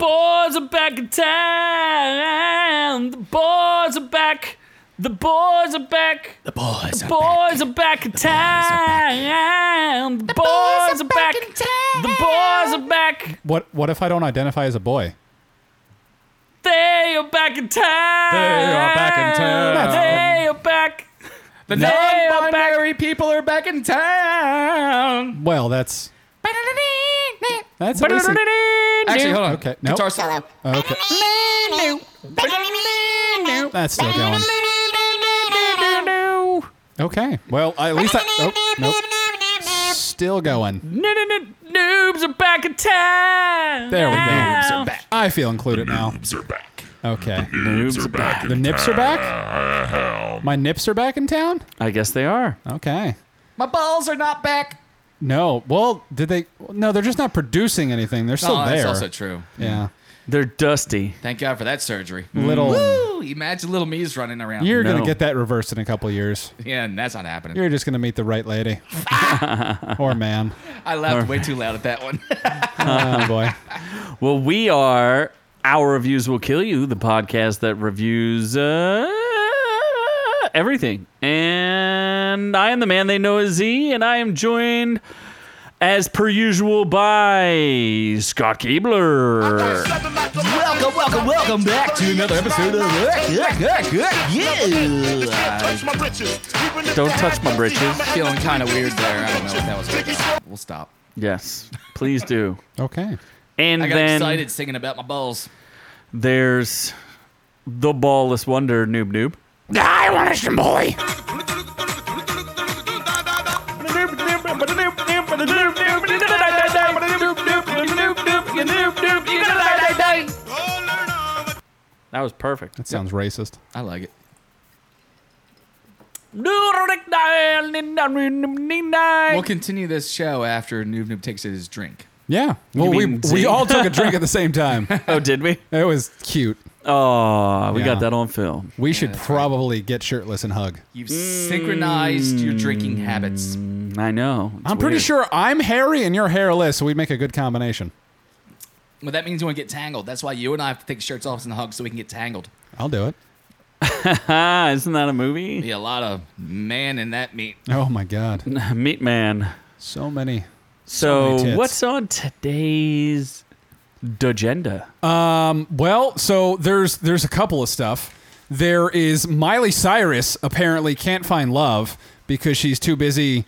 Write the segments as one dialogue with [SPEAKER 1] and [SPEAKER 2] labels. [SPEAKER 1] are back in town. The boys are back. The boys are back.
[SPEAKER 2] The boys.
[SPEAKER 1] The
[SPEAKER 2] are
[SPEAKER 1] boys are back in town. The boys are back. The boys are back.
[SPEAKER 3] What what if I don't identify as a boy?
[SPEAKER 1] They are back in town.
[SPEAKER 2] They are back in town.
[SPEAKER 1] They are back.
[SPEAKER 2] The
[SPEAKER 1] They are back.
[SPEAKER 2] non-binary people are back in town.
[SPEAKER 3] Well, that's that's at least a-
[SPEAKER 2] Actually, hold on.
[SPEAKER 3] Okay, nope.
[SPEAKER 2] Guitar solo.
[SPEAKER 3] okay. That's still going. Okay. Well, at least I. Oh, nope. Still going.
[SPEAKER 1] Noobs are back in town.
[SPEAKER 3] There we go.
[SPEAKER 1] Noobs are
[SPEAKER 2] back.
[SPEAKER 3] I feel included now.
[SPEAKER 4] Nips are back.
[SPEAKER 3] Okay.
[SPEAKER 4] Nips are back.
[SPEAKER 3] The nips are back.
[SPEAKER 4] Hell.
[SPEAKER 3] My nips are back in town.
[SPEAKER 2] I guess they are.
[SPEAKER 3] Okay.
[SPEAKER 2] My balls are not back.
[SPEAKER 3] No. Well, did they? No, they're just not producing anything. They're still
[SPEAKER 2] oh,
[SPEAKER 3] there.
[SPEAKER 2] that's also true.
[SPEAKER 3] Yeah.
[SPEAKER 5] They're dusty.
[SPEAKER 2] Thank God for that surgery.
[SPEAKER 3] Little.
[SPEAKER 2] Woo! Imagine little me's running around.
[SPEAKER 3] You're gonna
[SPEAKER 5] No.
[SPEAKER 3] get that reversed in a couple years.
[SPEAKER 2] yeah, and that's not happening.
[SPEAKER 3] You're just gonna meet the right lady, or man.
[SPEAKER 2] I laughed way too loud at that one.
[SPEAKER 3] Oh boy.
[SPEAKER 5] Well, we are Our Reviews Will Kill You, the podcast that reviews uh, everything. And I am the man they know as Z, and I am joined, as per usual, by Scott Keebler.
[SPEAKER 2] welcome, welcome, welcome back to another episode of
[SPEAKER 4] Don't
[SPEAKER 5] Don't touch my britches.
[SPEAKER 2] Feeling kind of weird there. I don't know if that was. We'll stop.
[SPEAKER 5] Yes, please do.
[SPEAKER 3] Okay.
[SPEAKER 5] And
[SPEAKER 2] I got
[SPEAKER 5] then
[SPEAKER 2] excited singing about my balls.
[SPEAKER 5] there's the ballless wonder, Noob Noob.
[SPEAKER 2] I want some boy.
[SPEAKER 5] That was perfect.
[SPEAKER 3] That sounds racist.
[SPEAKER 2] I like it.
[SPEAKER 5] Oh,
[SPEAKER 2] We'll continue this show after Noob Noob takes his drink.
[SPEAKER 3] Yeah. Well, we
[SPEAKER 5] mean
[SPEAKER 3] we
[SPEAKER 5] Z?
[SPEAKER 3] all took a drink at the same time.
[SPEAKER 5] Oh, did we?
[SPEAKER 3] It was cute.
[SPEAKER 5] Oh, we
[SPEAKER 3] Yeah.
[SPEAKER 5] got that on film.
[SPEAKER 3] We should probably get shirtless and hug.
[SPEAKER 2] You've synchronized your drinking habits.
[SPEAKER 5] I know. It's
[SPEAKER 3] I'm pretty
[SPEAKER 5] weird.
[SPEAKER 3] sure I'm hairy and you're hairless, so we'd make a good combination.
[SPEAKER 2] Well, that means you want to get tangled. That's why you and I have to take shirts off and hug so we can get tangled.
[SPEAKER 3] I'll do it.
[SPEAKER 5] Ah, isn't that a movie?
[SPEAKER 2] Be a lot of man in that meat.
[SPEAKER 3] Oh my god.
[SPEAKER 5] Meat Man.
[SPEAKER 3] So many.
[SPEAKER 5] So,
[SPEAKER 3] many tits.
[SPEAKER 5] what's on today's agenda?
[SPEAKER 3] Uh, Well, so there's there's a couple of stuff. There is Miley Cyrus apparently can't find love because she's too busy.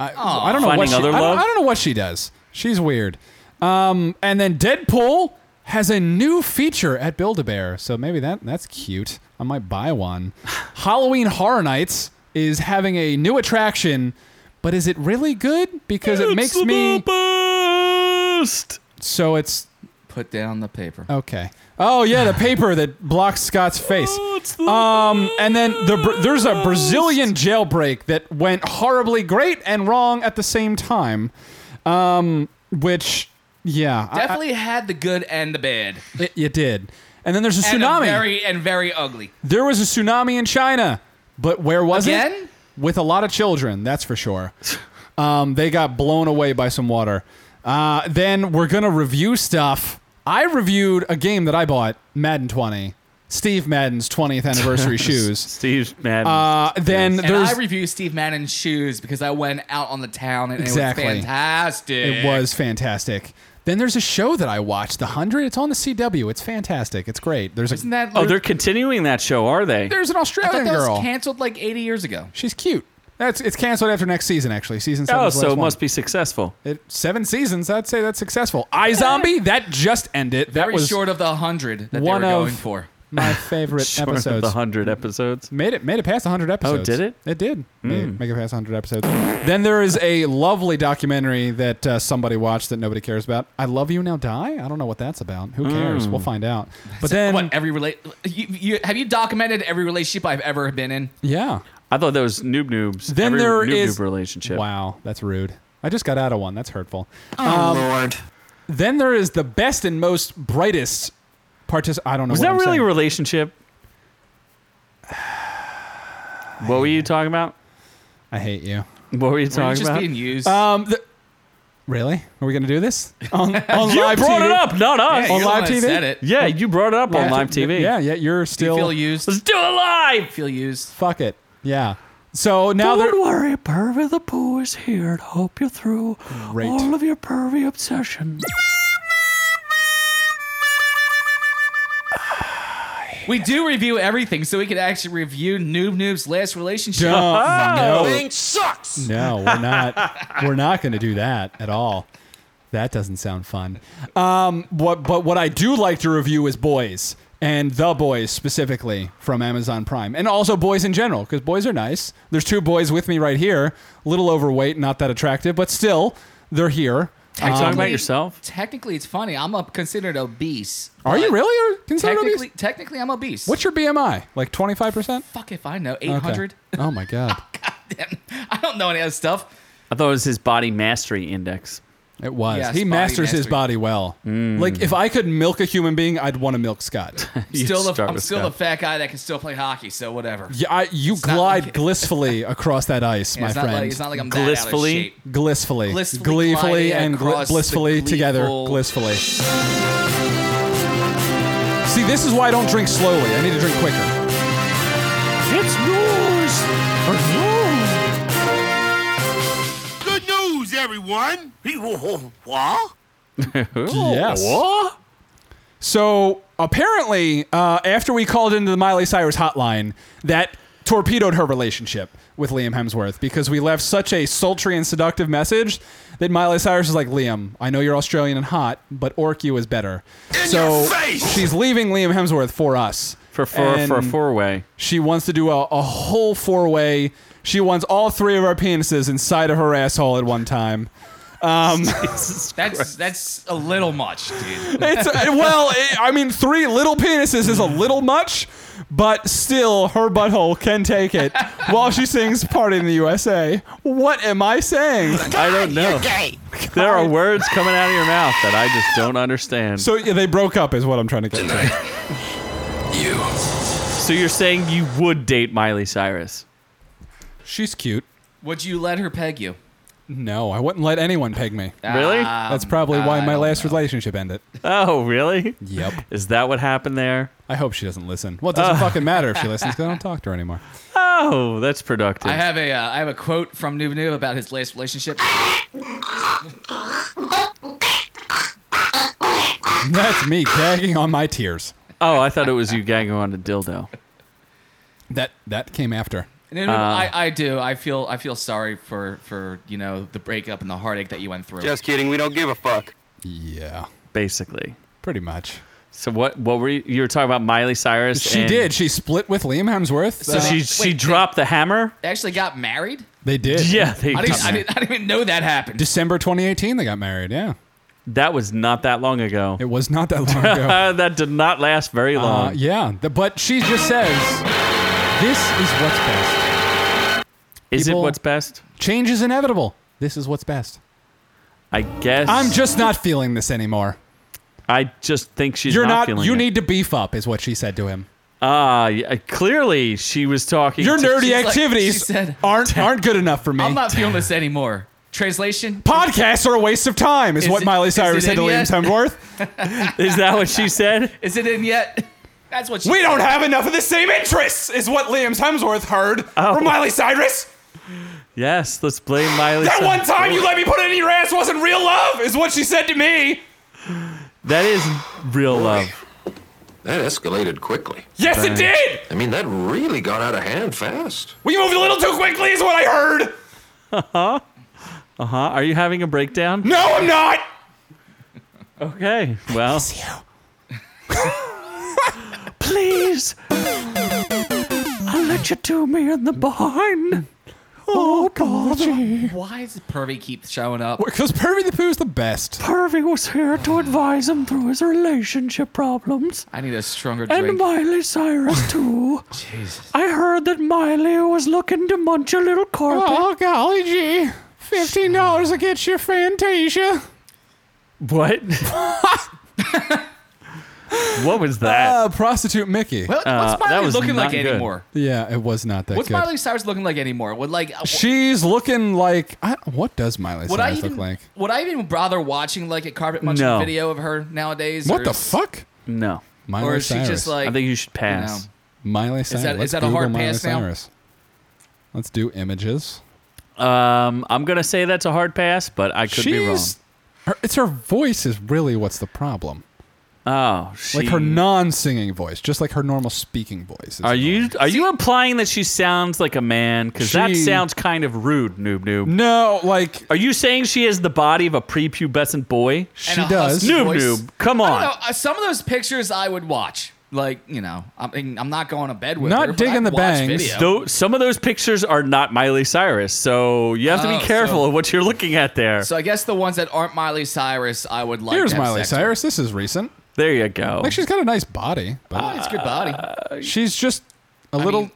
[SPEAKER 3] I, I don't know what
[SPEAKER 5] Finding
[SPEAKER 3] she,
[SPEAKER 5] other
[SPEAKER 3] I don't-
[SPEAKER 5] love?
[SPEAKER 3] I, don't know what she does. She's weird. Um, and then Deadpool has a new feature at Build a Bear, so maybe that that's cute. I might buy one. Halloween Horror Nights is having a new attraction, but is it really good? Because it makes me so it's
[SPEAKER 2] Put down the paper.
[SPEAKER 3] Okay. Oh yeah, the paper that blocks Scott's face.
[SPEAKER 2] Oh,
[SPEAKER 3] Um, and then the Bra- there's a Brazilian jailbreak that went horribly great and wrong at the same time. Um, which yeah, I-
[SPEAKER 2] Definitely had the good and the bad.
[SPEAKER 3] I, it- you did. And then there's a
[SPEAKER 2] And a
[SPEAKER 3] tsunami.
[SPEAKER 2] very and very ugly.
[SPEAKER 3] there was a tsunami in China, but where was
[SPEAKER 2] Again?
[SPEAKER 3] it? With a lot of children, that's for sure. Um, they got blown away by some water. Uh, then we're gonna review stuff. I reviewed a game that I bought, Madden 20, Steve Madden's 20th anniversary shoes.
[SPEAKER 5] Steve Madden.
[SPEAKER 3] Uh, then
[SPEAKER 2] And
[SPEAKER 3] there's
[SPEAKER 2] I review Steve Madden's shoes because I went out on the town and
[SPEAKER 3] Exactly.
[SPEAKER 2] it was fantastic.
[SPEAKER 3] it was fantastic. Then there's a show that I watched, The Hundred. It's on the CW. It's fantastic. It's great. There's a
[SPEAKER 2] Isn't that?
[SPEAKER 5] oh, they're continuing that show, are they?
[SPEAKER 3] there's an
[SPEAKER 2] I thought
[SPEAKER 3] Australian
[SPEAKER 2] that
[SPEAKER 3] girl.
[SPEAKER 2] was canceled like 80 years ago.
[SPEAKER 3] She's cute. That's it's canceled after next season actually. Season seven.
[SPEAKER 5] Oh,
[SPEAKER 3] is the
[SPEAKER 5] so
[SPEAKER 3] last
[SPEAKER 5] it
[SPEAKER 3] one.
[SPEAKER 5] must be successful.
[SPEAKER 3] It, seven seasons, I'd say that's successful. I Zombie, that just ended. That
[SPEAKER 2] Very
[SPEAKER 3] was
[SPEAKER 2] short of the 100 that
[SPEAKER 3] one
[SPEAKER 2] they were
[SPEAKER 3] of-
[SPEAKER 2] going for.
[SPEAKER 3] my favorite
[SPEAKER 5] Short of
[SPEAKER 3] episodes.
[SPEAKER 5] the hundred episodes.
[SPEAKER 3] made it made it past 100 episodes.
[SPEAKER 5] did it? Hmm.
[SPEAKER 3] It did. Made it- make it past 100 episodes. then there is a lovely documentary that uh, somebody watched that nobody cares about. I Love You Now Die? I don't know what that's about. Who cares?
[SPEAKER 5] Hmm.
[SPEAKER 3] We'll find out. But then
[SPEAKER 2] what every relate? You, you, have you documented every relationship I've ever been in?
[SPEAKER 3] yeah.
[SPEAKER 5] I thought that was noob noobs.
[SPEAKER 3] Then
[SPEAKER 5] Every
[SPEAKER 3] there
[SPEAKER 5] noob
[SPEAKER 3] is-
[SPEAKER 5] noob relationship.
[SPEAKER 3] Wow, that's rude. I just got out of one. That's hurtful. Oh lord. Then there is the best and most brightest partic- I don't know
[SPEAKER 5] Was
[SPEAKER 3] what
[SPEAKER 5] that
[SPEAKER 3] I'm
[SPEAKER 5] really
[SPEAKER 3] saying.
[SPEAKER 5] a relationship? What were you talking about?
[SPEAKER 3] I hate you.
[SPEAKER 5] What were you
[SPEAKER 2] Were you
[SPEAKER 5] talking
[SPEAKER 2] just
[SPEAKER 5] about?
[SPEAKER 3] Uh,
[SPEAKER 2] being used.
[SPEAKER 3] Um, the, Really? Are we gonna do this on, on
[SPEAKER 5] You
[SPEAKER 3] live
[SPEAKER 5] brought
[SPEAKER 3] TV?
[SPEAKER 5] it up, not us.
[SPEAKER 2] Hey,
[SPEAKER 3] On
[SPEAKER 2] you're the
[SPEAKER 3] live
[SPEAKER 2] one that
[SPEAKER 3] TV?
[SPEAKER 2] Said it.
[SPEAKER 5] Yeah, you brought it up on live TV.
[SPEAKER 3] Yeah, yeah. You're
[SPEAKER 2] Do you
[SPEAKER 3] still
[SPEAKER 2] feel used?
[SPEAKER 5] Let's do it live.
[SPEAKER 2] Feel used?
[SPEAKER 3] fuck it. Yeah. So now they're
[SPEAKER 5] worry, Pervy the Pooh is here to help you through
[SPEAKER 3] Great. all
[SPEAKER 5] of your pervy obsessions.
[SPEAKER 2] We do review everything, so we could actually review Noob Noob's last relationship.
[SPEAKER 3] no, no,
[SPEAKER 6] Thing sucks.
[SPEAKER 3] no. We're not. We're not gonna do that at all. That doesn't sound fun. Um, what? But what I do like to review is boys and the boys specifically from Amazon Prime, and also boys in general because boys are nice. There's two boys with me right here. A little overweight, not that attractive, but still they're here.
[SPEAKER 5] Are you talking about
[SPEAKER 2] Technically-
[SPEAKER 5] yourself?
[SPEAKER 2] Technically, it's funny. I'm up considered obese.
[SPEAKER 3] Are you
[SPEAKER 2] but
[SPEAKER 3] really? Or considered
[SPEAKER 2] Technically,
[SPEAKER 3] obese?
[SPEAKER 2] technically, I'm obese.
[SPEAKER 3] What's your BMI? Like twenty five percent?
[SPEAKER 2] fuck if I know? 800.
[SPEAKER 3] Oh my god.
[SPEAKER 2] Damn, I don't know any other stuff.
[SPEAKER 5] I thought it was his body mastery index.
[SPEAKER 3] It was.
[SPEAKER 2] Yes,
[SPEAKER 3] he
[SPEAKER 2] body
[SPEAKER 3] masters his
[SPEAKER 2] mastery. Mm.
[SPEAKER 3] body well. Like if I could milk a human being, I'd want to milk Scott.
[SPEAKER 5] You
[SPEAKER 2] Still, the,
[SPEAKER 5] start
[SPEAKER 2] I'm
[SPEAKER 5] with
[SPEAKER 2] still
[SPEAKER 5] Scott.
[SPEAKER 2] the fat guy that can still play hockey. So whatever.
[SPEAKER 3] yeah, I, you
[SPEAKER 2] not
[SPEAKER 3] glide
[SPEAKER 2] like-
[SPEAKER 3] blissfully across that ice,
[SPEAKER 2] Yeah,
[SPEAKER 3] my
[SPEAKER 2] it's
[SPEAKER 3] friend.
[SPEAKER 2] Not like, it's not like I'm
[SPEAKER 5] Blissfully?
[SPEAKER 2] That out of shape.
[SPEAKER 3] Glissfully,
[SPEAKER 2] Blissfully
[SPEAKER 3] gleefully,
[SPEAKER 2] gliding
[SPEAKER 3] and gl-
[SPEAKER 2] across the
[SPEAKER 3] blissfully together,
[SPEAKER 2] gleeful-
[SPEAKER 3] glissfully. See, this is why I don't drink slowly. I need to drink quicker.
[SPEAKER 5] It's news.
[SPEAKER 6] Good news, everyone. What?
[SPEAKER 3] Yes. So apparently, uh, after we called into the Miley Cyrus hotline, that torpedoed her relationship with Liam Hemsworth because we left such a sultry and seductive message that Miley Cyrus is like, Liam, I know you're Australian and hot, but Orc you is better.
[SPEAKER 6] In
[SPEAKER 3] so
[SPEAKER 6] your face!
[SPEAKER 3] she's leaving Liam Hemsworth for us.
[SPEAKER 5] For for, for a
[SPEAKER 3] And
[SPEAKER 5] four way.
[SPEAKER 3] She wants to do a, a whole four way. She wants all three of our penises inside of her asshole at one time.
[SPEAKER 2] That's that's a little much, dude.
[SPEAKER 3] It's uh, well, it, I mean, three little penises is a little much, but still, her butthole can take it while she sings "Party in the USA." What am I saying?
[SPEAKER 5] I don't know. There are words coming out of your mouth that I just don't understand. So,
[SPEAKER 3] So yeah, they broke up, is what I'm trying to get. at.
[SPEAKER 5] you're saying you would date Miley Cyrus?
[SPEAKER 3] She's cute.
[SPEAKER 2] Would you let her peg you?
[SPEAKER 3] No, I wouldn't let anyone peg me.
[SPEAKER 5] Really?
[SPEAKER 2] Ah,
[SPEAKER 3] That's probably why
[SPEAKER 2] I
[SPEAKER 3] my
[SPEAKER 2] don't
[SPEAKER 3] last
[SPEAKER 2] know.
[SPEAKER 3] relationship ended.
[SPEAKER 5] Oh, really?
[SPEAKER 3] Yep.
[SPEAKER 5] Is that what happened there?
[SPEAKER 3] I hope she doesn't listen. Well, it doesn't fucking matter if she listens 'cause I don't talk to her anymore.
[SPEAKER 5] Oh, that's productive.
[SPEAKER 2] I have a uh, I have a quote from Noob Noob about his last relationship.
[SPEAKER 3] That's me gagging on my tears.
[SPEAKER 5] oh, I thought it was you gagging on a dildo.
[SPEAKER 3] That that came after.
[SPEAKER 2] No,
[SPEAKER 5] Uh.
[SPEAKER 2] no, no, I, I do. I feel I feel sorry for for you know the breakup and the heartache that you went through.
[SPEAKER 7] Just kidding. We don't give a fuck.
[SPEAKER 3] Yeah,
[SPEAKER 5] Basically.
[SPEAKER 3] pretty much.
[SPEAKER 5] So what? What were you? You were talking about Miley Cyrus?
[SPEAKER 3] She
[SPEAKER 5] and-
[SPEAKER 3] did. She split with Liam Hemsworth.
[SPEAKER 2] So
[SPEAKER 5] So she
[SPEAKER 2] Uh,
[SPEAKER 5] she
[SPEAKER 2] wait,
[SPEAKER 5] dropped the hammer.
[SPEAKER 2] they actually got married.
[SPEAKER 3] They did.
[SPEAKER 5] Yeah, they,
[SPEAKER 2] I didn't, I,
[SPEAKER 5] did.
[SPEAKER 2] didn't, I didn't even know that happened.
[SPEAKER 3] December 2018, they got married. Yeah.
[SPEAKER 5] that was not that long ago.
[SPEAKER 3] It was not that long ago.
[SPEAKER 5] Uh, that did not last very long.
[SPEAKER 3] Uh, yeah. The- but she just says, this is what's best.
[SPEAKER 5] Is
[SPEAKER 3] people-
[SPEAKER 5] it what's best?
[SPEAKER 3] Change is inevitable. This is what's best.
[SPEAKER 5] I guess
[SPEAKER 3] I'm just not feeling this anymore.
[SPEAKER 5] I just think she's
[SPEAKER 3] You're not,
[SPEAKER 5] feeling
[SPEAKER 3] you
[SPEAKER 5] it.
[SPEAKER 3] need to beef up, is what she said to him.
[SPEAKER 5] Ah, y- uh, clearly she was talking.
[SPEAKER 3] Your
[SPEAKER 5] to-
[SPEAKER 3] nerdy
[SPEAKER 2] she's like-
[SPEAKER 3] activities
[SPEAKER 2] she said-
[SPEAKER 3] aren't, aren't good enough for me.
[SPEAKER 2] I'm not feeling this anymore. Translation:
[SPEAKER 3] Podcasts are a waste of time, is,
[SPEAKER 2] Is
[SPEAKER 3] what
[SPEAKER 2] it-
[SPEAKER 3] Miley
[SPEAKER 2] is it
[SPEAKER 3] Cyrus said to
[SPEAKER 2] in
[SPEAKER 3] Liam
[SPEAKER 2] yet?
[SPEAKER 3] Hemsworth.
[SPEAKER 5] Is that what she said?
[SPEAKER 2] Is it in yet? That's what she
[SPEAKER 3] we don't have enough of the same interests, is what Liam Hemsworth heard
[SPEAKER 5] Oh.
[SPEAKER 3] from Miley Cyrus.
[SPEAKER 5] Yes, let's blame Miley.
[SPEAKER 3] That
[SPEAKER 5] Cyrus.
[SPEAKER 3] one time you let me put it in your ass wasn't real love, is what she said to me.
[SPEAKER 5] That is real love.
[SPEAKER 7] That escalated quickly.
[SPEAKER 3] Yes, it did.
[SPEAKER 7] I mean, that really got out of hand fast.
[SPEAKER 3] We moved a little too quickly, is what I heard.
[SPEAKER 5] Huh? Are you having a breakdown?
[SPEAKER 3] No, I'm not.
[SPEAKER 5] Okay. Well. Please. I'll let you do me in the barn. Oh, God.
[SPEAKER 2] Why does Pervy keep showing up?
[SPEAKER 3] Because Pervy the Pooh is the best.
[SPEAKER 5] Harvey was here to advise him through his relationship problems.
[SPEAKER 2] I need a stronger
[SPEAKER 5] And
[SPEAKER 2] drink.
[SPEAKER 5] Miley Cyrus too.
[SPEAKER 2] Jesus.
[SPEAKER 5] I heard that Miley was looking to munch a little carpet.
[SPEAKER 3] Oh, golly gee. $15 will get you Fantasia.
[SPEAKER 5] What? What was that?
[SPEAKER 3] Uh, prostitute Mickey.
[SPEAKER 2] What-
[SPEAKER 5] Uh,
[SPEAKER 2] what's Miley
[SPEAKER 5] that was
[SPEAKER 2] looking like
[SPEAKER 5] not good.
[SPEAKER 2] anymore?
[SPEAKER 3] yeah, it was not that
[SPEAKER 2] What's
[SPEAKER 3] good.
[SPEAKER 2] Miley Cyrus looking like anymore? Would like uh,
[SPEAKER 3] She's looking like I, what does Miley
[SPEAKER 2] would I
[SPEAKER 3] Cyrus
[SPEAKER 2] even
[SPEAKER 3] look like?
[SPEAKER 2] would I even bother watching like a carpet munching
[SPEAKER 5] No.
[SPEAKER 2] video of her nowadays?
[SPEAKER 3] What
[SPEAKER 2] or
[SPEAKER 3] the
[SPEAKER 2] is-
[SPEAKER 3] fuck?
[SPEAKER 5] no,
[SPEAKER 3] Miley
[SPEAKER 2] Or is she
[SPEAKER 3] Cyrus.
[SPEAKER 2] just like
[SPEAKER 5] I think you should pass.
[SPEAKER 2] know.
[SPEAKER 3] Miley Cyrus.
[SPEAKER 2] that- is
[SPEAKER 3] Let's
[SPEAKER 2] that a hard
[SPEAKER 3] Google Miley
[SPEAKER 2] pass now?
[SPEAKER 3] Cyrus. Let's do images.
[SPEAKER 5] Um, I'm gonna say that's a hard pass, but I could be wrong.
[SPEAKER 3] She's her, it's her voice is really what's the problem.
[SPEAKER 5] Oh, she,
[SPEAKER 3] Like her non-singing voice, just like her normal speaking voice. is
[SPEAKER 5] Are you
[SPEAKER 3] annoying.
[SPEAKER 5] are you implying that she sounds like a man? Because that
[SPEAKER 3] She-
[SPEAKER 5] sounds kind of rude, noob noob.
[SPEAKER 3] No, like
[SPEAKER 5] Are you saying she has the body of a prepubescent boy?
[SPEAKER 3] she
[SPEAKER 2] a
[SPEAKER 3] does.
[SPEAKER 2] husky
[SPEAKER 5] Noob
[SPEAKER 2] voice?
[SPEAKER 5] noob, come
[SPEAKER 2] I don't know,
[SPEAKER 5] on.
[SPEAKER 2] uh, some of those pictures I would watch. Like you know, I mean, I'm not going to bed with
[SPEAKER 3] Not
[SPEAKER 2] her, but
[SPEAKER 3] digging the
[SPEAKER 2] I'd watch
[SPEAKER 3] bangs.
[SPEAKER 2] video.
[SPEAKER 5] Though some of those pictures are not Miley Cyrus, so you have to
[SPEAKER 2] Oh,
[SPEAKER 5] be careful
[SPEAKER 2] so-
[SPEAKER 5] of what you're looking at there.
[SPEAKER 2] So I guess the ones that aren't Miley Cyrus, I would like.
[SPEAKER 3] Here's
[SPEAKER 2] to have
[SPEAKER 3] Miley
[SPEAKER 2] sex with.
[SPEAKER 3] Cyrus. This is recent.
[SPEAKER 5] there you go.
[SPEAKER 3] Like she's got a nice body, but
[SPEAKER 2] Oh, it's a good body.
[SPEAKER 5] Uh,
[SPEAKER 3] she's just a little,
[SPEAKER 2] mean-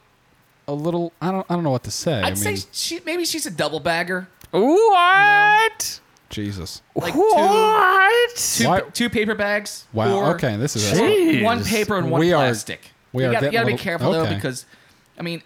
[SPEAKER 3] a little. I don't. I don't know what to say. I
[SPEAKER 2] I'd
[SPEAKER 3] mean,
[SPEAKER 2] say she, maybe she's a double bagger.
[SPEAKER 5] What?
[SPEAKER 3] Jesus.
[SPEAKER 2] Like two,
[SPEAKER 5] What?
[SPEAKER 2] two,
[SPEAKER 3] Why-
[SPEAKER 2] two paper bags.
[SPEAKER 3] Wow,
[SPEAKER 2] or
[SPEAKER 3] okay, this is-
[SPEAKER 2] one,
[SPEAKER 5] Jeez.
[SPEAKER 2] one paper and one
[SPEAKER 3] We are-
[SPEAKER 2] plastic.
[SPEAKER 3] we
[SPEAKER 2] you
[SPEAKER 3] are
[SPEAKER 2] gotta, you
[SPEAKER 3] getting a
[SPEAKER 2] gotta be
[SPEAKER 3] little-
[SPEAKER 2] careful
[SPEAKER 3] okay.
[SPEAKER 2] though because, I mean,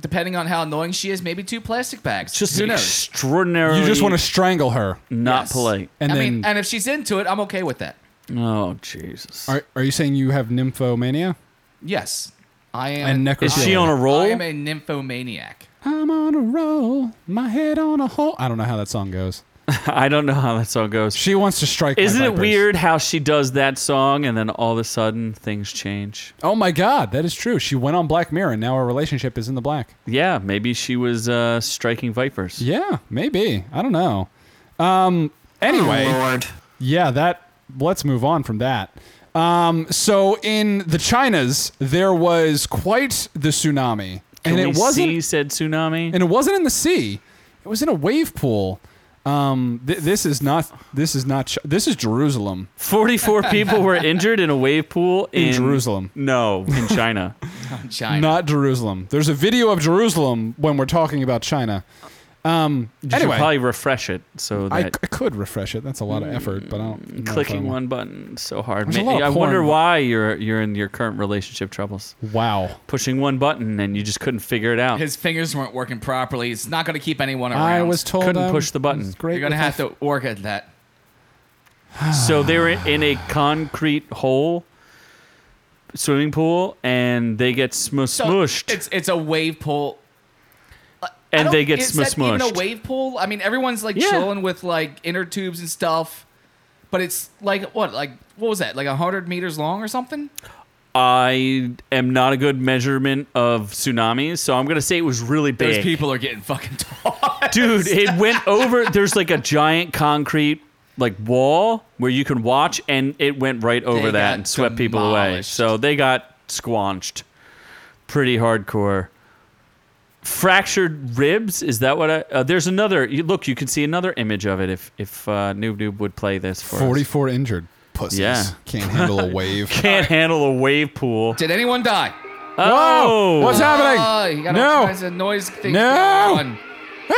[SPEAKER 2] depending on how annoying she is, maybe two plastic bags.
[SPEAKER 5] Just
[SPEAKER 2] Who knows?
[SPEAKER 5] extraordinary.
[SPEAKER 3] You just want to strangle her.
[SPEAKER 5] not
[SPEAKER 2] Yes.
[SPEAKER 5] polite.
[SPEAKER 3] And
[SPEAKER 2] I
[SPEAKER 3] then
[SPEAKER 2] mean, and if she's into it, I'm okay with that.
[SPEAKER 5] Oh Jesus.
[SPEAKER 3] Are, are you saying you have nymphomania?
[SPEAKER 2] Yes, I am.
[SPEAKER 3] And necrophilia.
[SPEAKER 5] Is she on a roll?
[SPEAKER 2] I am a nymphomaniac.
[SPEAKER 3] I'm on a roll, my head on a hole. I don't know how that song goes.
[SPEAKER 5] I don't know how that song goes.
[SPEAKER 3] She wants to strike. my
[SPEAKER 5] Isn't it
[SPEAKER 3] vipers.
[SPEAKER 5] weird how she does that song and then all of a sudden things change?
[SPEAKER 3] Oh my God, that is true. She went on Black Mirror, and now her relationship is in the black.
[SPEAKER 5] Yeah, maybe she was uh, striking vipers.
[SPEAKER 3] Yeah, maybe. I don't know. Um. Anyway.
[SPEAKER 7] Lord.
[SPEAKER 3] Yeah, that. Let's move on from that. Um, so in the Chinas, there was quite the tsunami, and
[SPEAKER 5] Can we
[SPEAKER 3] it wasn't,
[SPEAKER 5] see said tsunami.
[SPEAKER 3] and it wasn't in the sea. It was in a wave pool. Um, th- this is not. This is not. Ch- this is Jerusalem.
[SPEAKER 5] Forty-four people were injured in a wave pool in,
[SPEAKER 3] Jerusalem.
[SPEAKER 5] No, in China.
[SPEAKER 2] China.
[SPEAKER 3] Not Jerusalem. There's a video of Jerusalem when we're talking about China. Um,
[SPEAKER 5] You
[SPEAKER 3] anyway,
[SPEAKER 5] should probably refresh it so
[SPEAKER 3] I,
[SPEAKER 5] that
[SPEAKER 3] c- I could refresh it. That's a lot of effort, but I don't. know if I
[SPEAKER 5] clicking
[SPEAKER 3] want-
[SPEAKER 5] one button so hard.
[SPEAKER 3] There's a lot of
[SPEAKER 5] I
[SPEAKER 3] porn.
[SPEAKER 5] wonder why you're you're in your current relationship troubles.
[SPEAKER 3] Wow.
[SPEAKER 5] Pushing one button and you just couldn't figure it out.
[SPEAKER 2] His fingers weren't working properly. It's not going to keep anyone around.
[SPEAKER 3] I was told
[SPEAKER 5] Couldn't
[SPEAKER 3] I'm-
[SPEAKER 5] push the button.
[SPEAKER 3] it's Great.
[SPEAKER 2] You're going to
[SPEAKER 3] with my
[SPEAKER 2] have to work at that.
[SPEAKER 5] So they were in a concrete hole, swimming pool, and they get smush
[SPEAKER 2] So
[SPEAKER 5] smushed.
[SPEAKER 2] It's it's a wave pool. I
[SPEAKER 5] and
[SPEAKER 2] don't-
[SPEAKER 5] they get
[SPEAKER 2] is
[SPEAKER 5] smush
[SPEAKER 2] that even a
[SPEAKER 5] smushed.
[SPEAKER 2] wave pool? I mean, everyone's like
[SPEAKER 5] Yeah.
[SPEAKER 2] chilling with like inner tubes and stuff, but it's like what? Like what was that? Like hundred meters long or something?
[SPEAKER 5] I am not a good measurement of tsunamis, so I'm gonna say it was really
[SPEAKER 2] Those
[SPEAKER 5] big.
[SPEAKER 2] people are getting fucking tall.
[SPEAKER 5] Dude, it went over. There's like a giant concrete like wall where you can watch, and it went right over
[SPEAKER 2] They
[SPEAKER 5] that
[SPEAKER 2] got
[SPEAKER 5] and swept people away.
[SPEAKER 2] demolished.
[SPEAKER 5] So they got squanched, pretty hardcore. Fractured ribs. Is that what I? Uh, there's another. You, look, you can see another image of it if if uh, Noob Noob would play this for us.
[SPEAKER 3] 44 injured pussies.
[SPEAKER 5] Yeah.
[SPEAKER 3] Can't handle a wave.
[SPEAKER 5] Can't handle a wave pool.
[SPEAKER 2] Did anyone die?
[SPEAKER 5] Oh,
[SPEAKER 3] What's happening?
[SPEAKER 2] Oh, you got all
[SPEAKER 3] no.
[SPEAKER 2] kinds of noise things
[SPEAKER 3] No.
[SPEAKER 2] going on.
[SPEAKER 3] Ah!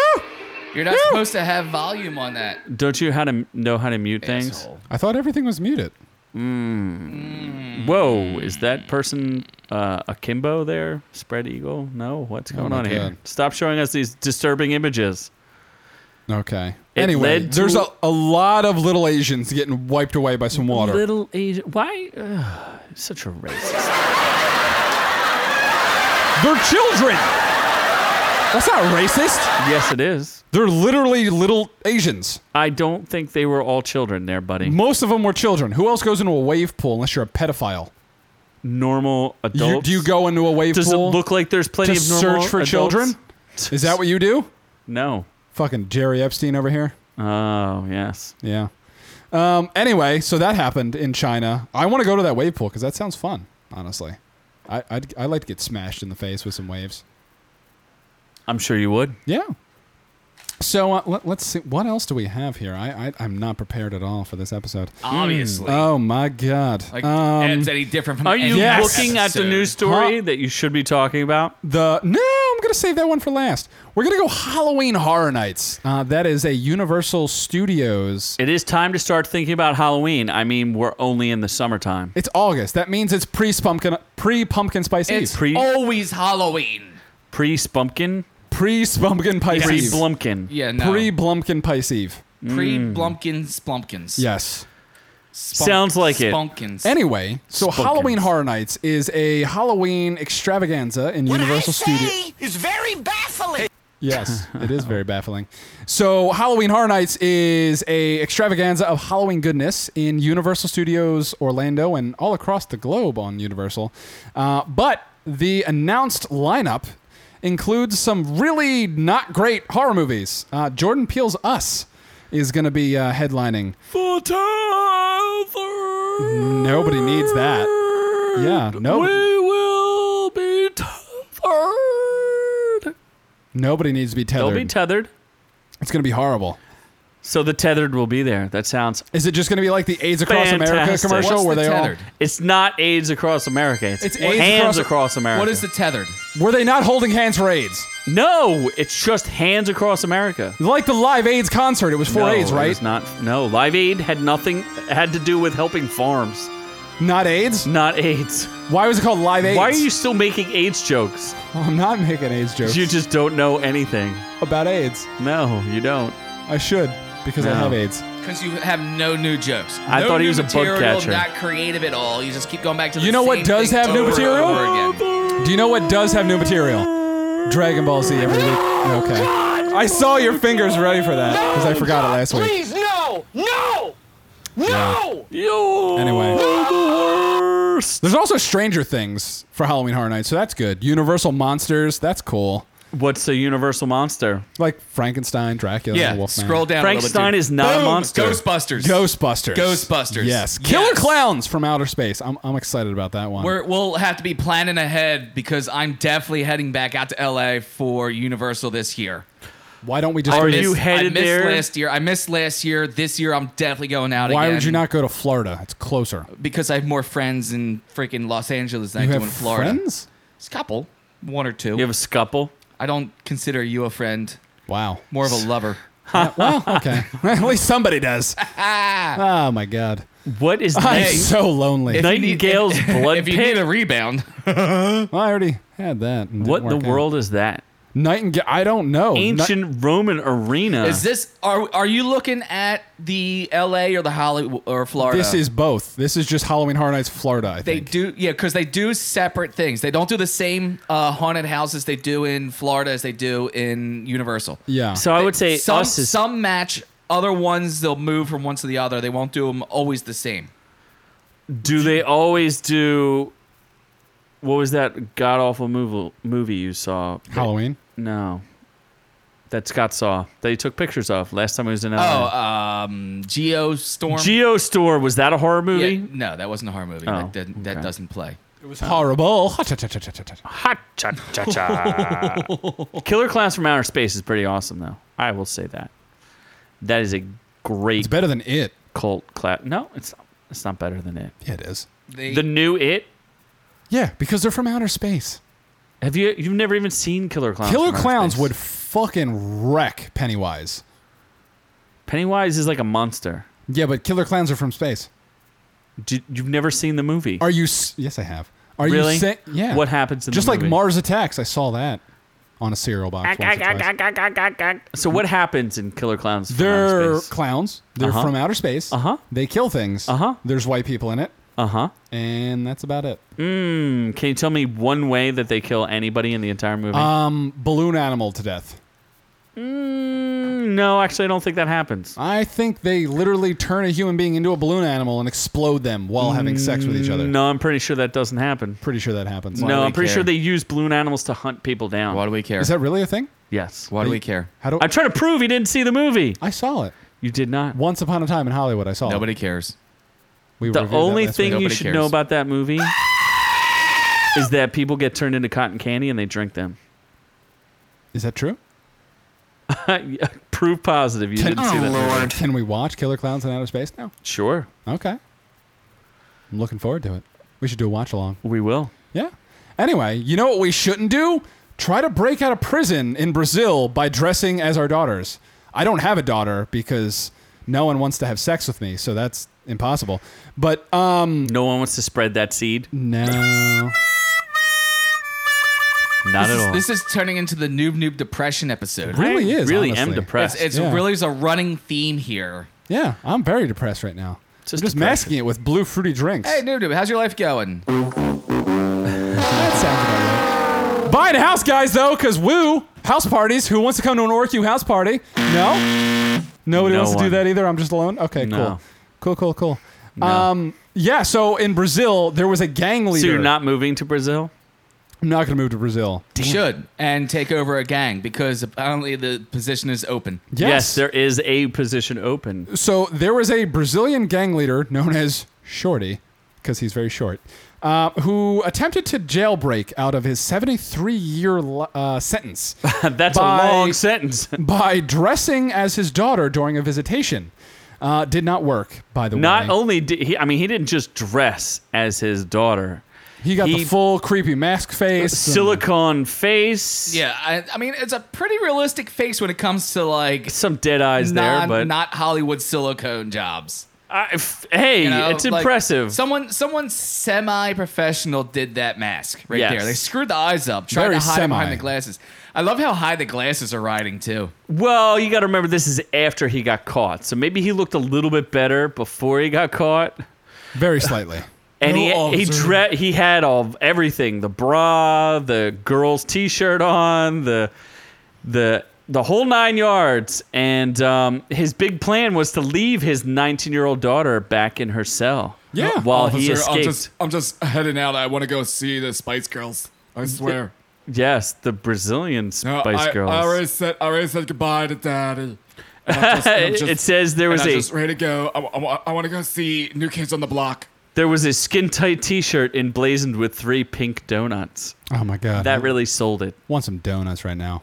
[SPEAKER 2] You're not supposed to have volume on that.
[SPEAKER 5] Don't you how to know how to mute things?
[SPEAKER 2] asshole.
[SPEAKER 3] I thought everything was muted.
[SPEAKER 5] Whoa, is that person uh, akimbo there? Spread eagle? No, what's going
[SPEAKER 3] my
[SPEAKER 5] on here?
[SPEAKER 3] God.
[SPEAKER 5] Stop showing us these disturbing images.
[SPEAKER 3] Okay.
[SPEAKER 5] It
[SPEAKER 3] anyway,
[SPEAKER 5] led to-
[SPEAKER 3] there's a, a lot of little Asians getting wiped away by some water.
[SPEAKER 5] Little Asian. Why? Ugh, such a racist.
[SPEAKER 3] They're children. That's not racist.
[SPEAKER 5] yes, it is.
[SPEAKER 3] They're literally little Asians.
[SPEAKER 5] I don't think they were all children there, buddy.
[SPEAKER 3] Most of them were children. Who else goes into a wave pool unless you're a pedophile?
[SPEAKER 5] Normal
[SPEAKER 3] You,
[SPEAKER 5] adults.
[SPEAKER 3] do you go into a wave
[SPEAKER 5] Does it
[SPEAKER 3] pool?
[SPEAKER 5] look like there's plenty
[SPEAKER 3] to
[SPEAKER 5] of normal
[SPEAKER 3] search for
[SPEAKER 5] adults?
[SPEAKER 3] children? Is that what you do?
[SPEAKER 5] No.
[SPEAKER 3] Fucking Jerry Epstein over here.
[SPEAKER 5] Oh yes.
[SPEAKER 3] Yeah. Um, anyway, so that happened in China. I want to go to that wave pool because that sounds fun. Honestly, I, I'd, I'd like to get smashed in the face with some waves.
[SPEAKER 5] I'm sure you would.
[SPEAKER 3] Yeah. So uh, let, let's see. What else do we have here? I, I I'm not prepared at all for this episode.
[SPEAKER 2] Obviously.
[SPEAKER 3] Oh my god.
[SPEAKER 2] Like,
[SPEAKER 3] um,
[SPEAKER 2] Ed's any different from
[SPEAKER 5] Are you
[SPEAKER 2] any
[SPEAKER 3] Yes.
[SPEAKER 2] other
[SPEAKER 5] looking at the
[SPEAKER 2] episode?
[SPEAKER 5] news story
[SPEAKER 3] Huh?
[SPEAKER 5] that you should be talking about?
[SPEAKER 3] the no, I'm going to save that one for last. We're going to go Halloween Horror Nights. Uh, that is a Universal Studios.
[SPEAKER 5] It is time to start thinking about Halloween. I mean, we're only in the summertime.
[SPEAKER 3] It's August. That means it's pre pumpkin pre pumpkin spice
[SPEAKER 2] It's
[SPEAKER 3] eve.
[SPEAKER 5] Pre-
[SPEAKER 2] always Halloween.
[SPEAKER 5] Pre Spumpkin,
[SPEAKER 3] Pre pumpkin pice
[SPEAKER 5] pre
[SPEAKER 3] eve.
[SPEAKER 5] Blumpkin.
[SPEAKER 2] Yeah, no.
[SPEAKER 3] Pre blumpkin pice eve.
[SPEAKER 2] Pre
[SPEAKER 5] Mm.
[SPEAKER 2] Blumpkins Blumpkins.
[SPEAKER 3] Yes.
[SPEAKER 5] Sounds like it.
[SPEAKER 2] Spunkins.
[SPEAKER 3] Anyway, so
[SPEAKER 5] Spunkins.
[SPEAKER 3] Halloween Horror Nights is a Halloween extravaganza in
[SPEAKER 6] What
[SPEAKER 3] Universal
[SPEAKER 6] I
[SPEAKER 3] Studios.
[SPEAKER 6] say is very baffling.
[SPEAKER 3] Yes, it is very baffling. So Halloween Horror Nights is a extravaganza of Halloween goodness in Universal Studios Orlando and all across the globe on Universal. Uh, but the announced lineup includes some really not great horror movies. Uh, Jordan Peele's Us is going to be uh, headlining. Nobody needs that. Yeah, no,
[SPEAKER 5] We will be tethered.
[SPEAKER 3] nobody needs to be
[SPEAKER 5] They'll
[SPEAKER 3] tethered.
[SPEAKER 5] be tethered.
[SPEAKER 3] it's going to be horrible.
[SPEAKER 5] So the tethered will be there. That sounds.
[SPEAKER 3] Is it just going to be like the AIDS Across America
[SPEAKER 5] Fantastic.
[SPEAKER 3] commercial
[SPEAKER 2] What's
[SPEAKER 3] where
[SPEAKER 2] the
[SPEAKER 3] they all
[SPEAKER 2] tethered?
[SPEAKER 5] It's not AIDS across America. It's,
[SPEAKER 3] It's AIDS
[SPEAKER 5] hands
[SPEAKER 3] across-
[SPEAKER 5] across, America.
[SPEAKER 2] What is the tethered?
[SPEAKER 3] Were they not holding hands for AIDS?
[SPEAKER 5] No, it's just hands across America.
[SPEAKER 3] Like the live AIDS concert, it was for
[SPEAKER 5] no,
[SPEAKER 3] AIDS,
[SPEAKER 5] it
[SPEAKER 3] right?
[SPEAKER 5] was not. No, Live Aid had nothing. Had to do with helping farms,
[SPEAKER 3] Not AIDS.
[SPEAKER 5] not AIDS.
[SPEAKER 3] Why was it called live AIDS? Oh,
[SPEAKER 5] Why are you still making AIDS jokes?
[SPEAKER 3] I'm not making AIDS jokes
[SPEAKER 5] You just don't know anything.
[SPEAKER 3] about AIDS.
[SPEAKER 5] No, you don't.
[SPEAKER 3] I should because I
[SPEAKER 5] No.
[SPEAKER 3] have AIDS.
[SPEAKER 2] Because you have no new jokes.
[SPEAKER 5] I
[SPEAKER 2] No
[SPEAKER 5] thought he
[SPEAKER 2] new
[SPEAKER 5] was a bug
[SPEAKER 2] material,
[SPEAKER 5] catcher.
[SPEAKER 2] Not creative at all. You just keep going back to. The
[SPEAKER 3] You know what
[SPEAKER 2] same
[SPEAKER 3] does
[SPEAKER 2] thing
[SPEAKER 3] have new
[SPEAKER 2] over and
[SPEAKER 3] material? Oh,
[SPEAKER 2] over again.
[SPEAKER 3] Do you know what does have new material? Dragon Ball Z every week. Okay. I saw your fingers ready for that because I forgot it last week.
[SPEAKER 6] Please, no, no, no.
[SPEAKER 5] Yo,
[SPEAKER 3] Anyway.
[SPEAKER 5] the worst.
[SPEAKER 3] There's also Stranger Things for Halloween Horror Nights, so that's good. Universal Monsters, that's cool.
[SPEAKER 5] What's a universal monster?
[SPEAKER 3] Like Frankenstein, Dracula,
[SPEAKER 2] Yeah.
[SPEAKER 3] Wolfman.
[SPEAKER 2] Scroll down. a little bit,
[SPEAKER 5] Frankenstein
[SPEAKER 2] dude.
[SPEAKER 5] is not a
[SPEAKER 2] Boom,
[SPEAKER 5] monster.
[SPEAKER 2] Ghostbusters.
[SPEAKER 3] Ghostbusters.
[SPEAKER 2] Ghostbusters.
[SPEAKER 3] Yes. Killer
[SPEAKER 2] Yes.
[SPEAKER 3] Clowns from Outer Space. I'm, I'm excited about that one.
[SPEAKER 2] We're, we'll have to be planning ahead because I'm definitely heading back out to LA for Universal this year.
[SPEAKER 3] Why don't we just
[SPEAKER 5] Are
[SPEAKER 3] go-
[SPEAKER 2] Miss-
[SPEAKER 5] you
[SPEAKER 2] I
[SPEAKER 5] headed
[SPEAKER 2] missed
[SPEAKER 5] there?
[SPEAKER 2] last year. I missed last year. This year, I'm definitely going out
[SPEAKER 3] Why
[SPEAKER 2] again.
[SPEAKER 3] would you not go to Florida? It's closer.
[SPEAKER 2] Because I have more friends in freaking Los Angeles than
[SPEAKER 3] You
[SPEAKER 2] I
[SPEAKER 3] have
[SPEAKER 2] do in Florida.
[SPEAKER 3] friends?
[SPEAKER 2] It's a couple, one or two.
[SPEAKER 5] You have a scupple.
[SPEAKER 2] I don't consider you a friend,
[SPEAKER 3] Wow.
[SPEAKER 2] more of a lover.
[SPEAKER 3] well, okay. At least somebody does. oh my god.
[SPEAKER 5] What is
[SPEAKER 3] I'm
[SPEAKER 5] hey,
[SPEAKER 3] so lonely.
[SPEAKER 2] If you need-
[SPEAKER 5] Nightingale's blood
[SPEAKER 2] if you need
[SPEAKER 5] pit?
[SPEAKER 2] a rebound,
[SPEAKER 3] Well, I already had that. and didn't
[SPEAKER 5] What in the
[SPEAKER 3] work out.
[SPEAKER 5] world is that?
[SPEAKER 3] Nightingale. I don't know. Ni-
[SPEAKER 5] Ancient Roman arena.
[SPEAKER 2] is this are are you looking at the L.A. or the Hollywood or Florida?
[SPEAKER 3] this is both. This is just Halloween Horror Nights, Florida. I
[SPEAKER 2] They
[SPEAKER 3] think.
[SPEAKER 2] do, yeah, because they do separate things. They don't do the same uh, haunted houses they do in Florida as they do in Universal.
[SPEAKER 3] yeah.
[SPEAKER 5] so I would say
[SPEAKER 2] some,
[SPEAKER 5] us is
[SPEAKER 2] some match, other ones they'll move from one to the other. They won't do them always the same.
[SPEAKER 5] Do they always do? What was that god awful movie movie you saw?
[SPEAKER 3] Halloween.
[SPEAKER 5] No, that Scott saw that he took pictures of last time he was in
[SPEAKER 2] Oh,
[SPEAKER 5] LA.
[SPEAKER 2] um, Geostorm.
[SPEAKER 5] Geostorm was that a horror
[SPEAKER 2] Yeah,
[SPEAKER 5] movie?
[SPEAKER 2] no, that wasn't a horror movie.
[SPEAKER 5] Oh,
[SPEAKER 2] that, didn't, that
[SPEAKER 5] okay.
[SPEAKER 2] doesn't play.
[SPEAKER 3] It was horrible. Ha-cha-cha-cha-cha-cha.
[SPEAKER 5] Ha cha cha cha. Killer Clowns from Outer Space is pretty awesome though. I will say that. That is a great
[SPEAKER 3] It's better than it.
[SPEAKER 5] cult clap. No, it's not, it's not better than it.
[SPEAKER 3] Yeah, it is.
[SPEAKER 2] They,
[SPEAKER 5] The new it.
[SPEAKER 3] Yeah, because they're from outer space.
[SPEAKER 5] Have you you've never even seen Killer Clowns?
[SPEAKER 3] Killer
[SPEAKER 5] from Outer
[SPEAKER 3] clowns
[SPEAKER 5] Space.
[SPEAKER 3] would fucking wreck Pennywise.
[SPEAKER 5] Pennywise is like a monster.
[SPEAKER 3] Yeah, but killer clowns are from space.
[SPEAKER 5] Did, you've never seen the movie?
[SPEAKER 3] Are you? S- yes, I have. Are
[SPEAKER 5] really?
[SPEAKER 3] you? Sa- yeah.
[SPEAKER 5] What happens in
[SPEAKER 3] Just
[SPEAKER 5] the
[SPEAKER 3] like
[SPEAKER 5] movie?
[SPEAKER 3] Mars Attacks, I saw that on a cereal box. once or twice.
[SPEAKER 5] So what happens in Killer Clowns?
[SPEAKER 3] They're clowns. They're
[SPEAKER 5] Uh-huh.
[SPEAKER 3] from outer space.
[SPEAKER 5] Uh-huh.
[SPEAKER 3] They kill things.
[SPEAKER 5] Uh-huh.
[SPEAKER 3] There's white people in it,
[SPEAKER 5] uh huh.
[SPEAKER 3] and that's about it.
[SPEAKER 5] Can you tell me one way that they kill anybody in the entire movie?
[SPEAKER 3] Um, balloon animal to death.
[SPEAKER 5] Mm, no, actually, I don't think that happens.
[SPEAKER 3] I think they literally turn a human being into a balloon animal and explode them while having sex with each other.
[SPEAKER 5] No, I'm pretty sure that doesn't happen.
[SPEAKER 3] Pretty sure that happens.
[SPEAKER 5] no,
[SPEAKER 2] we
[SPEAKER 5] I'm pretty
[SPEAKER 2] care?
[SPEAKER 5] sure they use balloon animals to hunt people down.
[SPEAKER 2] why do we care?
[SPEAKER 3] Is that really a thing?
[SPEAKER 5] yes.
[SPEAKER 2] why do we care?
[SPEAKER 3] How do
[SPEAKER 5] I'm trying to prove he didn't see the movie.
[SPEAKER 3] I saw it
[SPEAKER 5] You did not.
[SPEAKER 3] once upon a time in Hollywood. I
[SPEAKER 5] Oh.
[SPEAKER 3] saw
[SPEAKER 2] Nobody cares.
[SPEAKER 3] it. We
[SPEAKER 5] The
[SPEAKER 3] reviewed that
[SPEAKER 5] only
[SPEAKER 3] last
[SPEAKER 5] thing
[SPEAKER 3] week.
[SPEAKER 5] you
[SPEAKER 2] Nobody
[SPEAKER 5] should
[SPEAKER 2] cares.
[SPEAKER 5] know about that movie is that people get turned into cotton candy and they drink them.
[SPEAKER 3] is that true?
[SPEAKER 5] prove positive you didn't see
[SPEAKER 3] Oh,
[SPEAKER 5] that. movie.
[SPEAKER 3] Can we watch Killer Clowns in Outer Space now?
[SPEAKER 5] Sure,
[SPEAKER 3] Okay. I'm looking forward to it. We should do a watch along.
[SPEAKER 5] we will.
[SPEAKER 3] Yeah. Anyway, you know what we shouldn't do? try to break out of prison in Brazil by dressing as our daughters. I don't have a daughter because no one wants to have sex with me, so that's impossible. But um
[SPEAKER 5] No one wants to spread that seed.
[SPEAKER 3] no.
[SPEAKER 5] Not at all.
[SPEAKER 2] This is turning into the Noob Noob Depression episode.
[SPEAKER 5] I
[SPEAKER 3] really is,
[SPEAKER 5] Really am
[SPEAKER 3] honestly.
[SPEAKER 5] depressed.
[SPEAKER 2] It's, it's
[SPEAKER 3] Yeah.
[SPEAKER 2] really is a running theme here.
[SPEAKER 3] Yeah, I'm very depressed right now.
[SPEAKER 5] Just
[SPEAKER 3] I'm just
[SPEAKER 5] depression.
[SPEAKER 3] masking it with blue fruity drinks.
[SPEAKER 2] Hey, Noob Noob, how's your life going?
[SPEAKER 3] That sounds about right. Buying a house, guys, though, because woo, house parties. Who wants to come to an OrQ house party? No? Nobody
[SPEAKER 5] No
[SPEAKER 3] wants to do
[SPEAKER 5] one.
[SPEAKER 3] that either. I'm just alone. Okay,
[SPEAKER 5] No.
[SPEAKER 3] cool. Cool, cool, cool. Um, yeah, so in Brazil, there was a gang leader.
[SPEAKER 5] so you're not moving to Brazil?
[SPEAKER 3] I'm not going to move to Brazil.
[SPEAKER 2] Should and take over a gang because apparently the position is open.
[SPEAKER 3] Yes.
[SPEAKER 5] there is a position open.
[SPEAKER 3] so there was a Brazilian gang leader known as Shorty, because he's very short, uh, who attempted to jailbreak out of his 73 year uh, sentence.
[SPEAKER 5] That's
[SPEAKER 3] By-
[SPEAKER 5] a long sentence.
[SPEAKER 3] by dressing as his daughter during a visitation. Uh, did not work, by the way.
[SPEAKER 5] Not only did he, I mean, he didn't just dress as his daughter.
[SPEAKER 3] he got
[SPEAKER 5] he-
[SPEAKER 3] the full creepy mask face. and-
[SPEAKER 5] Silicone face.
[SPEAKER 2] Yeah, I, I mean it's a pretty realistic face when it comes to like
[SPEAKER 5] Some dead eyes there,
[SPEAKER 2] non,
[SPEAKER 5] but
[SPEAKER 2] not Hollywood silicone jobs.
[SPEAKER 5] I f- hey,
[SPEAKER 2] You know,
[SPEAKER 5] it's
[SPEAKER 2] like,
[SPEAKER 5] impressive.
[SPEAKER 2] Someone, someone semi-professional did that mask right
[SPEAKER 5] Yes.
[SPEAKER 2] there. They screwed the eyes up, tried
[SPEAKER 3] Very
[SPEAKER 2] to hide it
[SPEAKER 3] semi.
[SPEAKER 2] behind the glasses. I love how high the glasses are riding too.
[SPEAKER 5] well, you got to remember this is after he got caught, so maybe he looked a little bit better before he got caught.
[SPEAKER 3] very slightly.
[SPEAKER 5] And
[SPEAKER 3] No
[SPEAKER 5] he he
[SPEAKER 3] officer.
[SPEAKER 5] dre- he had all everything the bra, the girl's t-shirt on, the the the whole nine yards. And um, his big plan was to leave his 19 year old daughter back in her cell.
[SPEAKER 3] Yeah.
[SPEAKER 5] while he escaped.
[SPEAKER 2] I'm just heading out. I want to go see the Spice Girls. I swear.
[SPEAKER 5] yes, the Brazilian Spice Girls.
[SPEAKER 2] said, I Uh, already said goodbye to Daddy.
[SPEAKER 5] it, it says there was a
[SPEAKER 2] ready to go. I, want to go see New Kids on the Block.
[SPEAKER 5] there was a skin tight T-shirt emblazoned with three pink donuts.
[SPEAKER 3] Oh my god.
[SPEAKER 5] That really sold it.
[SPEAKER 3] want some donuts right now.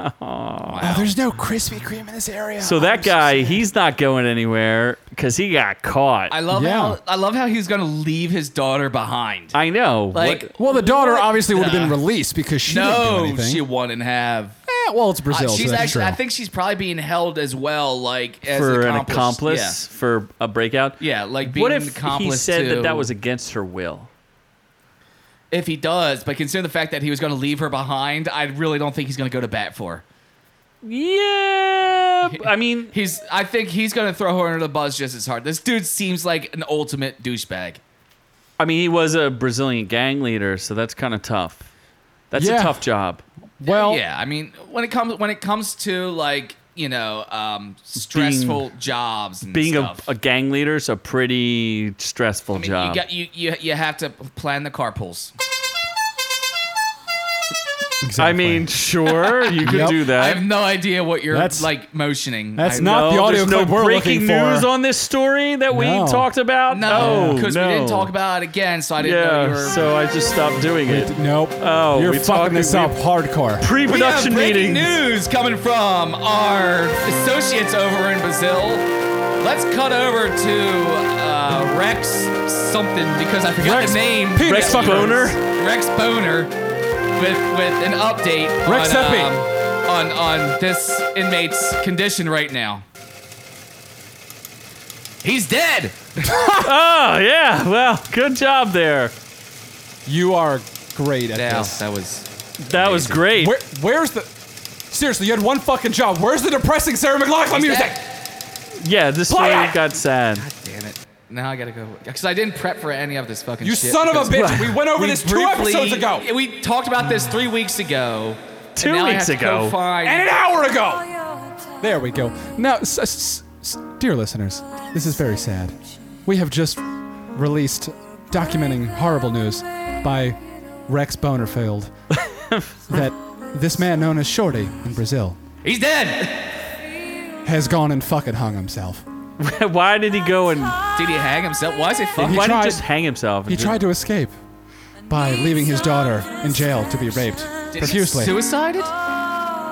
[SPEAKER 3] Oh, there's no Krispy Kreme in this area.
[SPEAKER 5] So that guy, he's not going anywhere because he got caught.
[SPEAKER 2] I
[SPEAKER 5] I,
[SPEAKER 2] love
[SPEAKER 3] Yeah.
[SPEAKER 2] how I love how he's gonna leave his daughter behind.
[SPEAKER 5] know.
[SPEAKER 2] like,
[SPEAKER 5] What-
[SPEAKER 3] Well, the daughter
[SPEAKER 2] What
[SPEAKER 3] obviously would have been
[SPEAKER 2] the-
[SPEAKER 3] released because she didn't do
[SPEAKER 2] no,
[SPEAKER 3] anything.
[SPEAKER 2] she wouldn't have.
[SPEAKER 3] Eh, well, it's
[SPEAKER 5] Uh,
[SPEAKER 3] Brazil. so
[SPEAKER 2] she's
[SPEAKER 3] that's
[SPEAKER 2] actually.
[SPEAKER 3] true.
[SPEAKER 2] I think she's probably being held as well, like as
[SPEAKER 5] for an
[SPEAKER 2] accomplice.
[SPEAKER 5] accomplice for a breakout.
[SPEAKER 2] Yeah, yeah like being
[SPEAKER 5] What
[SPEAKER 2] an
[SPEAKER 5] if he
[SPEAKER 2] accomplice
[SPEAKER 5] said
[SPEAKER 2] to-
[SPEAKER 5] that that was against her will?
[SPEAKER 2] If he does, but consider the fact that he was going to leave her behind, I really don't think he's going to go to bat for. her.
[SPEAKER 5] Yeah, I mean,
[SPEAKER 2] He's. I think he's going to throw her under the bus just as hard. This dude seems like an ultimate douchebag.
[SPEAKER 5] I mean, he was a Brazilian gang leader, so that's kind of tough. That's
[SPEAKER 3] Yeah.
[SPEAKER 5] a tough job.
[SPEAKER 3] well,
[SPEAKER 2] yeah, I mean, when it comes when it comes to like you know um, stressful jobs, and
[SPEAKER 5] Being a,
[SPEAKER 2] stuff,
[SPEAKER 5] a gang leader is a pretty stressful
[SPEAKER 2] I mean,
[SPEAKER 5] job.
[SPEAKER 2] you got you, you you have to plan the carpools.
[SPEAKER 5] I
[SPEAKER 3] exactly.
[SPEAKER 5] mean, sure, you could
[SPEAKER 3] Yep.
[SPEAKER 5] do
[SPEAKER 2] I
[SPEAKER 5] that. Oh,
[SPEAKER 2] have no idea what you're
[SPEAKER 3] That's-
[SPEAKER 2] like motioning.
[SPEAKER 3] that's
[SPEAKER 2] I-
[SPEAKER 3] not Oh, the audio
[SPEAKER 5] there's no
[SPEAKER 3] clip we're
[SPEAKER 5] breaking
[SPEAKER 3] looking for.
[SPEAKER 5] news on this story that we
[SPEAKER 3] No.
[SPEAKER 5] talked about.
[SPEAKER 2] No,
[SPEAKER 5] no,
[SPEAKER 2] because
[SPEAKER 5] no.
[SPEAKER 2] we didn't talk about it again, so I didn't know you
[SPEAKER 5] Yeah,
[SPEAKER 2] were.
[SPEAKER 5] so I just stopped doing it.
[SPEAKER 3] nope.
[SPEAKER 5] Oh,
[SPEAKER 3] you're
[SPEAKER 5] we
[SPEAKER 3] fucking
[SPEAKER 5] talking-
[SPEAKER 3] this
[SPEAKER 5] we-
[SPEAKER 3] up hardcore.
[SPEAKER 2] we have
[SPEAKER 5] Pre-production
[SPEAKER 2] breaking
[SPEAKER 5] meetings.
[SPEAKER 2] news coming from our associates over in Brazil. Let's cut over to uh, Rex something because I forgot
[SPEAKER 3] Rex
[SPEAKER 2] the name.
[SPEAKER 3] Peter Rex fucker.
[SPEAKER 5] Boner?
[SPEAKER 2] Rex Boner with with an update
[SPEAKER 3] Rex
[SPEAKER 2] on, um,
[SPEAKER 3] Epi.
[SPEAKER 2] on on this inmate's condition right now. He's dead.
[SPEAKER 5] Oh yeah, well, good job there.
[SPEAKER 3] You are great at
[SPEAKER 2] Yeah,
[SPEAKER 3] this.
[SPEAKER 2] that was.
[SPEAKER 5] That was great.
[SPEAKER 3] Where, where's the? Seriously, you had one fucking job. Where's the depressing Sarah McLaughlin music?
[SPEAKER 5] Yeah, this
[SPEAKER 3] Play
[SPEAKER 5] one
[SPEAKER 3] it!
[SPEAKER 5] got sad.
[SPEAKER 2] Damn it. Now I gotta go. Because I didn't prep for any of this fucking
[SPEAKER 3] You
[SPEAKER 2] shit.
[SPEAKER 3] son of a
[SPEAKER 2] because-
[SPEAKER 3] bitch! We went over this two
[SPEAKER 2] briefly-
[SPEAKER 3] episodes ago,
[SPEAKER 2] We talked about this three weeks ago. and
[SPEAKER 5] Two
[SPEAKER 2] now I
[SPEAKER 5] weeks
[SPEAKER 2] have to go
[SPEAKER 5] ago.
[SPEAKER 2] find-
[SPEAKER 3] and an hour ago. There we go. Now, s- s- s- dear listeners, this is very sad. We have just released documenting horrible news by Rex Bonerfeld that this man known as Shorty in Brazil
[SPEAKER 2] He's dead.
[SPEAKER 3] has gone and fucking hung himself.
[SPEAKER 5] Why did he go and
[SPEAKER 2] Did he hang himself? Why is it fucking?
[SPEAKER 3] He
[SPEAKER 5] why did
[SPEAKER 3] tried-
[SPEAKER 5] he just hang himself?
[SPEAKER 3] He tried to escape by leaving his daughter in jail to be raped profusely.
[SPEAKER 2] Suicided?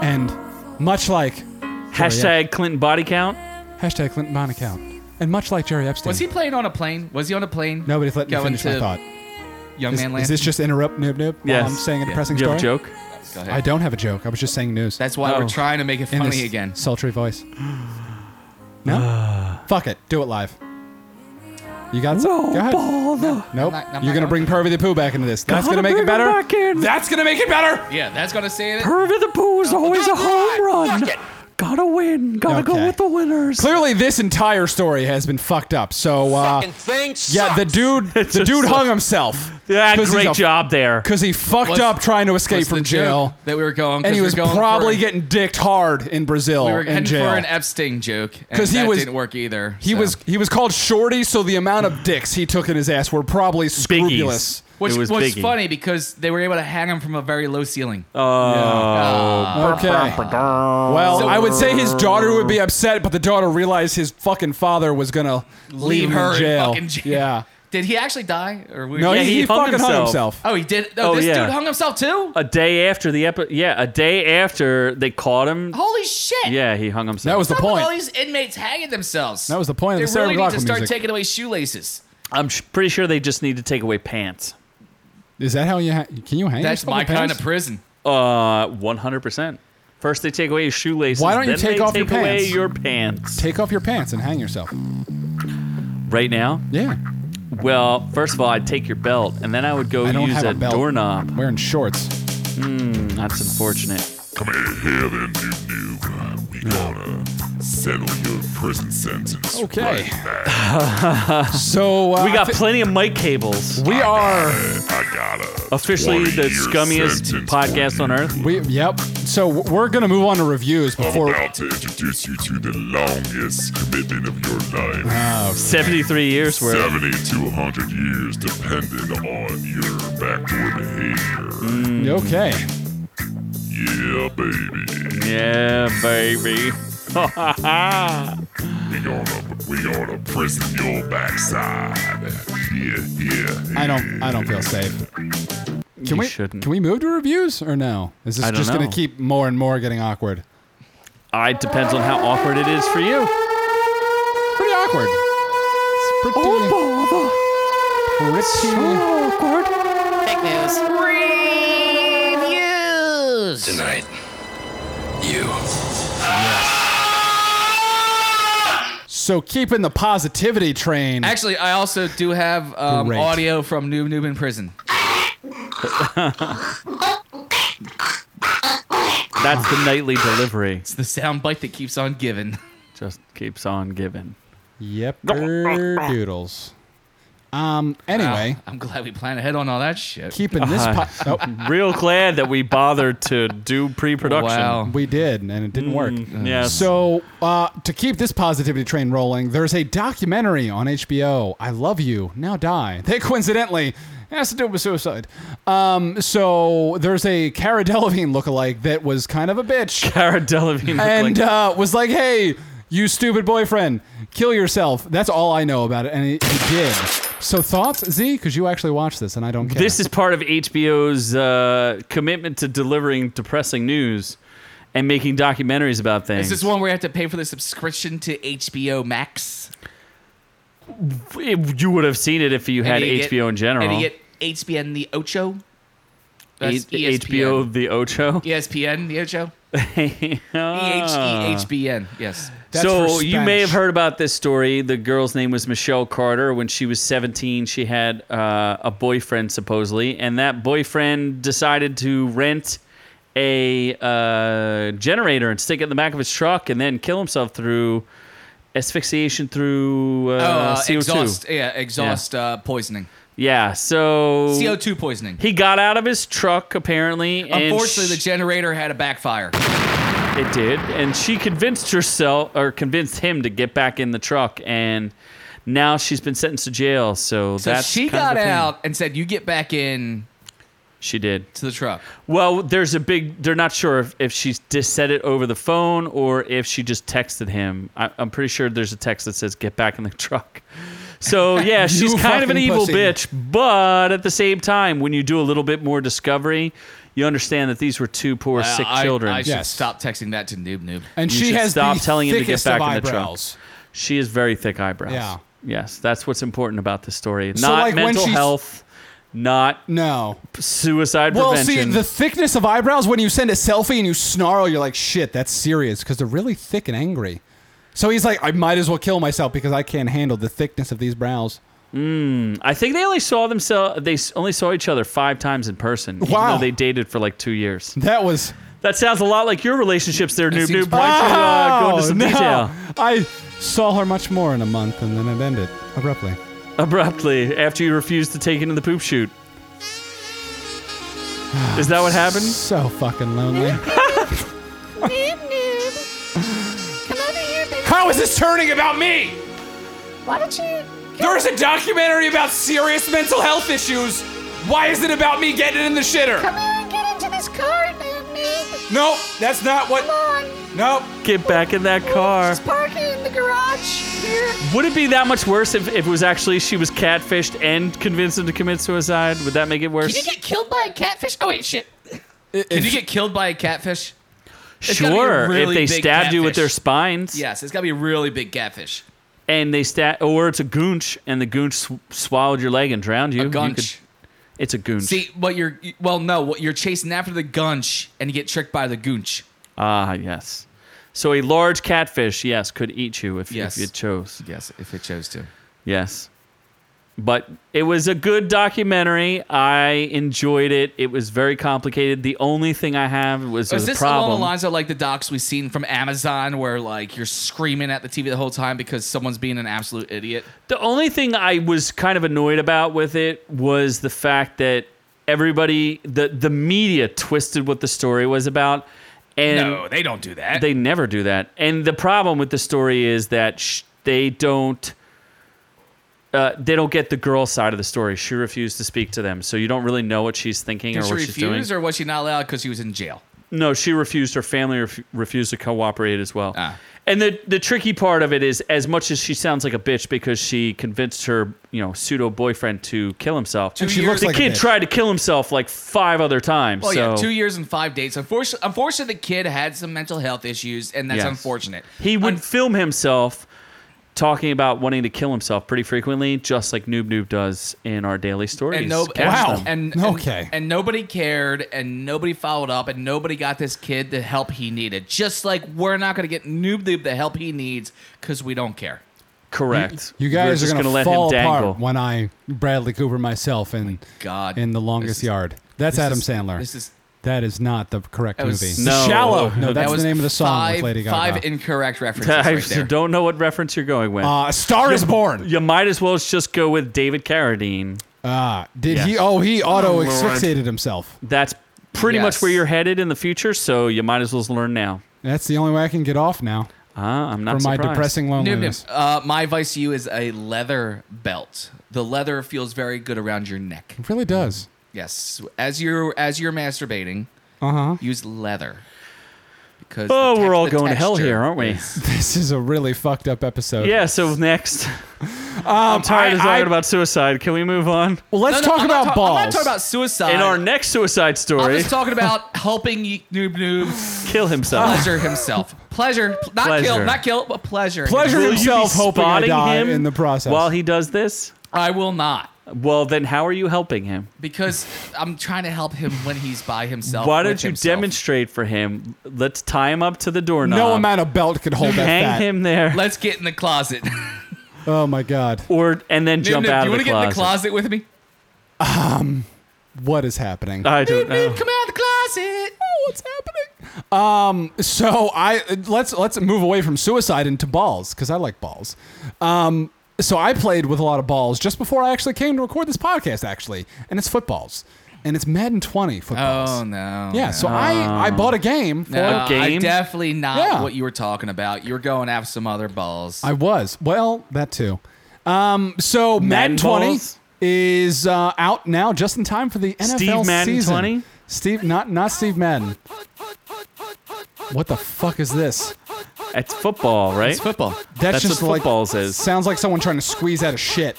[SPEAKER 3] and much like
[SPEAKER 5] Hashtag Clinton body count.
[SPEAKER 3] hashtag Clinton Bond account, and much like Jerry Epstein,
[SPEAKER 2] Was he playing on a plane? Was he on a plane?
[SPEAKER 3] nobody let me
[SPEAKER 2] Going
[SPEAKER 3] finish my
[SPEAKER 2] to
[SPEAKER 3] thought.
[SPEAKER 2] Young
[SPEAKER 3] Is,
[SPEAKER 2] man
[SPEAKER 3] is
[SPEAKER 2] land.
[SPEAKER 3] this just interrupt noob noob? while
[SPEAKER 5] Yes.
[SPEAKER 3] I'm saying a depressing
[SPEAKER 5] Do you have
[SPEAKER 3] story.
[SPEAKER 5] a joke?
[SPEAKER 2] Go ahead.
[SPEAKER 3] I don't have a joke. I was just saying news.
[SPEAKER 2] That's why we're
[SPEAKER 5] Oh.
[SPEAKER 2] trying to make it
[SPEAKER 3] in
[SPEAKER 2] funny
[SPEAKER 3] this
[SPEAKER 2] again.
[SPEAKER 3] Sultry voice.
[SPEAKER 5] Ah.
[SPEAKER 3] No? Fuck it. Do it live. You got some? Go ahead. Nope.
[SPEAKER 2] not- I'm
[SPEAKER 3] You're
[SPEAKER 2] not
[SPEAKER 3] going to
[SPEAKER 2] gonna
[SPEAKER 3] bring Pervy the Pooh back into this. That's going
[SPEAKER 5] Gotta
[SPEAKER 3] to make
[SPEAKER 5] bring
[SPEAKER 3] it
[SPEAKER 5] him
[SPEAKER 3] better.
[SPEAKER 5] back in.
[SPEAKER 3] That's going to make it better.
[SPEAKER 2] Yeah, that's gonna say it.
[SPEAKER 5] Pervy the Pooh is always a home run.
[SPEAKER 6] Fuck it.
[SPEAKER 5] Gotta win. Gotta
[SPEAKER 3] Okay.
[SPEAKER 5] go with the winners.
[SPEAKER 3] Clearly, this entire story has been fucked up. So, uh,
[SPEAKER 6] Fucking thing sucks.
[SPEAKER 3] yeah, the dude, the
[SPEAKER 5] just
[SPEAKER 3] dude
[SPEAKER 5] like-
[SPEAKER 3] hung himself.
[SPEAKER 5] Yeah,
[SPEAKER 3] 'Cause he's
[SPEAKER 5] great
[SPEAKER 3] a-
[SPEAKER 5] job there.
[SPEAKER 3] Because he fucked
[SPEAKER 2] Was-
[SPEAKER 3] up trying to escape
[SPEAKER 2] What's the
[SPEAKER 3] from
[SPEAKER 2] joke
[SPEAKER 3] jail.
[SPEAKER 2] that we were going,
[SPEAKER 3] And he
[SPEAKER 2] 'cause
[SPEAKER 3] was
[SPEAKER 2] we're going
[SPEAKER 3] probably
[SPEAKER 2] for,
[SPEAKER 3] getting dicked hard in Brazil
[SPEAKER 2] we were
[SPEAKER 3] in
[SPEAKER 2] heading
[SPEAKER 3] jail.
[SPEAKER 2] for an Epstein joke because
[SPEAKER 3] 'Cause he
[SPEAKER 2] that
[SPEAKER 3] was-
[SPEAKER 2] didn't work either.
[SPEAKER 3] He
[SPEAKER 2] so.
[SPEAKER 3] was he was called Shorty, so the amount of dicks he took in his ass were probably scrupulous.
[SPEAKER 2] which
[SPEAKER 5] It was
[SPEAKER 2] was,
[SPEAKER 5] Biggie.
[SPEAKER 2] funny because they were able to hang him from a very low ceiling.
[SPEAKER 5] Oh.
[SPEAKER 2] Uh,
[SPEAKER 3] Okay. Well, I would say his daughter would be upset, but the daughter realized his fucking father was gonna
[SPEAKER 2] leave
[SPEAKER 3] him
[SPEAKER 2] her
[SPEAKER 3] in jail.
[SPEAKER 2] fucking jail.
[SPEAKER 3] Yeah.
[SPEAKER 2] Did he actually die? Or we
[SPEAKER 3] No,
[SPEAKER 5] Yeah,
[SPEAKER 3] he,
[SPEAKER 5] he
[SPEAKER 3] he
[SPEAKER 5] hung
[SPEAKER 3] fucking hung
[SPEAKER 5] himself.
[SPEAKER 3] himself.
[SPEAKER 2] Oh, he did. Oh,
[SPEAKER 5] Oh,
[SPEAKER 2] this
[SPEAKER 5] yeah.
[SPEAKER 2] dude hung himself too.
[SPEAKER 5] a day after the epi- yeah, a day after they caught him.
[SPEAKER 2] Holy shit!
[SPEAKER 5] Yeah, he hung himself.
[SPEAKER 3] That was the
[SPEAKER 2] Stop with all
[SPEAKER 3] point.
[SPEAKER 2] these inmates hanging themselves.
[SPEAKER 3] That was the point of
[SPEAKER 2] They
[SPEAKER 3] the Sarah
[SPEAKER 2] really need to
[SPEAKER 3] McLachlan
[SPEAKER 2] start
[SPEAKER 3] music.
[SPEAKER 2] taking away shoelaces.
[SPEAKER 5] I'm sh- pretty sure they just need to take away pants.
[SPEAKER 3] Is that how you ha- can you hang?
[SPEAKER 2] That's
[SPEAKER 3] yourself
[SPEAKER 2] my
[SPEAKER 3] with pants?
[SPEAKER 2] kind of prison.
[SPEAKER 5] Uh, 100%. First they take away your shoelaces.
[SPEAKER 3] Why don't you
[SPEAKER 5] then
[SPEAKER 3] take
[SPEAKER 5] they
[SPEAKER 3] off your
[SPEAKER 5] take away
[SPEAKER 3] pants?
[SPEAKER 5] your pants?
[SPEAKER 3] Take off your pants and hang yourself.
[SPEAKER 5] Right now?
[SPEAKER 3] Yeah.
[SPEAKER 5] Well, first of all, I'd take your belt, and then I would go
[SPEAKER 3] I don't
[SPEAKER 5] use
[SPEAKER 3] have a
[SPEAKER 5] a,
[SPEAKER 3] belt.
[SPEAKER 5] doorknob.
[SPEAKER 3] Wearing shorts.
[SPEAKER 5] That's unfortunate.
[SPEAKER 4] Come here, then, new new. Uh, We gonna settle your prison sentence.
[SPEAKER 3] Okay.
[SPEAKER 4] Right back.
[SPEAKER 3] So uh,
[SPEAKER 5] We got
[SPEAKER 3] I thi-
[SPEAKER 5] plenty of mic cables.
[SPEAKER 3] we are
[SPEAKER 4] I got a
[SPEAKER 5] Officially the
[SPEAKER 4] 20-year
[SPEAKER 5] scummiest
[SPEAKER 4] sentence
[SPEAKER 5] podcast
[SPEAKER 4] for
[SPEAKER 5] on
[SPEAKER 4] you.
[SPEAKER 5] earth.
[SPEAKER 3] we yep. So w- we're gonna move on to reviews
[SPEAKER 4] I'm
[SPEAKER 5] Oh,
[SPEAKER 3] before
[SPEAKER 4] about to introduce you to the longest commitment of your life.
[SPEAKER 5] 73 years worth.
[SPEAKER 4] 70 to 100 years, depending on your backward behavior.
[SPEAKER 3] Mm.
[SPEAKER 5] Mm.
[SPEAKER 3] okay.
[SPEAKER 4] Yeah, baby.
[SPEAKER 5] Yeah, baby.
[SPEAKER 4] We gonna, we gonna prison your backside. Yeah, yeah.
[SPEAKER 3] I don't I don't feel safe. Can
[SPEAKER 5] You
[SPEAKER 3] we
[SPEAKER 5] shouldn't.
[SPEAKER 3] can we move to reviews or no? Is this
[SPEAKER 5] I don't
[SPEAKER 3] just going
[SPEAKER 5] know.
[SPEAKER 3] to keep more and more getting awkward?
[SPEAKER 5] I depends on how awkward it is for you.
[SPEAKER 3] Pretty awkward. It's pretty, pretty
[SPEAKER 8] Big news.
[SPEAKER 6] Reviews.
[SPEAKER 7] Tonight, you.
[SPEAKER 3] So keeping the positivity train.
[SPEAKER 2] Actually, I also do have um,
[SPEAKER 3] Great.
[SPEAKER 2] audio from Noob Noob in prison.
[SPEAKER 5] That's the nightly delivery.
[SPEAKER 2] It's the sound bite that keeps on giving.
[SPEAKER 5] Just keeps on giving.
[SPEAKER 3] yep. doodles. Um. Anyway,
[SPEAKER 2] Wow, I'm glad we planned ahead on all that shit.
[SPEAKER 3] keeping this. Po-
[SPEAKER 5] Uh-huh.
[SPEAKER 3] oh,
[SPEAKER 5] Real glad that we bothered to do pre-production.
[SPEAKER 2] Wow.
[SPEAKER 3] oh, we did, and it didn't work.
[SPEAKER 5] Yes.
[SPEAKER 3] So, uh, to keep this positivity train rolling, there's a documentary on HBO, I Love You, Now Die, that coincidentally has to do with suicide. Um, so, there's a Cara Delevingne lookalike that was kind of a bitch
[SPEAKER 5] Cara Delevingne looked
[SPEAKER 3] and
[SPEAKER 5] like,
[SPEAKER 3] uh, was like, hey, you stupid boyfriend, kill yourself. That's all I know about it. And he, he did. So, thoughts, Z? Because you actually watched this, and I don't care.
[SPEAKER 5] this is part of HBO's uh, commitment to delivering depressing news and making documentaries about things.
[SPEAKER 2] Is this one where you have to pay for the subscription to HBO Max?
[SPEAKER 5] you would have seen it if you had
[SPEAKER 2] And you
[SPEAKER 5] HBO
[SPEAKER 2] get-
[SPEAKER 5] in general.
[SPEAKER 2] And you get uh, HBN the Ocho? That's E
[SPEAKER 5] H-
[SPEAKER 2] ESPN.
[SPEAKER 5] HBO The Ocho.
[SPEAKER 2] E ESPN the Ocho? E
[SPEAKER 5] Ah.
[SPEAKER 2] EHEHBN, yes.
[SPEAKER 3] That's
[SPEAKER 5] so
[SPEAKER 3] for
[SPEAKER 5] you may have
[SPEAKER 3] Spanish.
[SPEAKER 5] heard about this story. The girl's name was Michelle Carter. When she was 17, she had uh, a boyfriend supposedly, and that boyfriend decided to rent a uh, generator and stick it in the back of his truck, and then kill himself through asphyxiation through uh,
[SPEAKER 2] Oh, uh,
[SPEAKER 5] CO2.
[SPEAKER 2] exhaust. Yeah, exhaust Uh, poisoning.
[SPEAKER 5] Yeah. So
[SPEAKER 2] CO2 poisoning.
[SPEAKER 5] he got out of his truck apparently. and
[SPEAKER 2] Unfortunately,
[SPEAKER 5] sh-
[SPEAKER 2] the generator had a backfire.
[SPEAKER 5] It did, and she convinced herself or convinced him to get back in the truck, and now she's been sentenced to jail. So,
[SPEAKER 2] So
[SPEAKER 5] that's kind
[SPEAKER 2] she
[SPEAKER 5] of
[SPEAKER 2] got
[SPEAKER 5] a thing.
[SPEAKER 2] out and said, "You get back in
[SPEAKER 5] She did.
[SPEAKER 2] to the truck."
[SPEAKER 5] Well, there's a big. They're not sure if if she just said it over the phone or if she just texted him. I, I'm pretty sure there's a text that says "Get back in the truck." So yeah, she's kind of an
[SPEAKER 3] fucking
[SPEAKER 5] evil
[SPEAKER 3] pussy.
[SPEAKER 5] bitch, but at the same time, when you do a little bit more discovery, you understand that these were two poor sick
[SPEAKER 2] I-
[SPEAKER 5] children.
[SPEAKER 2] I, should
[SPEAKER 3] Yes.
[SPEAKER 2] stop texting that to Noob Noob.
[SPEAKER 3] And
[SPEAKER 5] You
[SPEAKER 3] she
[SPEAKER 5] should
[SPEAKER 3] has
[SPEAKER 5] stop
[SPEAKER 3] the
[SPEAKER 5] telling him to get
[SPEAKER 3] thickest
[SPEAKER 5] back
[SPEAKER 3] of
[SPEAKER 5] in the truck.
[SPEAKER 3] eyebrows.
[SPEAKER 5] She has very thick eyebrows.
[SPEAKER 3] Yeah.
[SPEAKER 5] Yes, that's what's important about this story.
[SPEAKER 3] So,
[SPEAKER 5] Not
[SPEAKER 3] like, when
[SPEAKER 5] mental
[SPEAKER 3] she's-
[SPEAKER 5] health, not
[SPEAKER 3] No.
[SPEAKER 5] suicide
[SPEAKER 3] Well, see,
[SPEAKER 5] prevention.
[SPEAKER 3] the thickness of eyebrows, when you send a selfie and you snarl, you're like, shit, that's serious because they're really thick and angry. So he's like, I might as well kill myself because I can't handle the thickness of these brows.
[SPEAKER 5] I think they only saw themselves. They s- only saw each other five times in person. even
[SPEAKER 3] Wow.
[SPEAKER 5] though they dated for like two years.
[SPEAKER 3] That was.
[SPEAKER 5] That sounds a lot like your relationships, there, noob
[SPEAKER 2] seems-
[SPEAKER 5] noob. Why don't you uh, go into
[SPEAKER 3] Oh,
[SPEAKER 5] some
[SPEAKER 3] no.
[SPEAKER 5] detail
[SPEAKER 3] I saw her much more in a month and then it ended abruptly.
[SPEAKER 5] abruptly after you refused to take into the poop shoot? Is that what happened?
[SPEAKER 3] So fucking lonely.
[SPEAKER 8] Noob, noob. Come over here, baby.
[SPEAKER 2] How is this turning about me?
[SPEAKER 8] Why don't you?
[SPEAKER 2] There's a documentary about serious mental health issues. Why is it about me getting in the shitter?
[SPEAKER 8] Come here and get into this car, noob, noob.
[SPEAKER 2] Nope, that's not what.
[SPEAKER 8] Come on.
[SPEAKER 2] Nope.
[SPEAKER 5] Get back in that car.
[SPEAKER 8] Just park it in the garage here.
[SPEAKER 5] Would it be that much worse if, if it was actually she was catfished and convinced him to commit suicide? Would that make it worse?
[SPEAKER 8] Did you get killed by a catfish? Oh wait, shit.
[SPEAKER 2] Did you get killed by a catfish? It's gotta be a
[SPEAKER 5] sure,
[SPEAKER 2] really
[SPEAKER 5] if they
[SPEAKER 2] big
[SPEAKER 5] stabbed you with their
[SPEAKER 2] catfish.
[SPEAKER 5] spines.
[SPEAKER 2] Yes, it's gotta be a really big catfish.
[SPEAKER 5] and they stat or it's a goonch and the goonch sw- swallowed your leg and drowned you.
[SPEAKER 2] A
[SPEAKER 5] You
[SPEAKER 2] gunch.
[SPEAKER 5] could- it's a goonch.
[SPEAKER 2] See, what you're well, no, what you're chasing after the gunch, and you get tricked by the goonch.
[SPEAKER 5] Ah, yes. So a large catfish, yes, could eat you if,
[SPEAKER 2] Yes.
[SPEAKER 5] if it chose.
[SPEAKER 2] Yes, if it chose to.
[SPEAKER 5] Yes. But it was a good documentary. I enjoyed it. It was very complicated. The only thing I have was
[SPEAKER 2] Is
[SPEAKER 5] a
[SPEAKER 2] this
[SPEAKER 5] problem.
[SPEAKER 2] along the lines of like the docs we've seen from Amazon, where like you're screaming at the TV the whole time because someone's being an absolute idiot?
[SPEAKER 5] The only thing I was kind of annoyed about with it was the fact that everybody, the the media, twisted what the story was about, and
[SPEAKER 2] they don't do that.
[SPEAKER 5] they never do that. And the problem with the story is that sh- they don't. Uh, they don't get the girl side of the story. She refused to speak to them, so you don't really know what she's thinking
[SPEAKER 2] Did
[SPEAKER 5] or
[SPEAKER 2] she
[SPEAKER 5] what she's doing.
[SPEAKER 2] refuse, or was she not allowed because she was in jail?
[SPEAKER 5] No, she refused. Her family ref- refused to cooperate as well.
[SPEAKER 2] Ah.
[SPEAKER 5] And the the tricky part of it is, as much as she sounds like a bitch because she convinced her, you know, pseudo boyfriend to kill himself.
[SPEAKER 3] And she
[SPEAKER 2] years-
[SPEAKER 3] looks
[SPEAKER 5] the
[SPEAKER 3] like
[SPEAKER 5] kid
[SPEAKER 3] a bitch.
[SPEAKER 5] tried to kill himself like five other times.
[SPEAKER 2] Well,
[SPEAKER 5] so
[SPEAKER 2] Oh, yeah, two years and five dates. Unfortunately, unfortunately, the kid had some mental health issues, and that's
[SPEAKER 5] Yes.
[SPEAKER 2] unfortunate.
[SPEAKER 5] He would
[SPEAKER 2] Un-
[SPEAKER 5] film himself talking about wanting to kill himself pretty frequently, just like Noob Noob does in our daily stories.
[SPEAKER 2] and no,
[SPEAKER 5] Catch
[SPEAKER 3] Wow.
[SPEAKER 5] them.
[SPEAKER 2] and,
[SPEAKER 3] Okay.
[SPEAKER 2] and and nobody cared, and nobody followed up, and nobody got this kid the help he needed. Just like we're not going to get Noob Noob the help he needs because we don't care.
[SPEAKER 5] correct.
[SPEAKER 3] You
[SPEAKER 5] We're
[SPEAKER 3] guys
[SPEAKER 5] just
[SPEAKER 3] are gonna,
[SPEAKER 5] let
[SPEAKER 3] fall
[SPEAKER 5] him dangle.
[SPEAKER 3] apart when I Bradley Cooper myself and
[SPEAKER 2] God.
[SPEAKER 3] in the
[SPEAKER 2] This
[SPEAKER 3] longest
[SPEAKER 2] is-
[SPEAKER 3] yard. That's
[SPEAKER 2] this
[SPEAKER 3] Adam
[SPEAKER 2] is-
[SPEAKER 3] Sandler.
[SPEAKER 2] this is-
[SPEAKER 3] that is not the correct
[SPEAKER 2] That was
[SPEAKER 3] movie.
[SPEAKER 2] so-
[SPEAKER 5] No.
[SPEAKER 3] shallow. No,
[SPEAKER 5] That
[SPEAKER 3] that's
[SPEAKER 2] was
[SPEAKER 3] the name of the song
[SPEAKER 2] five,
[SPEAKER 3] with Lady Gaga.
[SPEAKER 2] Five incorrect references
[SPEAKER 5] I
[SPEAKER 2] right there.
[SPEAKER 5] don't know what reference you're going with.
[SPEAKER 3] uh, A Star is Born.
[SPEAKER 5] you might as well just go with David Carradine.
[SPEAKER 3] Ah, did
[SPEAKER 5] Yes.
[SPEAKER 3] he? Oh, he auto
[SPEAKER 4] Lord.
[SPEAKER 3] asphyxiated himself.
[SPEAKER 5] That's pretty much
[SPEAKER 2] Yes.
[SPEAKER 5] where you're headed in the future, so you might as well learn now.
[SPEAKER 3] That's the only way I can get off now
[SPEAKER 5] Ah, I'm not
[SPEAKER 3] from my
[SPEAKER 5] surprised.
[SPEAKER 3] depressing
[SPEAKER 2] Noob
[SPEAKER 3] loneliness.
[SPEAKER 2] Noob, uh, my advice to you is a leather belt. The leather feels very good around your neck.
[SPEAKER 3] It really does.
[SPEAKER 2] Yes, as you're as you're masturbating,
[SPEAKER 3] Uh huh.
[SPEAKER 2] use leather. Because
[SPEAKER 5] Oh,
[SPEAKER 2] the
[SPEAKER 5] we're
[SPEAKER 2] tex-
[SPEAKER 5] all
[SPEAKER 2] the
[SPEAKER 5] going to hell
[SPEAKER 2] texture
[SPEAKER 5] here, aren't we?
[SPEAKER 2] is-
[SPEAKER 3] This is a really fucked up episode.
[SPEAKER 5] Yeah. So next, I'm tired
[SPEAKER 3] Um, I-
[SPEAKER 5] of talking
[SPEAKER 3] I-
[SPEAKER 5] about suicide. Can we move on?
[SPEAKER 3] Well,
[SPEAKER 2] No,
[SPEAKER 3] let's
[SPEAKER 2] no,
[SPEAKER 3] talk
[SPEAKER 2] I'm not
[SPEAKER 3] about
[SPEAKER 2] ta-
[SPEAKER 3] balls.
[SPEAKER 2] I'm not talking about suicide.
[SPEAKER 5] In our next suicide
[SPEAKER 2] I'm
[SPEAKER 5] story,
[SPEAKER 2] just talking about helping y- Noob Noob
[SPEAKER 5] kill himself.
[SPEAKER 2] pleasure himself. Pleasure, pl- not
[SPEAKER 5] Pleasure.
[SPEAKER 2] kill, not kill, but pleasure.
[SPEAKER 3] pleasure
[SPEAKER 5] Will you be
[SPEAKER 3] himself hoping I
[SPEAKER 5] spotting
[SPEAKER 3] die
[SPEAKER 5] him
[SPEAKER 3] in the process.
[SPEAKER 5] while he does this.
[SPEAKER 2] I will not
[SPEAKER 5] Well, then how are you helping him?
[SPEAKER 2] because I'm trying to help him when he's by
[SPEAKER 3] Oh,
[SPEAKER 2] himself.
[SPEAKER 5] Why
[SPEAKER 2] with
[SPEAKER 5] don't you
[SPEAKER 2] himself.
[SPEAKER 5] demonstrate for him? Let's tie him up to the doorknob.
[SPEAKER 3] no amount of belt could hold that.
[SPEAKER 5] Hang
[SPEAKER 3] fat.
[SPEAKER 5] him there,
[SPEAKER 2] Let's get in the closet. Noob
[SPEAKER 3] Oh my god.
[SPEAKER 5] or and then jump
[SPEAKER 2] Noob,
[SPEAKER 5] out of
[SPEAKER 2] you wanna
[SPEAKER 5] the
[SPEAKER 2] get in
[SPEAKER 5] closet.
[SPEAKER 2] the closet with me?
[SPEAKER 3] What is happening?
[SPEAKER 5] I don't know.
[SPEAKER 2] Noob, come out of the closet.
[SPEAKER 5] Oh,
[SPEAKER 3] what's happening? Um, so I let's let's move away from suicide into balls because I like balls. Um, so I played with a lot of balls just before I actually came to record this podcast, actually, and it's footballs, and it's Madden 20 footballs.
[SPEAKER 2] Oh no.
[SPEAKER 3] Yeah, so I I bought a game. For,
[SPEAKER 2] No,
[SPEAKER 5] What game?
[SPEAKER 2] I definitely not
[SPEAKER 3] Yeah.
[SPEAKER 2] what you were talking about. You were going after some other balls.
[SPEAKER 3] I was well that too. Um, so Madden,
[SPEAKER 5] Madden
[SPEAKER 3] 20
[SPEAKER 5] balls?
[SPEAKER 3] is uh, out now, just in time for the NFL
[SPEAKER 5] Steve Madden
[SPEAKER 3] season.
[SPEAKER 5] 20?
[SPEAKER 3] Steve, not not Steve Madden. What the fuck is this?
[SPEAKER 5] It's football, right?
[SPEAKER 2] football.
[SPEAKER 3] That's,
[SPEAKER 5] That's
[SPEAKER 3] just
[SPEAKER 5] what
[SPEAKER 3] like
[SPEAKER 5] football says.
[SPEAKER 3] Sounds like someone trying to squeeze out of shit.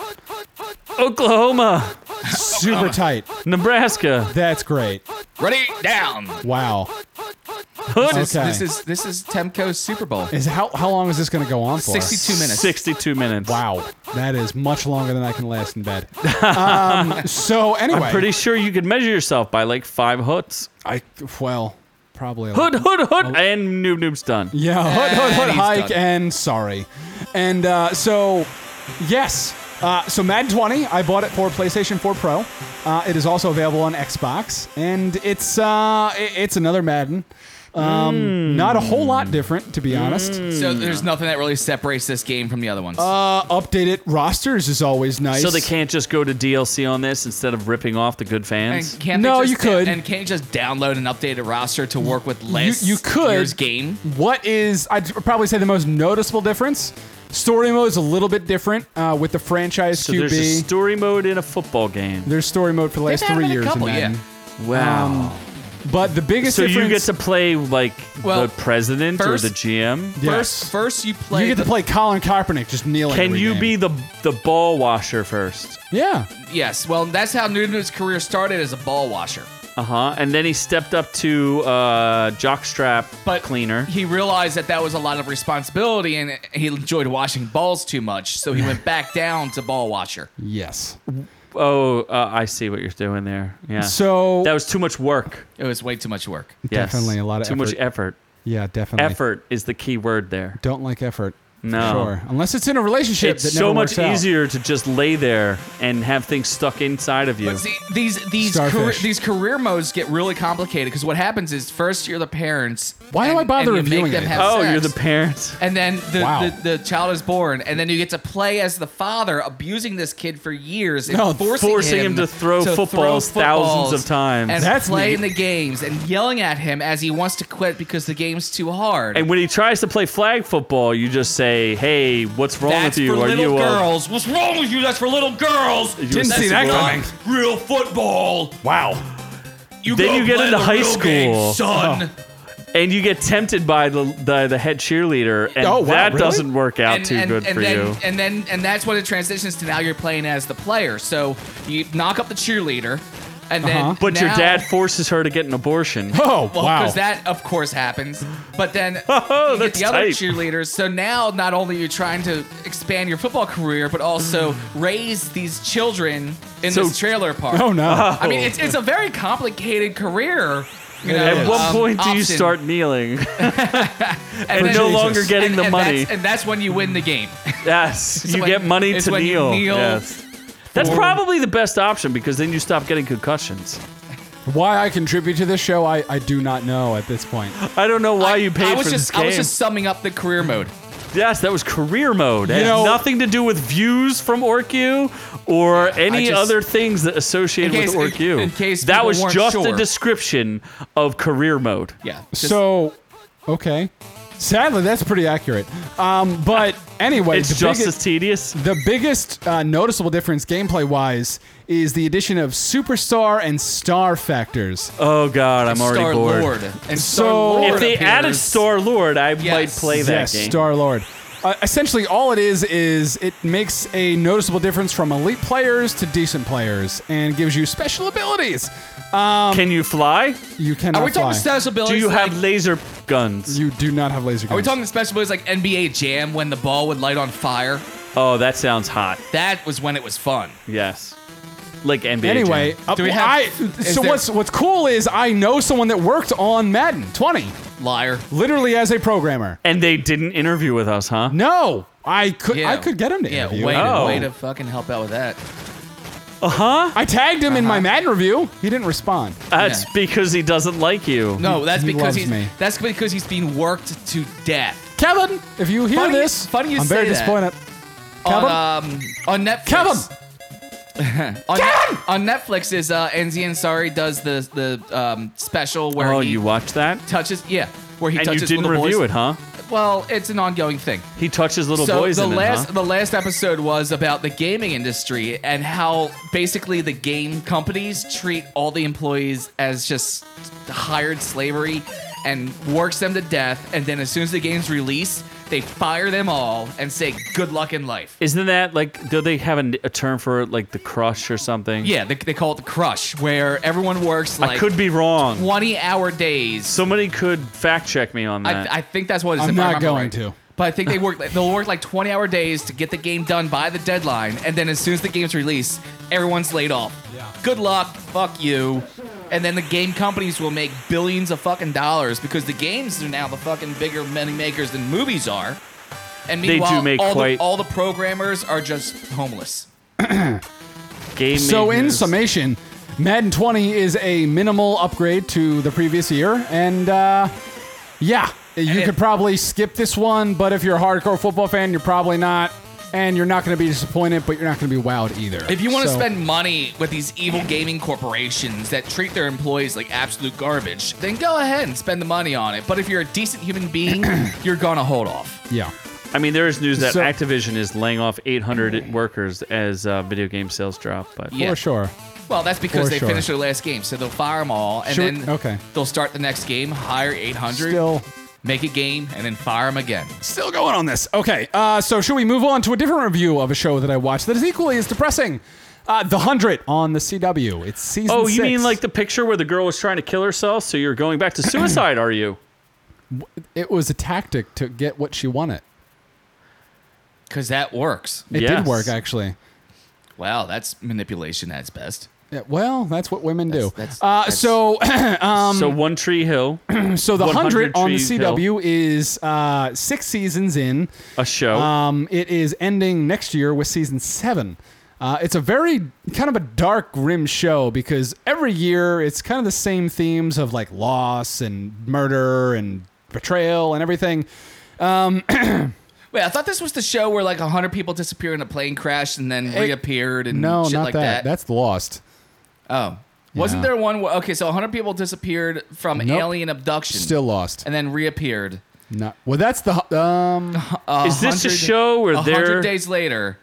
[SPEAKER 5] Oklahoma,
[SPEAKER 3] Super tight.
[SPEAKER 5] Nebraska.
[SPEAKER 3] That's great.
[SPEAKER 2] Ready down.
[SPEAKER 3] Wow.
[SPEAKER 5] Hood
[SPEAKER 2] This,
[SPEAKER 3] Okay.
[SPEAKER 2] this is this is Temco's Super Bowl.
[SPEAKER 3] Is how how long is this going to go on for?
[SPEAKER 2] 62 minutes.
[SPEAKER 5] 62 minutes.
[SPEAKER 3] Wow, that is much longer than I can last in bed. Um, so anyway,
[SPEAKER 5] Pretty sure you could measure yourself by like five hoods.
[SPEAKER 3] I well probably a
[SPEAKER 5] Hood, hood, hood, and noob noob's done.
[SPEAKER 3] Yeah, hood, hood, hood,
[SPEAKER 2] And he's
[SPEAKER 3] hike,
[SPEAKER 2] done.
[SPEAKER 3] and sorry. And uh, so, yes. Uh, so Madden 20, I bought it for PlayStation 4 Pro. Uh, it is also available on Xbox, and it's uh, i- it's another Madden. Um,
[SPEAKER 2] Hmm.
[SPEAKER 3] Not a whole lot different, to be honest.
[SPEAKER 2] So there's nothing that really separates this game from the other ones.
[SPEAKER 3] Hmm. Uh, updated rosters is always nice.
[SPEAKER 5] So they can't just go to DLC on this instead of ripping off the good fans.
[SPEAKER 2] and can't they
[SPEAKER 3] no,
[SPEAKER 2] just
[SPEAKER 3] you could.
[SPEAKER 2] And can't you just download an updated roster to work with
[SPEAKER 3] You,
[SPEAKER 2] last
[SPEAKER 3] you could.
[SPEAKER 2] year's game?
[SPEAKER 3] What is? I'd probably say the most noticeable difference. Story mode is a little bit different uh, with the franchise
[SPEAKER 5] So
[SPEAKER 3] QB.
[SPEAKER 5] there's a story mode in a football game.
[SPEAKER 3] There's story mode for the last
[SPEAKER 2] They've added
[SPEAKER 3] three
[SPEAKER 2] a
[SPEAKER 3] years. in
[SPEAKER 2] couple,
[SPEAKER 3] Madden.
[SPEAKER 2] yeah.
[SPEAKER 5] Wow.
[SPEAKER 3] But the biggest
[SPEAKER 5] so you
[SPEAKER 3] difference,
[SPEAKER 5] get to play like
[SPEAKER 2] Well,
[SPEAKER 5] the president
[SPEAKER 2] first-
[SPEAKER 5] or the GM.
[SPEAKER 3] Yes.
[SPEAKER 2] First, first you play.
[SPEAKER 3] you get to
[SPEAKER 2] the-
[SPEAKER 3] play Colin Kaepernick just kneeling.
[SPEAKER 5] Can
[SPEAKER 3] every
[SPEAKER 5] you
[SPEAKER 3] game.
[SPEAKER 5] be the the ball washer first?
[SPEAKER 3] Yeah,
[SPEAKER 2] Yes. Well, that's how Newton's career started as a ball washer.
[SPEAKER 5] Uh huh. And then he stepped up to uh, jockstrap
[SPEAKER 2] But
[SPEAKER 5] cleaner.
[SPEAKER 2] He realized that that was a lot of responsibility, and he enjoyed washing balls too much, so he went back down to ball washer.
[SPEAKER 3] yes.
[SPEAKER 5] Oh, uh, I see what you're doing there. Yeah.
[SPEAKER 3] So
[SPEAKER 5] that was too much work.
[SPEAKER 2] It was way too much work.
[SPEAKER 5] Yes.
[SPEAKER 3] Definitely a lot of
[SPEAKER 5] too much effort.
[SPEAKER 3] yeah, definitely
[SPEAKER 5] Effort is the key word there.
[SPEAKER 3] Don't like effort. for
[SPEAKER 5] No.
[SPEAKER 3] sure. Unless it's in a relationship. that
[SPEAKER 5] It's so
[SPEAKER 3] never
[SPEAKER 5] much
[SPEAKER 3] works out.
[SPEAKER 5] easier to just lay there and have things stuck inside of you.
[SPEAKER 2] But see, these these
[SPEAKER 3] Starfish.
[SPEAKER 2] career, these career modes get really complicated because what happens is first you're the parents.
[SPEAKER 3] Why do
[SPEAKER 2] and-
[SPEAKER 3] I bother
[SPEAKER 2] and you
[SPEAKER 3] reviewing
[SPEAKER 2] make them
[SPEAKER 3] it?
[SPEAKER 2] have
[SPEAKER 5] oh, you're the
[SPEAKER 2] sex.
[SPEAKER 5] parent.
[SPEAKER 2] And then the,
[SPEAKER 3] Wow.
[SPEAKER 2] the, the child is born, and then you get to play as the father, abusing this kid for years and
[SPEAKER 3] No,
[SPEAKER 2] forcing,
[SPEAKER 5] forcing him to throw footballs thousands of times.
[SPEAKER 2] and
[SPEAKER 3] That's
[SPEAKER 2] playing
[SPEAKER 3] neat.
[SPEAKER 2] the games and yelling at him as he wants to quit because the game's too hard.
[SPEAKER 5] And when he tries to play flag football, you just say, "Hey, what's wrong
[SPEAKER 2] That's
[SPEAKER 5] with you?
[SPEAKER 2] for
[SPEAKER 5] Are
[SPEAKER 2] little
[SPEAKER 5] you uh," a
[SPEAKER 2] girls. What's wrong with you? That's for little girls.
[SPEAKER 5] Didn't
[SPEAKER 2] That's
[SPEAKER 5] see that
[SPEAKER 2] not
[SPEAKER 5] coming.
[SPEAKER 2] Real football.
[SPEAKER 3] Wow.
[SPEAKER 2] You
[SPEAKER 5] Then
[SPEAKER 2] go
[SPEAKER 5] you get
[SPEAKER 2] play
[SPEAKER 5] into
[SPEAKER 2] the
[SPEAKER 5] high
[SPEAKER 2] real game,
[SPEAKER 5] school. Oh.
[SPEAKER 2] son.
[SPEAKER 5] and you get tempted by the the, the head cheerleader, and
[SPEAKER 3] Oh, wow,
[SPEAKER 5] that
[SPEAKER 3] really?
[SPEAKER 5] doesn't work out too good for
[SPEAKER 2] then,
[SPEAKER 5] you.
[SPEAKER 2] And then and that's when it transitions to now you're playing as the player. So you knock up the cheerleader, and then
[SPEAKER 5] But your
[SPEAKER 2] now-
[SPEAKER 5] dad forces her to get an abortion.
[SPEAKER 3] Oh
[SPEAKER 2] Well,
[SPEAKER 3] wow.
[SPEAKER 2] because that of course happens. But then you get
[SPEAKER 5] Oh, that's
[SPEAKER 2] the other
[SPEAKER 5] tight.
[SPEAKER 2] cheerleaders. So now not only you're trying to expand your football career, but also raise these children in
[SPEAKER 5] So-
[SPEAKER 2] this trailer park.
[SPEAKER 3] oh no.
[SPEAKER 2] I mean, it's, it's a very complicated career. You know,
[SPEAKER 5] At what
[SPEAKER 2] um,
[SPEAKER 5] point do you
[SPEAKER 2] option.
[SPEAKER 5] start kneeling?
[SPEAKER 2] and
[SPEAKER 5] no
[SPEAKER 2] then-
[SPEAKER 5] longer getting
[SPEAKER 2] and-
[SPEAKER 5] the
[SPEAKER 2] and
[SPEAKER 5] money.
[SPEAKER 2] that's, and that's when you win the game.
[SPEAKER 5] yes, you
[SPEAKER 2] when-
[SPEAKER 5] get money
[SPEAKER 2] it's
[SPEAKER 5] to
[SPEAKER 2] when you
[SPEAKER 5] kneel.
[SPEAKER 2] kneel
[SPEAKER 5] Yes. That's probably the best option because then you stop getting concussions.
[SPEAKER 3] Why I contribute to this show, I, I do not know at this point.
[SPEAKER 5] I don't know why you
[SPEAKER 2] I
[SPEAKER 5] paid
[SPEAKER 2] was
[SPEAKER 5] for
[SPEAKER 2] just
[SPEAKER 5] this game.
[SPEAKER 2] I was just summing up the career mode.
[SPEAKER 5] Yes, that was career mode. It
[SPEAKER 3] You
[SPEAKER 5] had
[SPEAKER 3] know-
[SPEAKER 5] nothing to do with views from OrcU or any
[SPEAKER 2] just-
[SPEAKER 5] other things that associated
[SPEAKER 2] In case-
[SPEAKER 5] with OrcU.
[SPEAKER 2] in- in case
[SPEAKER 5] that
[SPEAKER 2] people
[SPEAKER 5] was
[SPEAKER 2] weren't
[SPEAKER 5] just
[SPEAKER 2] sure.
[SPEAKER 5] a description of career mode.
[SPEAKER 2] Yeah. just-
[SPEAKER 3] so okay. Sadly, that's pretty accurate. Um, but anyway,
[SPEAKER 5] It's
[SPEAKER 3] the
[SPEAKER 5] just
[SPEAKER 3] biggest-
[SPEAKER 5] as tedious.
[SPEAKER 3] The biggest uh, noticeable difference gameplay wise is the addition of superstar and star factors.
[SPEAKER 5] Oh god, I'm already
[SPEAKER 2] Star
[SPEAKER 5] bored.
[SPEAKER 2] Lord
[SPEAKER 3] So-
[SPEAKER 2] and Star Lord.
[SPEAKER 5] If they added Star Lord, I might
[SPEAKER 2] Yes.
[SPEAKER 5] play that
[SPEAKER 3] yes,
[SPEAKER 5] game.
[SPEAKER 3] Star Lord. Uh, essentially, all it is is it makes a noticeable difference from elite players to decent players and gives you special abilities.
[SPEAKER 5] Can you fly?
[SPEAKER 3] You cannot
[SPEAKER 2] Are we
[SPEAKER 3] fly.
[SPEAKER 2] talking special abilities?
[SPEAKER 5] Do you
[SPEAKER 2] Oh, like-
[SPEAKER 5] have laser guns?
[SPEAKER 3] you do not have laser guns.
[SPEAKER 2] Are we talking special abilities like NBA Jam when the ball would light on fire?
[SPEAKER 5] oh, that sounds hot.
[SPEAKER 2] That was when it was fun.
[SPEAKER 5] Yes. Like NBA.
[SPEAKER 3] Anyway,
[SPEAKER 5] Jam.
[SPEAKER 3] uh,
[SPEAKER 2] Do we have-
[SPEAKER 3] I,
[SPEAKER 2] is
[SPEAKER 3] so
[SPEAKER 2] there-
[SPEAKER 3] what's what's cool is I know someone that worked on Madden 20,
[SPEAKER 2] Liar.
[SPEAKER 3] literally as a programmer.
[SPEAKER 5] And they didn't interview with us, huh?
[SPEAKER 3] No, I could I
[SPEAKER 2] Yeah.
[SPEAKER 3] could get him to
[SPEAKER 2] Yeah,
[SPEAKER 3] interview.
[SPEAKER 2] way, to-
[SPEAKER 5] Oh.
[SPEAKER 2] way to fucking help out with that.
[SPEAKER 3] I tagged him in
[SPEAKER 2] Uh-huh.
[SPEAKER 3] my Madden review. He didn't respond.
[SPEAKER 5] That's
[SPEAKER 2] Yeah.
[SPEAKER 5] because he doesn't like you.
[SPEAKER 2] No, that's
[SPEAKER 3] he
[SPEAKER 2] because
[SPEAKER 3] loves
[SPEAKER 2] he's
[SPEAKER 3] me.
[SPEAKER 2] that's because he's being worked to death.
[SPEAKER 3] Kevin, if you hear
[SPEAKER 2] Funny-
[SPEAKER 3] this,
[SPEAKER 2] funny you
[SPEAKER 3] I'm very
[SPEAKER 2] say that.
[SPEAKER 3] disappointed. Kevin,
[SPEAKER 2] On, um, on Netflix.
[SPEAKER 3] Kevin,
[SPEAKER 2] On, Net- on Netflix is uh, Enzi Ansari does the the um, special where
[SPEAKER 5] Oh,
[SPEAKER 2] he
[SPEAKER 5] you watched that?
[SPEAKER 2] touches. Yeah, where he
[SPEAKER 5] And you
[SPEAKER 2] touches
[SPEAKER 5] didn't
[SPEAKER 2] little
[SPEAKER 5] review
[SPEAKER 2] boys.
[SPEAKER 5] it, huh?
[SPEAKER 2] Well, it's an ongoing thing.
[SPEAKER 5] He touches little boys
[SPEAKER 2] the
[SPEAKER 5] in
[SPEAKER 2] last
[SPEAKER 5] it, huh?
[SPEAKER 2] the last episode was about the gaming industry and how basically the game companies treat all the employees as just hired slavery and works them to death and then as soon as the game's released they they fire them all and say good luck in life.
[SPEAKER 5] Isn't that like? Do they have a, n- a term for it, like the crush or something?
[SPEAKER 2] Yeah, they, they call it the crush, where everyone works like
[SPEAKER 5] I could be wrong.
[SPEAKER 2] 20 hour days.
[SPEAKER 5] Somebody could fact check me on that.
[SPEAKER 2] I, I think that's what it is.
[SPEAKER 3] I'm
[SPEAKER 2] if I
[SPEAKER 3] not
[SPEAKER 2] remember
[SPEAKER 3] going
[SPEAKER 2] right.
[SPEAKER 3] to.
[SPEAKER 2] But I think they work. They'll work like 20 hour days to get the game done by the deadline, and then as soon as the game's released, everyone's laid off. Yeah. Good luck. Fuck you. And then the game companies will make billions of fucking dollars because the games are now the fucking bigger money makers than movies are. And
[SPEAKER 5] do
[SPEAKER 2] meanwhile,
[SPEAKER 5] make
[SPEAKER 2] all,
[SPEAKER 5] quite-
[SPEAKER 2] the, all the programmers are just homeless.
[SPEAKER 5] Game
[SPEAKER 3] So, in
[SPEAKER 5] maintenance.
[SPEAKER 3] summation, Madden 20 is a minimal upgrade to the previous year, and uh, yeah, you
[SPEAKER 2] it-
[SPEAKER 3] could probably skip this one. But if you're a hardcore football fan, you're probably not, and you're not going to be disappointed, but you're not going to be wowed either.
[SPEAKER 2] If you want to
[SPEAKER 3] So-
[SPEAKER 2] spend money with these evil gaming corporations that treat their employees like absolute garbage, then go ahead and spend the money on it. But if you're a decent human being, you're gonna hold off.
[SPEAKER 3] yeah,
[SPEAKER 5] I mean, there is news that
[SPEAKER 3] So-
[SPEAKER 5] Activision is laying off 800 workers as uh, video game sales drop. But
[SPEAKER 2] Yeah.
[SPEAKER 3] for sure.
[SPEAKER 2] Well, that's because
[SPEAKER 3] For
[SPEAKER 2] they
[SPEAKER 3] sure.
[SPEAKER 2] finished their last game, so they'll fire them all, and
[SPEAKER 3] Sure,
[SPEAKER 2] then
[SPEAKER 3] okay.
[SPEAKER 2] they'll start the next game, hire 800,
[SPEAKER 3] Still,
[SPEAKER 2] make a game, and then fire them again.
[SPEAKER 3] still going on this. Okay, uh, so should we move on to a different review of a show that I watched that is equally as depressing? Uh, the Hundred on the CW. It's season.
[SPEAKER 5] oh, you
[SPEAKER 3] six.
[SPEAKER 5] mean like the picture where the girl was trying to kill herself? So you're going back to suicide, are you?
[SPEAKER 3] it was a tactic to get what she wanted.
[SPEAKER 2] Because that works.
[SPEAKER 3] It
[SPEAKER 5] Yes.
[SPEAKER 3] did work actually.
[SPEAKER 2] Wow, that's manipulation at its best.
[SPEAKER 3] Yeah, well, that's what women do.
[SPEAKER 2] That's- that's-
[SPEAKER 3] uh,
[SPEAKER 2] that's-
[SPEAKER 3] so,
[SPEAKER 2] Um,
[SPEAKER 5] so One Tree Hill,
[SPEAKER 3] so the
[SPEAKER 5] 100
[SPEAKER 3] hundred on the
[SPEAKER 5] Trees Hill.
[SPEAKER 3] CW is uh, six seasons in.
[SPEAKER 5] a show.
[SPEAKER 2] Uh,
[SPEAKER 3] Um, it is ending next year with season seven. Uh, it's a very kind of a dark, grim show because every year it's kind of the same themes of like loss and murder and betrayal and everything.
[SPEAKER 2] Wait, I thought this was the show where like 100 people disappear in a plane crash and then reappeared and
[SPEAKER 3] No,
[SPEAKER 2] shit
[SPEAKER 3] not
[SPEAKER 2] like
[SPEAKER 3] that.
[SPEAKER 2] that.
[SPEAKER 3] That's lost.
[SPEAKER 2] Oh. Wasn't
[SPEAKER 3] Yeah.
[SPEAKER 2] there one? Where, okay, so 100 people disappeared from
[SPEAKER 3] Nope.
[SPEAKER 2] alien abduction.
[SPEAKER 3] Still lost.
[SPEAKER 2] And Oh, then reappeared.
[SPEAKER 3] Not, well, that's the hu- um.
[SPEAKER 2] A
[SPEAKER 5] Is this a
[SPEAKER 2] hundred-
[SPEAKER 5] show where
[SPEAKER 2] a hundred
[SPEAKER 5] they're-
[SPEAKER 2] days later,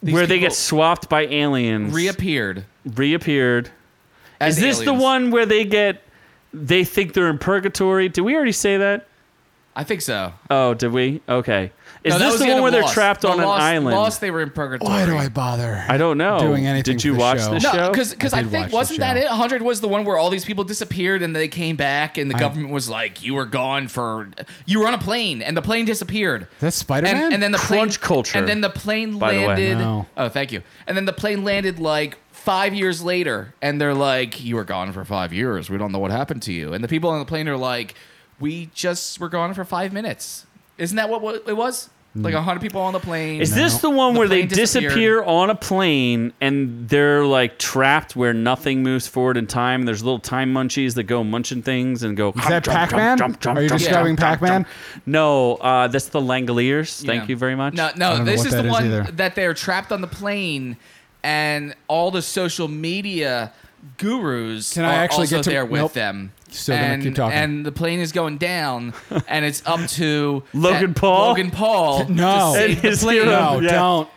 [SPEAKER 2] these
[SPEAKER 5] where they get
[SPEAKER 2] people
[SPEAKER 5] swapped by aliens,
[SPEAKER 2] reappeared?
[SPEAKER 5] reappeared.
[SPEAKER 2] as
[SPEAKER 5] Is this the
[SPEAKER 2] aliens.
[SPEAKER 5] one where they get? They think they're in purgatory. Did we already say that?
[SPEAKER 2] I think so.
[SPEAKER 5] Oh, did we? Okay. Is
[SPEAKER 2] No, that
[SPEAKER 5] this
[SPEAKER 2] was
[SPEAKER 5] the
[SPEAKER 2] end
[SPEAKER 5] one
[SPEAKER 2] of
[SPEAKER 5] where they're
[SPEAKER 2] Lost.
[SPEAKER 5] trapped
[SPEAKER 2] No,
[SPEAKER 5] on an
[SPEAKER 2] Lost-
[SPEAKER 5] island?
[SPEAKER 2] Lost, they were in purgatory.
[SPEAKER 3] Why do Oh, I bother?
[SPEAKER 5] I don't know.
[SPEAKER 3] Doing anything
[SPEAKER 5] Did you
[SPEAKER 3] for the
[SPEAKER 5] watch
[SPEAKER 3] show.
[SPEAKER 5] this
[SPEAKER 3] No,
[SPEAKER 5] show?
[SPEAKER 2] No, because
[SPEAKER 3] I
[SPEAKER 2] I
[SPEAKER 3] did watch
[SPEAKER 2] think
[SPEAKER 3] the
[SPEAKER 2] wasn't that
[SPEAKER 3] show.
[SPEAKER 2] it? 100 was the one where all these people disappeared and they came back and the government was like, "You were gone for you were on a plane and the plane disappeared."
[SPEAKER 3] That's Spider Man.
[SPEAKER 2] and, and then the
[SPEAKER 5] Crunch
[SPEAKER 2] plane,
[SPEAKER 5] culture,
[SPEAKER 2] And then the plane
[SPEAKER 5] by the way.
[SPEAKER 2] landed.
[SPEAKER 3] No.
[SPEAKER 2] Oh, thank you. And then the plane landed like five years later, and they're like, "You were gone for five years. We don't know what happened to you." And the people on the plane are like, "We just were gone for five minutes." Isn't that what wa- it was? Like a hundred people on the plane.
[SPEAKER 5] Is this the one
[SPEAKER 2] The
[SPEAKER 5] where they
[SPEAKER 2] plane disappeared.
[SPEAKER 5] disappear on a plane and they're like trapped where nothing moves forward in time? And there's little time munchies that go munching things and go.
[SPEAKER 3] Is that Pac Man? Are you describing Pac Man?
[SPEAKER 5] No, uh, that's the Langoliers.
[SPEAKER 2] Yeah.
[SPEAKER 5] Thank you very much.
[SPEAKER 2] No,
[SPEAKER 3] don't
[SPEAKER 2] no,
[SPEAKER 3] know
[SPEAKER 2] this
[SPEAKER 3] what
[SPEAKER 2] is the
[SPEAKER 3] that is
[SPEAKER 2] one
[SPEAKER 3] either.
[SPEAKER 2] that they're trapped on the plane, and all the social media gurus
[SPEAKER 3] Can I
[SPEAKER 2] are
[SPEAKER 3] actually
[SPEAKER 2] also
[SPEAKER 3] get to-
[SPEAKER 2] there with
[SPEAKER 3] nope.
[SPEAKER 2] them.
[SPEAKER 3] Still gonna
[SPEAKER 2] and,
[SPEAKER 3] keep talking.
[SPEAKER 2] and the plane is going down, and it's up to
[SPEAKER 5] Logan
[SPEAKER 2] that-
[SPEAKER 5] Paul?
[SPEAKER 2] Logan Paul.
[SPEAKER 3] No.
[SPEAKER 2] to
[SPEAKER 5] And
[SPEAKER 2] save the
[SPEAKER 5] his
[SPEAKER 2] plane.
[SPEAKER 5] hero.
[SPEAKER 3] No,
[SPEAKER 5] Yeah.
[SPEAKER 3] don't.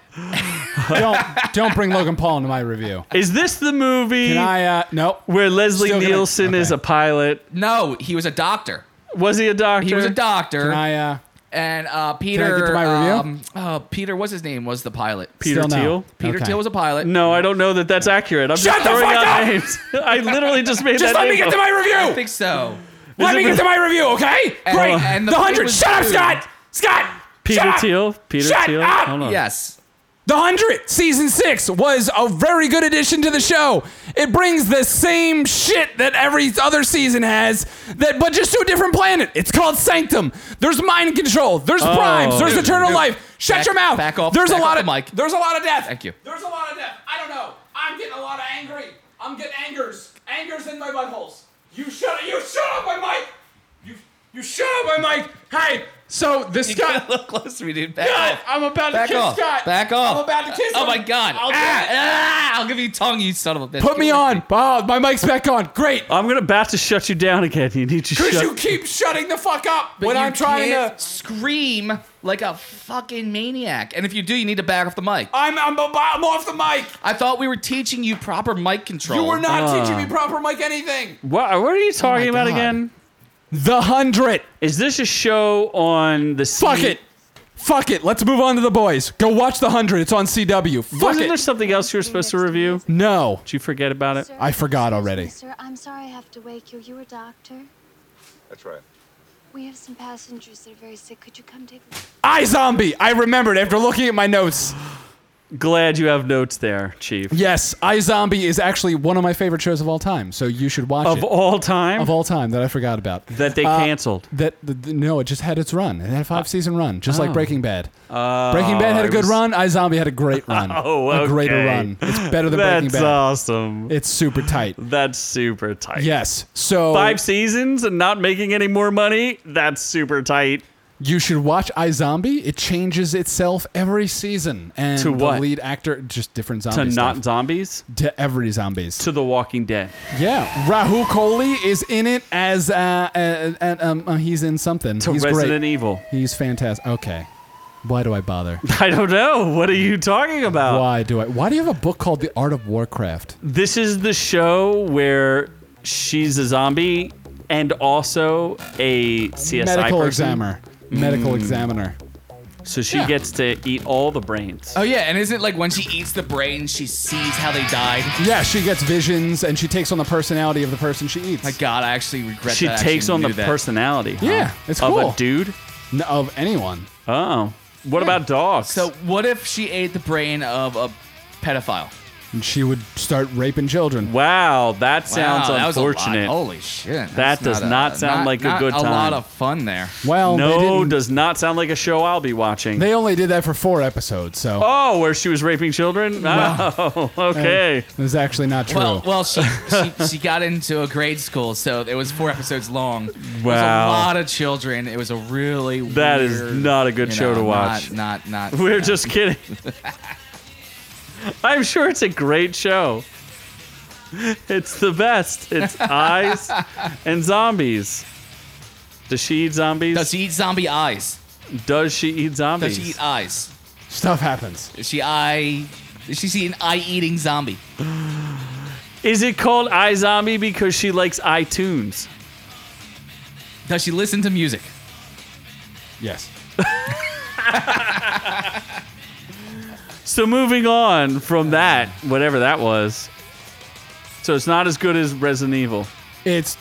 [SPEAKER 3] don't don't bring Logan Paul into my review.
[SPEAKER 5] Is this the movie
[SPEAKER 3] Can I? Uh, nope.
[SPEAKER 5] where Leslie
[SPEAKER 3] Still gonna-
[SPEAKER 5] Nielsen is
[SPEAKER 3] okay.
[SPEAKER 5] a pilot?
[SPEAKER 2] No, he was a doctor.
[SPEAKER 5] Was he a doctor?
[SPEAKER 2] He was a doctor,
[SPEAKER 3] Can I? Uh,
[SPEAKER 2] and uh, Peter.
[SPEAKER 3] to my review?
[SPEAKER 2] um, oh, Peter, what's his name? Was the pilot.
[SPEAKER 5] Peter
[SPEAKER 3] Still no.
[SPEAKER 5] Thiel.
[SPEAKER 2] Peter
[SPEAKER 3] Okay.
[SPEAKER 2] Thiel was a pilot.
[SPEAKER 5] No, I don't know that that's accurate. I'm
[SPEAKER 2] Shut
[SPEAKER 5] just
[SPEAKER 2] the
[SPEAKER 5] throwing
[SPEAKER 2] fuck
[SPEAKER 5] out
[SPEAKER 2] up!
[SPEAKER 5] names. I literally just made that. name up.
[SPEAKER 2] I
[SPEAKER 3] review.
[SPEAKER 2] think so.
[SPEAKER 5] Is
[SPEAKER 3] Let
[SPEAKER 5] it
[SPEAKER 3] me
[SPEAKER 5] the-
[SPEAKER 3] get to my review, okay?
[SPEAKER 2] And-
[SPEAKER 3] Great.
[SPEAKER 2] and
[SPEAKER 3] the
[SPEAKER 2] the plane
[SPEAKER 3] hundred.
[SPEAKER 2] was
[SPEAKER 3] Shut up,
[SPEAKER 2] due.
[SPEAKER 3] Scott. Scott.
[SPEAKER 5] Peter
[SPEAKER 3] shut up.
[SPEAKER 5] Thiel. Peter
[SPEAKER 3] Shut
[SPEAKER 5] Thiel.
[SPEAKER 3] up!
[SPEAKER 5] Hold on.
[SPEAKER 2] Yes.
[SPEAKER 3] The Hundred, season six, was a very good addition to the show. It brings the same shit that every other season has, that but just to a different planet. It's called Sanctum. There's mind control. There's primes. There's
[SPEAKER 5] Dude,
[SPEAKER 3] eternal
[SPEAKER 2] Oh, dude.
[SPEAKER 3] life. Shut
[SPEAKER 2] Back-
[SPEAKER 3] your mouth.
[SPEAKER 2] back off-
[SPEAKER 3] There's
[SPEAKER 2] back
[SPEAKER 3] a lot
[SPEAKER 2] off
[SPEAKER 3] of
[SPEAKER 2] the mic.
[SPEAKER 3] There's a lot of death.
[SPEAKER 2] Thank you.
[SPEAKER 3] There's a lot of death. I don't know. I'm getting a lot of angry. I'm getting angers. Angers in my buttholes. You shut. You shut up my mic. You you shut up my mic. Hey. So the Scott.
[SPEAKER 2] Got a little closer, dude. Back
[SPEAKER 3] God,
[SPEAKER 2] off.
[SPEAKER 3] I'm about to
[SPEAKER 2] Back
[SPEAKER 3] kiss
[SPEAKER 2] off.
[SPEAKER 3] Scott.
[SPEAKER 2] Back off.
[SPEAKER 3] I'm about to kiss
[SPEAKER 2] Oh
[SPEAKER 3] him.
[SPEAKER 2] my god.
[SPEAKER 3] I'll
[SPEAKER 2] I'll
[SPEAKER 3] do
[SPEAKER 2] ah,
[SPEAKER 3] it.
[SPEAKER 2] ah, I'll give you tongue, you son of a bitch.
[SPEAKER 3] Put me on. Oh, my mic's back on. Great.
[SPEAKER 2] Oh,
[SPEAKER 5] I'm gonna about to shut you down again. You need to
[SPEAKER 3] Could
[SPEAKER 5] shut.
[SPEAKER 3] you keep shutting the fuck up
[SPEAKER 2] But
[SPEAKER 3] when
[SPEAKER 2] you
[SPEAKER 3] I'm trying
[SPEAKER 2] can't
[SPEAKER 3] to?
[SPEAKER 2] scream like a fucking maniac. And if you do, you need to back off the mic.
[SPEAKER 3] I'm I'm, ab- I'm off the mic.
[SPEAKER 2] I thought we were teaching you proper mic control.
[SPEAKER 3] You were not
[SPEAKER 5] Uh.
[SPEAKER 3] teaching me proper mic anything.
[SPEAKER 5] what, what are
[SPEAKER 3] Oh
[SPEAKER 5] you talking about
[SPEAKER 2] God.
[SPEAKER 5] again?
[SPEAKER 3] The hundred.
[SPEAKER 5] Is this a show on the? C-
[SPEAKER 3] Fuck it. Fuck it. Let's move on to the boys. Go watch the hundred. It's on CW. Fuck
[SPEAKER 5] Wasn't
[SPEAKER 3] it.
[SPEAKER 5] there something else you were supposed to review? Did
[SPEAKER 3] no.
[SPEAKER 5] you forget about it?
[SPEAKER 3] I forgot already.
[SPEAKER 9] Sir, I'm sorry I have to wake you. You were a doctor.
[SPEAKER 10] That's right.
[SPEAKER 9] We have some passengers that are very sick. Could you come take them?
[SPEAKER 3] I zombie. I remembered after looking at my notes.
[SPEAKER 5] Glad you have notes there, Chief.
[SPEAKER 3] Yes, I Zombie is actually one of my favorite shows of all time. So you should watch
[SPEAKER 5] Of
[SPEAKER 3] it.
[SPEAKER 5] all time
[SPEAKER 3] of all time that I forgot about.
[SPEAKER 5] that they
[SPEAKER 3] Uh,
[SPEAKER 5] canceled.
[SPEAKER 3] That th- th- no, it just had its run. It had a five season run, just like
[SPEAKER 5] oh.
[SPEAKER 3] Breaking Bad. Breaking Bad had a
[SPEAKER 5] I
[SPEAKER 3] good
[SPEAKER 5] was-
[SPEAKER 3] run. I Zombie had a great run.
[SPEAKER 5] Oh,
[SPEAKER 3] A greater
[SPEAKER 5] okay.
[SPEAKER 3] run. It's better than Breaking
[SPEAKER 5] That's uh,
[SPEAKER 3] Bad.
[SPEAKER 5] awesome.
[SPEAKER 3] It's super tight.
[SPEAKER 5] That's super tight.
[SPEAKER 3] Yes. So
[SPEAKER 5] Five seasons and not making any more money? That's super tight.
[SPEAKER 3] you should watch iZombie. It changes itself every season. And
[SPEAKER 5] To what?
[SPEAKER 3] the lead actor just different
[SPEAKER 5] To
[SPEAKER 3] zombies.
[SPEAKER 5] not zombies?
[SPEAKER 3] to every zombies.
[SPEAKER 5] To The Walking Dead.
[SPEAKER 3] Yeah, Rahul Kohli is in it as uh, uh, uh, um, uh, he's in something.
[SPEAKER 5] To
[SPEAKER 3] he's
[SPEAKER 5] Resident E-
[SPEAKER 3] great.
[SPEAKER 5] Evil.
[SPEAKER 3] He's fantastic. Okay, why do I bother?
[SPEAKER 5] I don't know. What are you talking about?
[SPEAKER 3] why do I? Why do you have a book called The Art of Warcraft?
[SPEAKER 5] This is the show where she's a zombie and also a CSI
[SPEAKER 3] Medical
[SPEAKER 5] person. Hmm.
[SPEAKER 3] examiner. Medical examiner.
[SPEAKER 5] So she
[SPEAKER 2] Yeah.
[SPEAKER 5] gets to eat all the brains.
[SPEAKER 2] Oh yeah, and isn't it like when she eats the brain, she sees how they died?
[SPEAKER 3] Yeah, she gets visions and she takes on the personality of the person she eats.
[SPEAKER 2] My God, I actually regret.
[SPEAKER 5] she
[SPEAKER 2] that I
[SPEAKER 5] takes
[SPEAKER 2] actually
[SPEAKER 5] on the
[SPEAKER 2] knew that.
[SPEAKER 5] personality. huh,
[SPEAKER 3] Yeah, it's
[SPEAKER 5] of
[SPEAKER 3] cool.
[SPEAKER 5] a dude.
[SPEAKER 3] N- of anyone.
[SPEAKER 5] Oh, what about dogs?
[SPEAKER 2] So what if she ate the brain of a pedophile?
[SPEAKER 3] And she would start raping children.
[SPEAKER 5] wow, that sounds
[SPEAKER 2] wow, that was a lot. Oh.
[SPEAKER 5] unfortunate.
[SPEAKER 2] Holy shit!
[SPEAKER 5] That
[SPEAKER 2] that's
[SPEAKER 5] does not sound like a good
[SPEAKER 2] A lot
[SPEAKER 5] time.
[SPEAKER 2] of fun there.
[SPEAKER 3] Well, they,
[SPEAKER 5] no,
[SPEAKER 3] didn't-
[SPEAKER 5] does not sound like a show I'll be watching.
[SPEAKER 3] they only did that for four episodes, so
[SPEAKER 5] oh, where she was raping children? Oh, okay.
[SPEAKER 2] Uh,
[SPEAKER 3] it was actually not true.
[SPEAKER 2] Well, well, she, she she got into a grade school, so it was four episodes long. It was a
[SPEAKER 5] Wow.
[SPEAKER 2] lot of children. It was a really
[SPEAKER 5] That is
[SPEAKER 2] weird,
[SPEAKER 5] not a good
[SPEAKER 2] you
[SPEAKER 5] show
[SPEAKER 2] know,
[SPEAKER 5] to watch.
[SPEAKER 2] Not not. not
[SPEAKER 5] We're
[SPEAKER 2] yeah.
[SPEAKER 5] just kidding. I'm sure it's a great show. It's the best. It's eyes and zombies. Does she eat zombies?
[SPEAKER 2] Does she eat zombie eyes?
[SPEAKER 5] Does she eat
[SPEAKER 2] Does
[SPEAKER 5] zombies?
[SPEAKER 2] she eat eyes?
[SPEAKER 3] Stuff happens.
[SPEAKER 2] Is she eye? Is she see an eye eating zombie?
[SPEAKER 5] Is it called iZombie because she likes iTunes?
[SPEAKER 2] Does she listen to music?
[SPEAKER 3] Yes.
[SPEAKER 5] So moving on from that, whatever that was. So it's not as good as Resident Evil.
[SPEAKER 3] It's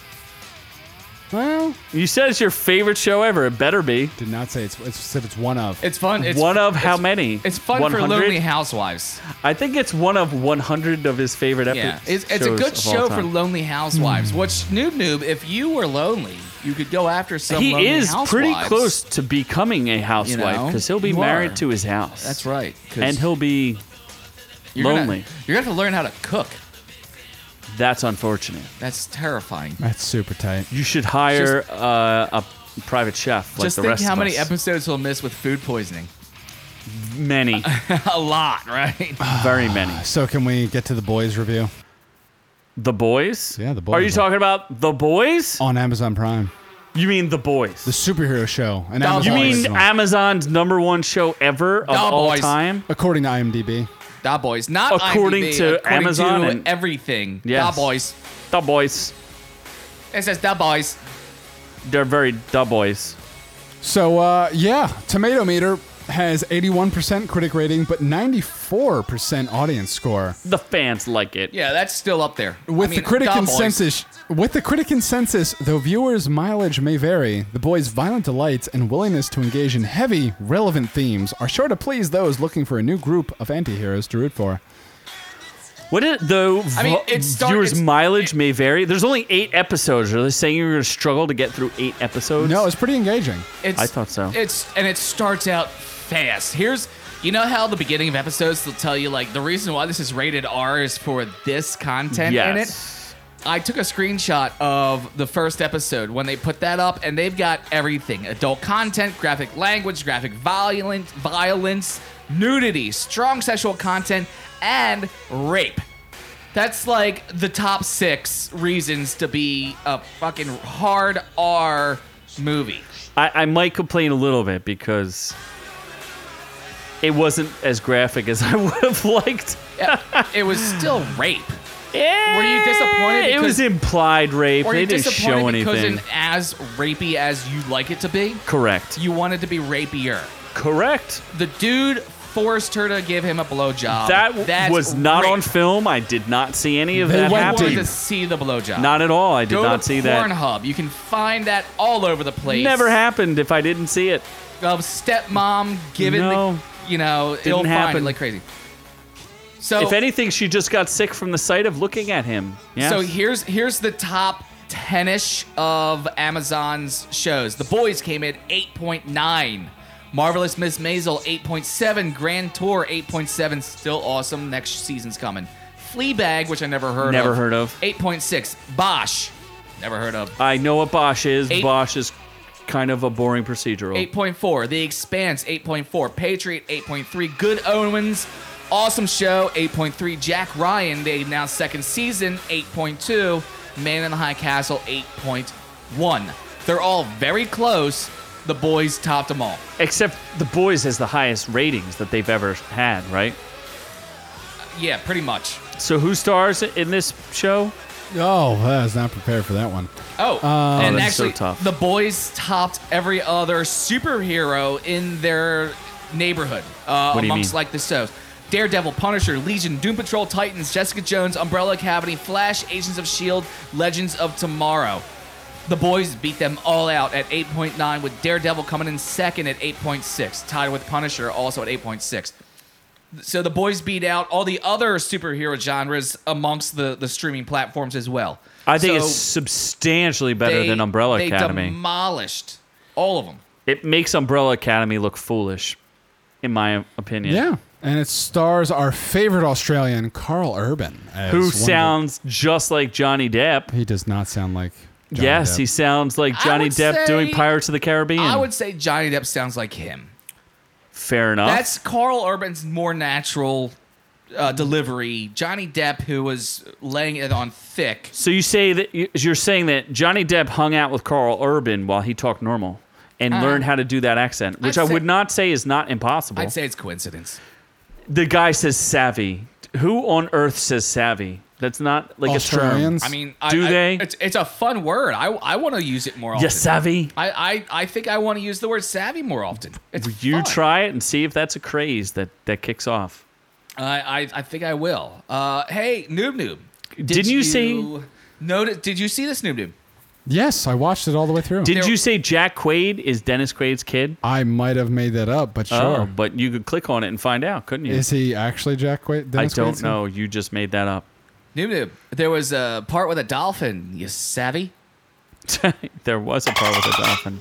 [SPEAKER 3] well,
[SPEAKER 5] You said it's your favorite show ever. It better be.
[SPEAKER 3] did not say it's. It's said it's one of.
[SPEAKER 2] It's fun. It's,
[SPEAKER 5] one of how
[SPEAKER 2] it's-
[SPEAKER 5] many?
[SPEAKER 2] It's fun for
[SPEAKER 5] 100?
[SPEAKER 2] lonely housewives.
[SPEAKER 5] I think it's one of 100 of his favorite
[SPEAKER 2] Yeah,
[SPEAKER 5] episodes.
[SPEAKER 2] it's, it's a good show for lonely housewives. Which Noob Noob, if you were lonely, you could go after some.
[SPEAKER 5] He
[SPEAKER 2] lonely
[SPEAKER 5] is
[SPEAKER 2] housewives.
[SPEAKER 5] pretty close to becoming a housewife
[SPEAKER 2] know,
[SPEAKER 5] because he'll be
[SPEAKER 2] you
[SPEAKER 5] married
[SPEAKER 2] are.
[SPEAKER 5] to his house.
[SPEAKER 2] That's right. 'cause
[SPEAKER 5] And he'll be.
[SPEAKER 2] you're gonna-
[SPEAKER 5] lonely.
[SPEAKER 2] you're gonna have to learn how to cook.
[SPEAKER 5] That's unfortunate.
[SPEAKER 2] That's terrifying.
[SPEAKER 3] That's super tight.
[SPEAKER 5] You should hire uh, a private chef like
[SPEAKER 2] Just
[SPEAKER 5] the
[SPEAKER 2] think
[SPEAKER 5] rest
[SPEAKER 2] how
[SPEAKER 5] of
[SPEAKER 2] many
[SPEAKER 5] us.
[SPEAKER 2] episodes he'll miss with food poisoning.
[SPEAKER 5] many,
[SPEAKER 2] a lot, right?
[SPEAKER 5] very many.
[SPEAKER 3] So can we get to the boys review
[SPEAKER 5] The boys?
[SPEAKER 3] Yeah, The
[SPEAKER 5] Are you
[SPEAKER 3] Boys are-
[SPEAKER 5] talking about the boys?
[SPEAKER 3] on Amazon Prime?
[SPEAKER 5] You mean the
[SPEAKER 3] The
[SPEAKER 5] boys?
[SPEAKER 3] superhero show. An
[SPEAKER 2] Dog
[SPEAKER 3] Amazon
[SPEAKER 5] You mean
[SPEAKER 3] original.
[SPEAKER 5] Amazon's number one show ever of
[SPEAKER 2] The
[SPEAKER 5] all
[SPEAKER 2] Boys.
[SPEAKER 5] time?
[SPEAKER 3] according to IMDb.
[SPEAKER 2] Da boys, not
[SPEAKER 5] According
[SPEAKER 2] IMDb,
[SPEAKER 5] to
[SPEAKER 2] according
[SPEAKER 5] Amazon
[SPEAKER 2] to
[SPEAKER 5] and-
[SPEAKER 2] everything. Da
[SPEAKER 5] Yes.
[SPEAKER 2] boys.
[SPEAKER 5] The boys.
[SPEAKER 2] It says da boys.
[SPEAKER 5] They're very the boys.
[SPEAKER 3] So uh, yeah, Tomato Meter has 81% critic rating, but 94% audience score.
[SPEAKER 5] The fans like it.
[SPEAKER 2] Yeah, that's still up there. I
[SPEAKER 3] With
[SPEAKER 2] mean,
[SPEAKER 3] the critic
[SPEAKER 2] Da Boys.
[SPEAKER 3] consensus, with the critic consensus, though viewers' mileage may vary, the boys' violent delights and willingness to engage in heavy, relevant themes are sure to please those looking for a new group of antiheroes to root for.
[SPEAKER 5] What did the
[SPEAKER 2] I mean,
[SPEAKER 5] vo-
[SPEAKER 2] it start-
[SPEAKER 5] viewers'
[SPEAKER 2] it's-
[SPEAKER 5] mileage may vary? There's only eight episodes. Are they saying you're going to struggle to get through eight episodes?
[SPEAKER 3] No, it's pretty engaging.
[SPEAKER 2] It's,
[SPEAKER 5] I thought so.
[SPEAKER 2] It's and it starts out fast. Here's you know how the beginning of episodes they'll tell you like the reason why this is rated R is for this content in it.
[SPEAKER 5] yes.
[SPEAKER 2] I took a screenshot of the first episode when they put that up, and they've got everything: adult content, graphic language, graphic violence, violence, nudity, strong sexual content, and rape. That's like the top six reasons to be a fucking hard R movie.
[SPEAKER 5] I, I might complain a little bit because it wasn't as graphic as I would have liked.
[SPEAKER 2] It was still rape.
[SPEAKER 5] Yeah,
[SPEAKER 2] you disappointed
[SPEAKER 5] Eh, It was
[SPEAKER 2] because-
[SPEAKER 5] implied rape.
[SPEAKER 2] Or
[SPEAKER 5] They
[SPEAKER 2] you
[SPEAKER 5] didn't show
[SPEAKER 2] disappointed because
[SPEAKER 5] anything.
[SPEAKER 2] it as rapey as you like it to be.
[SPEAKER 5] Correct.
[SPEAKER 2] You wanted to be rapier.
[SPEAKER 5] Correct.
[SPEAKER 2] The dude forced her to give him a blowjob.
[SPEAKER 5] Uh, That w-
[SPEAKER 2] That's
[SPEAKER 5] was not
[SPEAKER 2] rape.
[SPEAKER 5] on film. I did not see any of
[SPEAKER 3] They
[SPEAKER 5] that
[SPEAKER 3] went
[SPEAKER 2] I wanted
[SPEAKER 5] happening.
[SPEAKER 2] to see the blowjob.
[SPEAKER 5] Not at all. I did
[SPEAKER 2] Go
[SPEAKER 5] not
[SPEAKER 2] to
[SPEAKER 5] see that.
[SPEAKER 2] Pornhub. You can find that all over the place.
[SPEAKER 5] Never happened if I didn't see it.
[SPEAKER 2] Of stepmom giving
[SPEAKER 5] No.
[SPEAKER 2] the, you know, it'll find it
[SPEAKER 5] happen.
[SPEAKER 2] like crazy. So
[SPEAKER 5] If anything, she just got sick from the sight of looking at him. Yes.
[SPEAKER 2] So here's here's the top ten-ish of Amazon's shows. The Boys came in 8.9. Marvelous Miss Maisel 8.7. Grand Tour 8.7. Still awesome. Next season's coming. Fleabag, which I never heard
[SPEAKER 5] Never
[SPEAKER 2] of.
[SPEAKER 5] heard of.
[SPEAKER 2] 8.6. Bosch. Never heard of.
[SPEAKER 5] I know what Bosch is.
[SPEAKER 2] Eight-
[SPEAKER 5] Bosch is kind of a boring procedural.
[SPEAKER 2] 8.4. The Expanse 8.4. Patriot 8.3. Good Owens. Awesome show 8.3. Jack Ryan, they announced second season 8.2. Man in the High Castle 8.1. They're all very close. The boys topped them all.
[SPEAKER 5] Except The Boys has the highest ratings that they've ever had, right?
[SPEAKER 2] Yeah, pretty much.
[SPEAKER 5] So who stars in this show?
[SPEAKER 3] Oh, I was not prepared for that one.
[SPEAKER 2] Oh,
[SPEAKER 5] Oh,
[SPEAKER 2] and
[SPEAKER 5] that's so
[SPEAKER 2] actually,
[SPEAKER 5] tough.
[SPEAKER 2] the boys topped every other superhero in their neighborhood uh,
[SPEAKER 5] What do you
[SPEAKER 2] amongst
[SPEAKER 5] mean?
[SPEAKER 2] like the shows. Daredevil, Punisher, Legion, Doom Patrol, Titans, Jessica Jones, Umbrella Academy, Flash, Agents of S.H.I.E.L.D., E Legends of Tomorrow. The boys beat them all out at 8.9, with Daredevil coming in second at 8.6, tied with Punisher also at 8.6. So the boys beat out all the other superhero genres amongst the, the streaming platforms as well.
[SPEAKER 5] I think it's
[SPEAKER 2] So-
[SPEAKER 5] substantially better
[SPEAKER 2] they-
[SPEAKER 5] than Umbrella
[SPEAKER 2] they
[SPEAKER 5] Academy.
[SPEAKER 2] demolished all of them.
[SPEAKER 5] it makes Umbrella Academy look foolish, in my opinion.
[SPEAKER 3] Yeah. And it stars our favorite Australian, Carl Urban. as
[SPEAKER 5] Who
[SPEAKER 3] one of the-
[SPEAKER 5] sounds just like Johnny Depp.
[SPEAKER 3] He does not sound like. Johnny
[SPEAKER 5] yes,
[SPEAKER 3] Depp.
[SPEAKER 5] he sounds like
[SPEAKER 2] I
[SPEAKER 5] Johnny
[SPEAKER 2] would
[SPEAKER 5] Depp
[SPEAKER 2] say-
[SPEAKER 5] doing Pirates of the Caribbean.
[SPEAKER 2] I would say Johnny Depp sounds like him.
[SPEAKER 5] Fair enough.
[SPEAKER 2] That's Carl Urban's more natural uh, delivery. Johnny Depp, who was laying it on thick.
[SPEAKER 5] so you say that you- you're saying that Johnny Depp hung out with Carl Urban while he talked normal and learned how to do that accent, which
[SPEAKER 2] Uh-huh. I'd
[SPEAKER 5] I
[SPEAKER 2] say-
[SPEAKER 5] would not say is not impossible.
[SPEAKER 2] I'd say it's coincidence.
[SPEAKER 5] the guy says savvy. Who on earth says savvy? That's not like
[SPEAKER 3] Australians.
[SPEAKER 2] I mean, I,
[SPEAKER 5] Do
[SPEAKER 2] I-
[SPEAKER 5] they?
[SPEAKER 2] It's, it's a fun word. I, I want to use it more
[SPEAKER 5] a term.
[SPEAKER 2] often.
[SPEAKER 5] You savvy.
[SPEAKER 2] I, I, I think I want to use the word savvy more often. It's
[SPEAKER 5] You
[SPEAKER 2] fun.
[SPEAKER 5] try it and see if that's a craze that that kicks off.
[SPEAKER 2] I, I, I think I will. Uh, hey, Noob Noob. Did
[SPEAKER 5] Didn't you see-
[SPEAKER 2] Notice, did you see this Noob Noob?
[SPEAKER 3] Yes, I watched it all the way through.
[SPEAKER 5] Did
[SPEAKER 2] There-
[SPEAKER 5] you say Jack Quaid is Dennis Quaid's kid?
[SPEAKER 3] I might have made that up, but sure.
[SPEAKER 5] Oh, but you could click on it and find out, couldn't you?
[SPEAKER 3] Is he actually Jack Quaid?
[SPEAKER 5] I
[SPEAKER 3] Dennis
[SPEAKER 5] don't
[SPEAKER 3] Quaid's son?
[SPEAKER 5] know. You just made that up.
[SPEAKER 2] Noob Noob. There was a part with a dolphin. You savvy?
[SPEAKER 5] there was a part with a dolphin.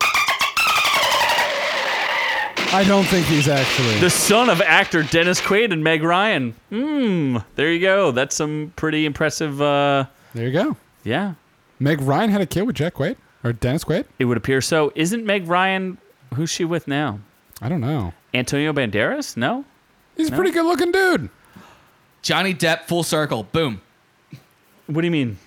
[SPEAKER 3] I don't think he's actually.
[SPEAKER 5] The son of actor Dennis Quaid and Meg Ryan. Mmm. There you go. That's some pretty impressive. Uh,
[SPEAKER 3] there you go.
[SPEAKER 5] yeah,
[SPEAKER 3] Meg Ryan had a kid with Jack Quaid or Dennis Quaid.
[SPEAKER 5] it would appear so. Isn't Meg Ryan? Who's she with now?
[SPEAKER 3] I don't know.
[SPEAKER 5] Antonio Banderas? No.
[SPEAKER 3] He's a pretty good looking dude.
[SPEAKER 2] Johnny Depp, full circle. Boom.
[SPEAKER 5] What do you mean?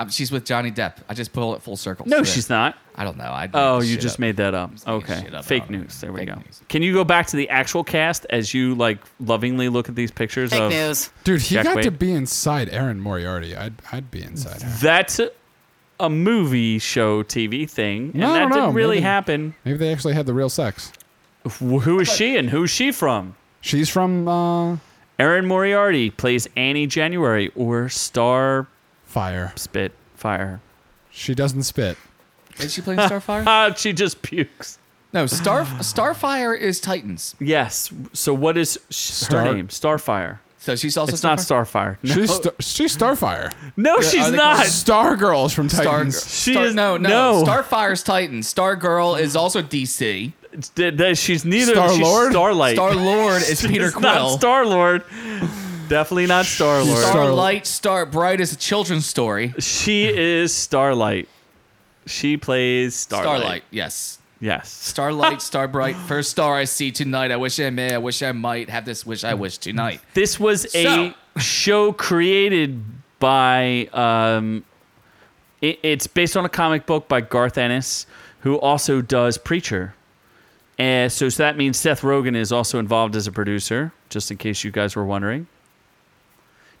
[SPEAKER 2] Um, she's with Johnny Depp. I just pulled it full circle.
[SPEAKER 5] No,
[SPEAKER 2] There.
[SPEAKER 5] she's not.
[SPEAKER 2] I don't know. I
[SPEAKER 5] Oh,
[SPEAKER 2] made this
[SPEAKER 5] you
[SPEAKER 2] shit
[SPEAKER 5] just
[SPEAKER 2] up.
[SPEAKER 5] made that up.
[SPEAKER 2] making
[SPEAKER 5] Okay.
[SPEAKER 2] shit up. I
[SPEAKER 5] Fake
[SPEAKER 2] don't know.
[SPEAKER 5] news. There we
[SPEAKER 2] Fake
[SPEAKER 5] go.
[SPEAKER 2] news.
[SPEAKER 5] Can you go back to the actual cast as you like lovingly look at these pictures
[SPEAKER 8] Fake
[SPEAKER 5] of
[SPEAKER 8] news.
[SPEAKER 3] Dude, he
[SPEAKER 5] Jack
[SPEAKER 3] got to
[SPEAKER 5] Quaid.
[SPEAKER 3] be inside Aaron Moriarty. I'd, I'd be inside her.
[SPEAKER 5] that's a, a movie show TV thing and
[SPEAKER 3] No,
[SPEAKER 5] that
[SPEAKER 3] no,
[SPEAKER 5] didn't really
[SPEAKER 3] maybe-
[SPEAKER 5] happen.
[SPEAKER 3] Maybe they actually had the real sex.
[SPEAKER 5] Wh- Who is she and who's she from?
[SPEAKER 3] She's from uh,
[SPEAKER 5] Erin Moriarty plays Annie January or Star
[SPEAKER 3] Fire.
[SPEAKER 5] Spit Fire.
[SPEAKER 3] She doesn't spit.
[SPEAKER 2] Is she playing Starfire?
[SPEAKER 5] Ah, she just pukes.
[SPEAKER 2] no, Star Starfire is Titans.
[SPEAKER 5] Yes. So what is sh- her
[SPEAKER 3] Star-
[SPEAKER 5] name? Starfire.
[SPEAKER 2] So she's also
[SPEAKER 5] It's not
[SPEAKER 2] Starfire?
[SPEAKER 5] Starfire. No,
[SPEAKER 3] She's star, she's Starfire.
[SPEAKER 5] no
[SPEAKER 2] are
[SPEAKER 5] she's
[SPEAKER 2] they called
[SPEAKER 5] not.
[SPEAKER 3] Star girls from
[SPEAKER 2] Star,
[SPEAKER 3] Titans.
[SPEAKER 5] She
[SPEAKER 2] Star-
[SPEAKER 5] is-
[SPEAKER 2] no, no
[SPEAKER 5] no.
[SPEAKER 2] Starfire's Titans. Star Girl is also DC.
[SPEAKER 5] It's- th- th- She's neither.
[SPEAKER 3] Star-Lord?
[SPEAKER 5] She's Starlight.
[SPEAKER 2] Star Lord is Peter
[SPEAKER 5] It's not
[SPEAKER 2] Quill.
[SPEAKER 5] Star Lord. Definitely not Star Lord.
[SPEAKER 3] Star-
[SPEAKER 2] Starlight, Star Bright is a children's story.
[SPEAKER 5] she is Starlight. She plays Starlight.
[SPEAKER 2] Starlight, yes.
[SPEAKER 5] Yes.
[SPEAKER 2] Starlight, Star Bright, first star I see tonight. I wish I may, I wish I might have this wish I wish tonight.
[SPEAKER 5] This was a
[SPEAKER 2] So-
[SPEAKER 5] show created by. Um, it, it's based on a comic book by Garth Ennis, who also does Preacher. And so, so that means Seth Rogen is also involved as a producer, just in case you guys were wondering.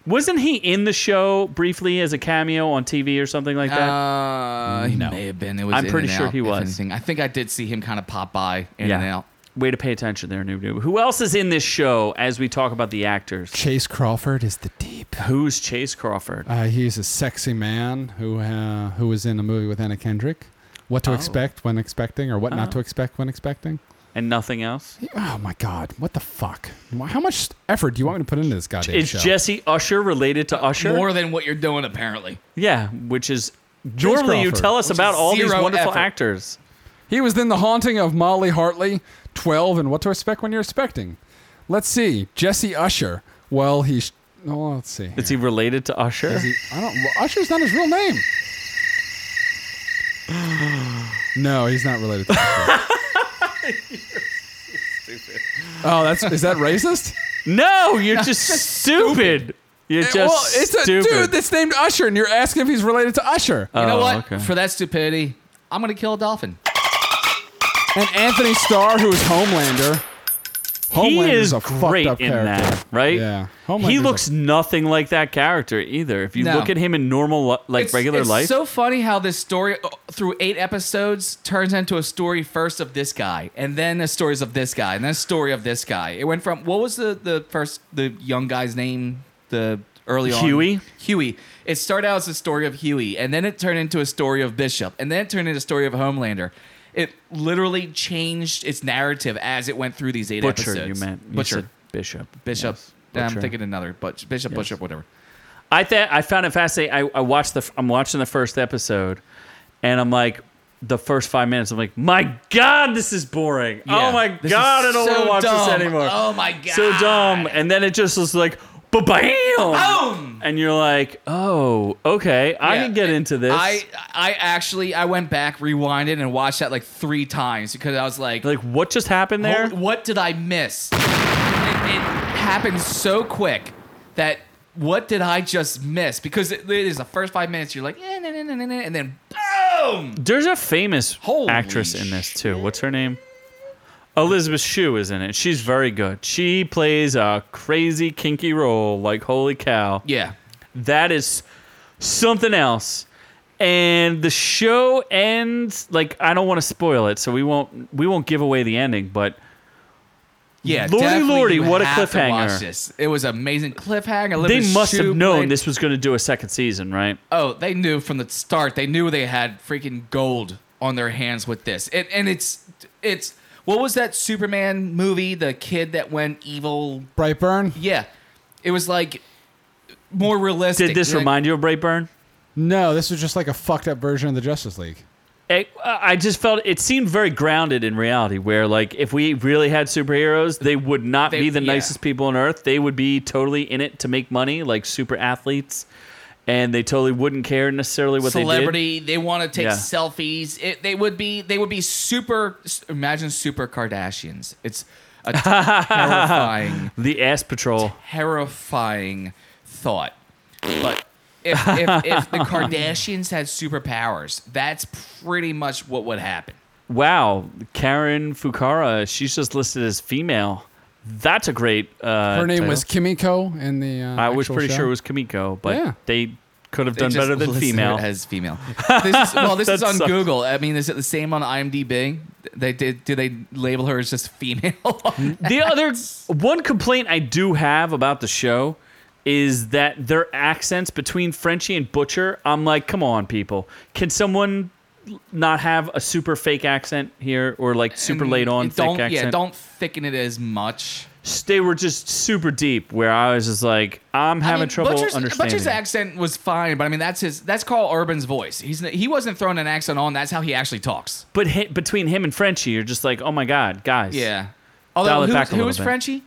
[SPEAKER 5] Wasn't he in the show briefly as a cameo on TV or something like that?
[SPEAKER 2] Uh, he may have been. It was
[SPEAKER 5] I'm
[SPEAKER 2] in
[SPEAKER 5] pretty
[SPEAKER 2] and
[SPEAKER 5] sure
[SPEAKER 2] out,
[SPEAKER 5] he
[SPEAKER 2] if
[SPEAKER 5] was.
[SPEAKER 2] Anything. I think I did see him kind of pop by in
[SPEAKER 5] Yeah.
[SPEAKER 2] and out.
[SPEAKER 5] Way to pay attention there, Noob Noob. Who else is in this show as we talk about the actors?
[SPEAKER 3] Chase Crawford is the deep.
[SPEAKER 5] Who's Chase Crawford?
[SPEAKER 3] Uh, he's a sexy man who uh, who was in a movie with Anna Kendrick. What
[SPEAKER 5] Oh.
[SPEAKER 3] to expect when expecting, or what
[SPEAKER 5] Uh-huh.
[SPEAKER 3] not to expect when expecting.
[SPEAKER 5] And nothing else?
[SPEAKER 3] He- oh my God! What the fuck? Why- How much effort do you want me to put into this goddamn
[SPEAKER 5] Is
[SPEAKER 3] show?
[SPEAKER 5] Jesse Usher related to Usher?
[SPEAKER 2] More than what you're doing, apparently.
[SPEAKER 5] yeah, which is normally you
[SPEAKER 3] Crawford.
[SPEAKER 5] tell us
[SPEAKER 2] Which is
[SPEAKER 5] about all these
[SPEAKER 2] zero
[SPEAKER 5] wonderful
[SPEAKER 2] effort.
[SPEAKER 5] actors.
[SPEAKER 3] He was in The Haunting of Molly Hartley, 12, and What to Expect When You're Expecting. Let's see. Jesse Usher. Well, he's. Oh, let's see.
[SPEAKER 5] Is he related to Usher?
[SPEAKER 3] I don't. well, Usher's not his real name. No, he's not related to Usher. Oh, that's is that racist?
[SPEAKER 5] No, you're just stupid. You're just
[SPEAKER 3] well, it's a
[SPEAKER 5] stupid.
[SPEAKER 3] dude that's named Usher, and you're asking if he's related to Usher.
[SPEAKER 2] You know
[SPEAKER 5] Oh,
[SPEAKER 2] what?
[SPEAKER 5] okay.
[SPEAKER 2] For that stupidity, I'm gonna kill a dolphin.
[SPEAKER 3] and Anthony Starr, who is Homelander.
[SPEAKER 5] he
[SPEAKER 3] Homelander's
[SPEAKER 5] is
[SPEAKER 3] a
[SPEAKER 5] great
[SPEAKER 3] fucked up
[SPEAKER 5] in
[SPEAKER 3] character.
[SPEAKER 5] that, right?
[SPEAKER 3] Yeah.
[SPEAKER 5] he
[SPEAKER 3] Homelander's a-
[SPEAKER 5] looks nothing like that character either. If you
[SPEAKER 2] No.
[SPEAKER 5] look at him in normal, li- like
[SPEAKER 2] It's-
[SPEAKER 5] regular
[SPEAKER 2] it's
[SPEAKER 5] life,
[SPEAKER 2] so funny how this story uh, through eight episodes turns into a story first of this guy, and then the stories of this guy, and then a story of this guy. It went from what was the the first the young guy's name the early on
[SPEAKER 5] Huey?
[SPEAKER 2] Huey. It started out as a story of Huey, and then it turned into a story of Bishop, and then it turned into a story of Homelander. It literally changed its narrative as it went through these eight
[SPEAKER 5] butcher.
[SPEAKER 2] episodes.
[SPEAKER 5] You meant you
[SPEAKER 2] butcher,
[SPEAKER 5] said bishop,
[SPEAKER 2] bishop.
[SPEAKER 5] Yes,
[SPEAKER 2] I'm
[SPEAKER 5] Butcher.
[SPEAKER 2] thinking another, but bishop, butcher, whatever.
[SPEAKER 5] I th- I found it fascinating. I, I watched the. f- I'm watching the first episode, and I'm like, the first five minutes. I'm like, my god, this is boring.
[SPEAKER 2] Yeah.
[SPEAKER 5] Oh my
[SPEAKER 2] This is
[SPEAKER 5] god, I don't want
[SPEAKER 2] so
[SPEAKER 5] to watch this
[SPEAKER 2] dumb.
[SPEAKER 5] anymore.
[SPEAKER 2] Oh my god,
[SPEAKER 5] so dumb. And then it just was like, ba bam, and you're like, oh, okay, I
[SPEAKER 2] Oh! Yeah,
[SPEAKER 5] can get
[SPEAKER 2] it-
[SPEAKER 5] into this.
[SPEAKER 2] I I actually I went back, rewinded, and watched that like three times because I was like,
[SPEAKER 5] like, what just happened
[SPEAKER 2] "Hol-
[SPEAKER 5] there?
[SPEAKER 2] what did I miss? It, it happened so quick that what did I just miss? Because it, it is the first five minutes you're like, eh, nah, nah, nah, nah, nah," and then boom.
[SPEAKER 5] There's a famous
[SPEAKER 2] Holy
[SPEAKER 5] actress in this too. What's her name? Elizabeth Shue is in it. She's very good. She plays a crazy kinky role. Like holy cow,
[SPEAKER 2] Yeah,
[SPEAKER 5] that is something else. And the show ends like I don't want to spoil it, so we won't we won't give away the ending. But
[SPEAKER 2] yeah.
[SPEAKER 5] Lordy,
[SPEAKER 2] definitely
[SPEAKER 5] lordy,
[SPEAKER 2] you
[SPEAKER 5] what a
[SPEAKER 2] have to watch
[SPEAKER 5] cliffhanger.
[SPEAKER 2] this. It was amazing cliffhanger.
[SPEAKER 5] they
[SPEAKER 2] Elizabeth
[SPEAKER 5] must have
[SPEAKER 2] Shue
[SPEAKER 5] known
[SPEAKER 2] played-
[SPEAKER 5] this was going to do a second season, right?
[SPEAKER 2] Oh, they knew from the start. They knew they had freaking gold on their hands with this. It, and it's it's what was that Superman movie? The kid that went evil.
[SPEAKER 3] Brightburn.
[SPEAKER 2] Yeah, it was like more realistic.
[SPEAKER 5] Did this
[SPEAKER 2] Like,
[SPEAKER 5] remind you of Brightburn?
[SPEAKER 3] No, this was just like a fucked up version of the Justice League.
[SPEAKER 5] It, I just felt it seemed very grounded in reality. Where like if we really had superheroes, they would not
[SPEAKER 2] They-
[SPEAKER 5] be the
[SPEAKER 2] yeah.
[SPEAKER 5] nicest people on earth. They would be totally in it to make money, like super athletes, and they totally wouldn't care necessarily what they did.
[SPEAKER 2] celebrity? They, want to take
[SPEAKER 5] Yeah.
[SPEAKER 2] selfies. It, they would be they would be super. Imagine super Kardashians. It's a terrifying.
[SPEAKER 5] The ass patrol.
[SPEAKER 2] terrifying thought. But if, if, if the Kardashians had superpowers, that's pretty much what would happen.
[SPEAKER 5] Wow, Karen Fukara. She's just listed as female. That's a great. Uh,
[SPEAKER 3] Her name was
[SPEAKER 5] title.
[SPEAKER 3] Kimiko in the. Uh,
[SPEAKER 5] I was
[SPEAKER 3] actual
[SPEAKER 5] pretty
[SPEAKER 3] show.
[SPEAKER 5] sure it was Kamiko, but
[SPEAKER 3] Yeah.
[SPEAKER 5] they could have
[SPEAKER 2] They
[SPEAKER 5] done
[SPEAKER 2] just
[SPEAKER 5] better than
[SPEAKER 2] list her
[SPEAKER 5] female.
[SPEAKER 2] As female. This is, well, this is
[SPEAKER 5] That
[SPEAKER 2] on
[SPEAKER 5] sucks.
[SPEAKER 2] Google. I mean, is it the same on IMDb? They did. Do they label her as just female?
[SPEAKER 5] the other one complaint I do have about the show is that their accents between Frenchie and Butcher. I'm like, come on, people. Can someone not have a super fake accent here or like super laid on fake
[SPEAKER 2] Mm, Don't
[SPEAKER 5] accent?
[SPEAKER 2] yeah. Don't thicken it as much.
[SPEAKER 5] They were just super deep where I was just like, I'm having
[SPEAKER 2] mean,
[SPEAKER 5] trouble
[SPEAKER 2] Butcher's,
[SPEAKER 5] understanding.
[SPEAKER 2] Butcher's accent was fine, but I mean that's his. That's Carl Urban's voice. He's he wasn't throwing an accent on. That's how he actually talks.
[SPEAKER 5] but hi- between him and Frenchie, you're just like, oh my God, guys.
[SPEAKER 2] Yeah.
[SPEAKER 5] Dial
[SPEAKER 2] Although
[SPEAKER 5] it
[SPEAKER 2] who,
[SPEAKER 5] back a
[SPEAKER 2] who
[SPEAKER 5] little
[SPEAKER 2] is
[SPEAKER 5] bit.
[SPEAKER 2] Frenchie?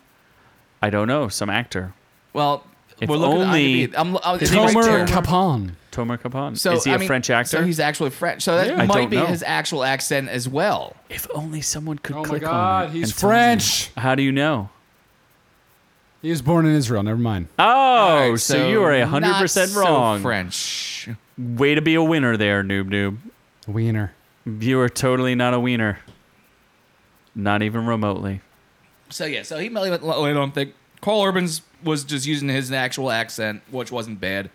[SPEAKER 5] I don't know, some actor.
[SPEAKER 2] Well,
[SPEAKER 5] If
[SPEAKER 2] we're looking
[SPEAKER 5] only-
[SPEAKER 2] at IMDb. I'm, I,
[SPEAKER 3] It's
[SPEAKER 2] he was
[SPEAKER 3] Homer
[SPEAKER 2] terrible.
[SPEAKER 3] Capon.
[SPEAKER 5] Tomer Capon.
[SPEAKER 2] So,
[SPEAKER 5] is he
[SPEAKER 2] a
[SPEAKER 5] a French actor?
[SPEAKER 2] So he's actually French. So that
[SPEAKER 3] Yeah. I
[SPEAKER 2] might
[SPEAKER 5] don't
[SPEAKER 2] be
[SPEAKER 5] know.
[SPEAKER 2] his actual accent as well.
[SPEAKER 5] if only someone could
[SPEAKER 3] Oh my
[SPEAKER 5] click on
[SPEAKER 3] God,
[SPEAKER 5] it
[SPEAKER 3] he's
[SPEAKER 5] and tell me.
[SPEAKER 3] French.
[SPEAKER 5] How do you know?
[SPEAKER 3] He was born in Israel. Never mind.
[SPEAKER 5] Oh,
[SPEAKER 2] All right,
[SPEAKER 5] so, you are hundred
[SPEAKER 2] not
[SPEAKER 5] percent
[SPEAKER 2] so
[SPEAKER 5] wrong.
[SPEAKER 2] French.
[SPEAKER 5] Way to be a winner there, noob noob.
[SPEAKER 3] Wiener.
[SPEAKER 5] You are totally not a wiener. Not even remotely.
[SPEAKER 2] So yeah, so he might have I don't think Carl Urban's was just using his actual accent, which wasn't bad.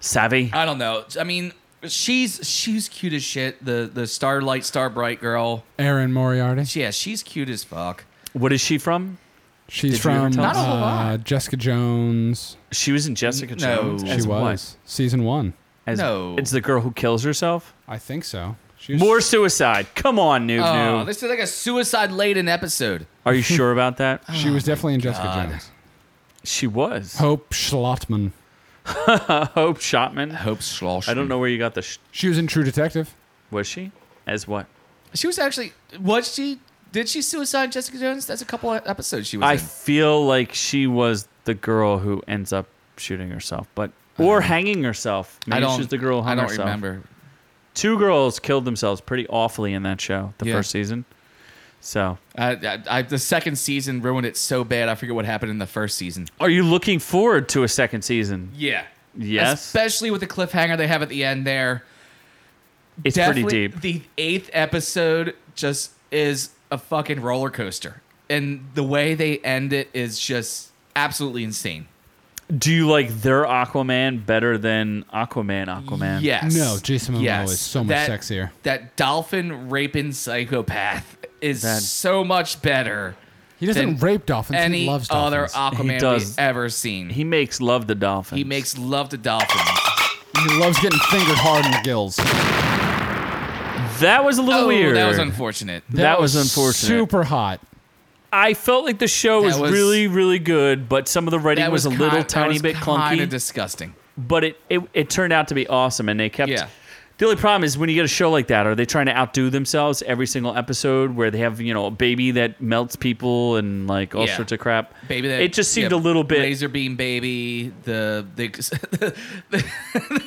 [SPEAKER 5] Savvy.
[SPEAKER 2] Uh, I don't know. I mean, She's she's cute as shit. The the starlight, star bright girl.
[SPEAKER 3] Erin Moriarty.
[SPEAKER 2] Yeah, she's cute as fuck.
[SPEAKER 5] What is she from?
[SPEAKER 3] She's
[SPEAKER 5] you ever
[SPEAKER 3] from
[SPEAKER 5] tell us? Not
[SPEAKER 2] a whole
[SPEAKER 3] uh, Jessica Jones.
[SPEAKER 5] She was in Jessica
[SPEAKER 2] No.
[SPEAKER 5] Jones.
[SPEAKER 2] She
[SPEAKER 3] She
[SPEAKER 5] as
[SPEAKER 3] was
[SPEAKER 5] What?
[SPEAKER 3] season one.
[SPEAKER 5] As-
[SPEAKER 2] No.
[SPEAKER 5] It's the girl who kills herself.
[SPEAKER 3] I think so. She was,
[SPEAKER 5] More suicide. Come on, noob
[SPEAKER 2] Oh,
[SPEAKER 5] noob.
[SPEAKER 2] this is like a suicide laden episode.
[SPEAKER 5] Are you sure about that?
[SPEAKER 2] Uh,
[SPEAKER 3] she was definitely in Jessica Jones.
[SPEAKER 5] She was.
[SPEAKER 3] Hope Schlottman.
[SPEAKER 5] Hope Shotman.
[SPEAKER 2] Hope Schloss.
[SPEAKER 5] I don't know where you got the. Sh-
[SPEAKER 3] She was in True Detective.
[SPEAKER 5] was she? As what?
[SPEAKER 2] She was actually was she did she suicide Jessica Jones? That's a couple of episodes she was
[SPEAKER 5] I
[SPEAKER 2] in.
[SPEAKER 5] feel like she was the girl who ends up shooting herself, but or hanging herself. Maybe
[SPEAKER 2] I don't.
[SPEAKER 5] she's the girl who hung
[SPEAKER 2] I don't
[SPEAKER 5] herself.
[SPEAKER 2] remember.
[SPEAKER 5] Two girls killed themselves pretty awfully in that show, the
[SPEAKER 2] Yeah.
[SPEAKER 5] first season. So,
[SPEAKER 2] I, I, I, the second season ruined it so bad. I forget what happened in the first season.
[SPEAKER 5] are you looking forward to a second season?
[SPEAKER 2] Yeah.
[SPEAKER 5] Yes,
[SPEAKER 2] Especially with the cliffhanger they have at the end there.
[SPEAKER 5] it's pretty
[SPEAKER 2] Definitely
[SPEAKER 5] deep.
[SPEAKER 2] The eighth episode just is a fucking roller coaster, and the way they end it is just absolutely insane.
[SPEAKER 5] Do you like their Aquaman better than Aquaman? Aquaman.
[SPEAKER 2] Yes.
[SPEAKER 3] No, Jason Momoa
[SPEAKER 2] Yes.
[SPEAKER 3] is so much
[SPEAKER 2] That-
[SPEAKER 3] sexier.
[SPEAKER 2] That dolphin raping psychopath is
[SPEAKER 5] That-
[SPEAKER 2] so much better.
[SPEAKER 3] He doesn't
[SPEAKER 2] Than
[SPEAKER 3] rape dolphins.
[SPEAKER 2] Any
[SPEAKER 3] he loves
[SPEAKER 2] other
[SPEAKER 3] dolphins.
[SPEAKER 5] He
[SPEAKER 2] Aquaman
[SPEAKER 5] does.
[SPEAKER 2] we've ever seen. He,
[SPEAKER 5] He makes love to dolphins.
[SPEAKER 2] makes love to dolphins.
[SPEAKER 3] he loves getting fingered hard in the gills. That,
[SPEAKER 5] that was a little
[SPEAKER 2] Oh,
[SPEAKER 5] weird.
[SPEAKER 2] that was unfortunate.
[SPEAKER 5] That was unfortunate.
[SPEAKER 3] Super hot.
[SPEAKER 5] I felt like the show
[SPEAKER 2] That
[SPEAKER 5] was,
[SPEAKER 2] was-
[SPEAKER 5] really, really good, but some of the writing
[SPEAKER 2] That
[SPEAKER 5] was, a little
[SPEAKER 2] kind-
[SPEAKER 5] tiny bit
[SPEAKER 2] Kind
[SPEAKER 5] clunky.
[SPEAKER 2] of disgusting.
[SPEAKER 5] but it, it it turned out to be awesome, and they kept.
[SPEAKER 2] Yeah.
[SPEAKER 5] The only problem is when you get a show like that, are they trying to outdo themselves every single episode where they have you know a baby that melts people and like all
[SPEAKER 2] Yeah.
[SPEAKER 5] sorts of crap?
[SPEAKER 2] Baby, that,
[SPEAKER 5] it just seemed
[SPEAKER 2] yeah,
[SPEAKER 5] a little bit.
[SPEAKER 2] Laser beam baby. The the the,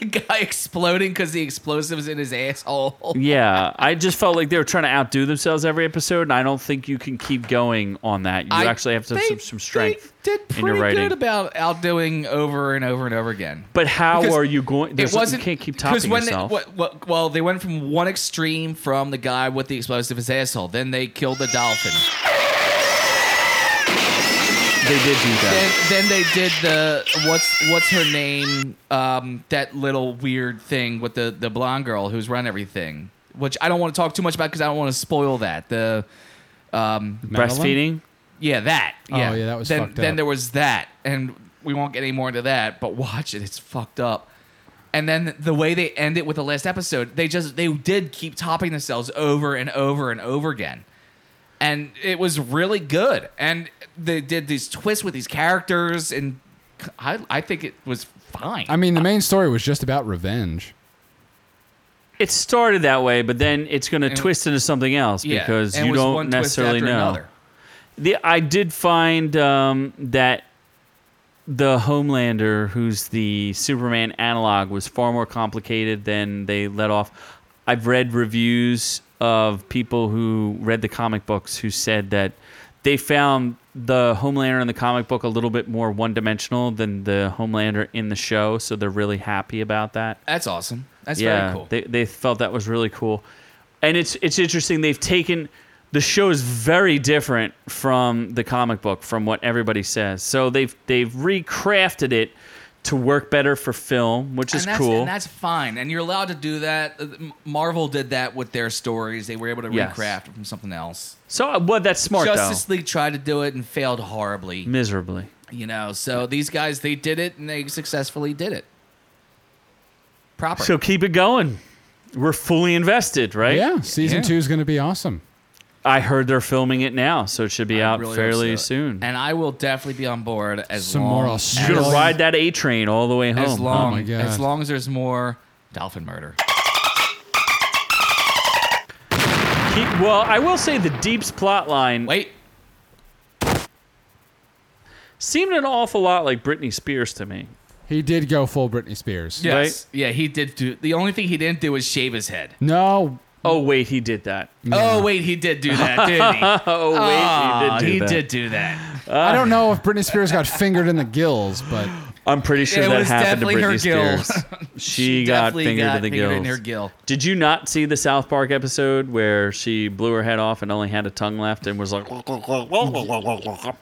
[SPEAKER 2] the guy exploding because the explosives in his asshole.
[SPEAKER 5] Yeah, I just felt like they were trying to outdo themselves every episode, and I don't think you can keep going on that. You
[SPEAKER 2] I-
[SPEAKER 5] actually have to have
[SPEAKER 2] they-
[SPEAKER 5] some, some strength
[SPEAKER 2] They did
[SPEAKER 5] in your
[SPEAKER 2] pretty
[SPEAKER 5] writing.
[SPEAKER 2] good about outdoing over and over and over again.
[SPEAKER 5] but how
[SPEAKER 2] because
[SPEAKER 5] are you going?
[SPEAKER 2] it
[SPEAKER 5] there's-
[SPEAKER 2] wasn't
[SPEAKER 5] you can't keep
[SPEAKER 2] 'cause
[SPEAKER 5] topping
[SPEAKER 2] when they-
[SPEAKER 5] yourself.
[SPEAKER 2] what- what- well, they went from one extreme from the guy with the explosive in his asshole. Then they killed the dolphin.
[SPEAKER 5] they did do that.
[SPEAKER 2] Then, then they did the what's what's her name? Um, that little weird thing with the the blonde girl who's run everything. Which I don't want to talk too much about because I don't want to spoil that. The
[SPEAKER 5] Breastfeeding.
[SPEAKER 2] yeah that yeah
[SPEAKER 3] Oh, yeah, that was
[SPEAKER 2] then
[SPEAKER 3] fucked
[SPEAKER 2] then
[SPEAKER 3] up.
[SPEAKER 2] there was that and we won't get any more into that. But watch it, it's fucked up. And then the way they end it with the last episode, they just they did keep topping themselves over and over and over again. and it was really good. And they did these twists with these characters, and I, I think it was fine.
[SPEAKER 3] I mean, the main story was just about revenge.
[SPEAKER 5] It started that way, but then it's going to
[SPEAKER 2] And-
[SPEAKER 5] twist into something else
[SPEAKER 2] Yeah,
[SPEAKER 5] because
[SPEAKER 2] and it
[SPEAKER 5] you
[SPEAKER 2] was
[SPEAKER 5] don't
[SPEAKER 2] one twist
[SPEAKER 5] necessarily
[SPEAKER 2] after
[SPEAKER 5] know.
[SPEAKER 2] another.
[SPEAKER 5] The I did find um, that the Homelander, who's the Superman analog, was far more complicated than they let off. I've read reviews of people who read the comic books who said that they found the Homelander in the comic book a little bit more one dimensional than the Homelander in the show, so they're really happy about that
[SPEAKER 2] That's awesome. That's very cool.
[SPEAKER 5] they, they felt that was really cool, and it's it's interesting. They've taken the show is very different from the comic book, from what everybody says. So they've they've recrafted it to work better for film, which
[SPEAKER 2] and
[SPEAKER 5] is
[SPEAKER 2] that's,
[SPEAKER 5] cool.
[SPEAKER 2] And that's fine. And you're allowed to do that. Uh, Marvel did that with their stories. They were able to
[SPEAKER 5] Yes.
[SPEAKER 2] recraft from something else.
[SPEAKER 5] so uh, well, that's smart
[SPEAKER 2] Justice
[SPEAKER 5] though,
[SPEAKER 2] League tried to do it and failed horribly.
[SPEAKER 5] miserably.
[SPEAKER 2] You know, so these guys they did it and they successfully did it. Proper.
[SPEAKER 5] So keep it going. We're fully invested, right?
[SPEAKER 3] Yeah, season
[SPEAKER 2] Yeah.
[SPEAKER 3] two is going to be awesome.
[SPEAKER 5] I heard they're filming it now, so it should be
[SPEAKER 2] I
[SPEAKER 5] out
[SPEAKER 2] really hope
[SPEAKER 5] fairly
[SPEAKER 2] so.
[SPEAKER 5] soon.
[SPEAKER 2] And I will definitely be on board as
[SPEAKER 3] Some
[SPEAKER 2] long
[SPEAKER 3] more
[SPEAKER 5] You're gonna
[SPEAKER 3] As-
[SPEAKER 5] ride that A train all the way home.
[SPEAKER 2] as long
[SPEAKER 3] my God.
[SPEAKER 2] as long as there's more dolphin murder.
[SPEAKER 5] Keep, well, I will say the Deep's plot line
[SPEAKER 2] Wait,
[SPEAKER 5] seemed an awful lot like Britney Spears to me.
[SPEAKER 3] He did go full Britney Spears.
[SPEAKER 2] yes, yeah, he did do. The only thing he didn't do was shave his head.
[SPEAKER 3] No,
[SPEAKER 5] Oh wait, he did that.
[SPEAKER 2] Oh wait, he did do that, didn't he?
[SPEAKER 5] Oh wait,
[SPEAKER 2] Aw,
[SPEAKER 5] he did do
[SPEAKER 2] he
[SPEAKER 5] that.
[SPEAKER 2] did do that.
[SPEAKER 3] I don't know if Britney Spears got fingered in the gills, but
[SPEAKER 5] I'm pretty sure
[SPEAKER 2] It
[SPEAKER 5] that
[SPEAKER 2] was
[SPEAKER 5] happened to
[SPEAKER 2] definitely her
[SPEAKER 5] Britney
[SPEAKER 2] gill.
[SPEAKER 5] Spears. She, got
[SPEAKER 2] definitely
[SPEAKER 5] fingered
[SPEAKER 2] got
[SPEAKER 5] in the
[SPEAKER 2] fingered in
[SPEAKER 5] gills.
[SPEAKER 2] her gill.
[SPEAKER 5] Did you not see the South Park episode where she blew her head off and only had a tongue left and was like,
[SPEAKER 3] The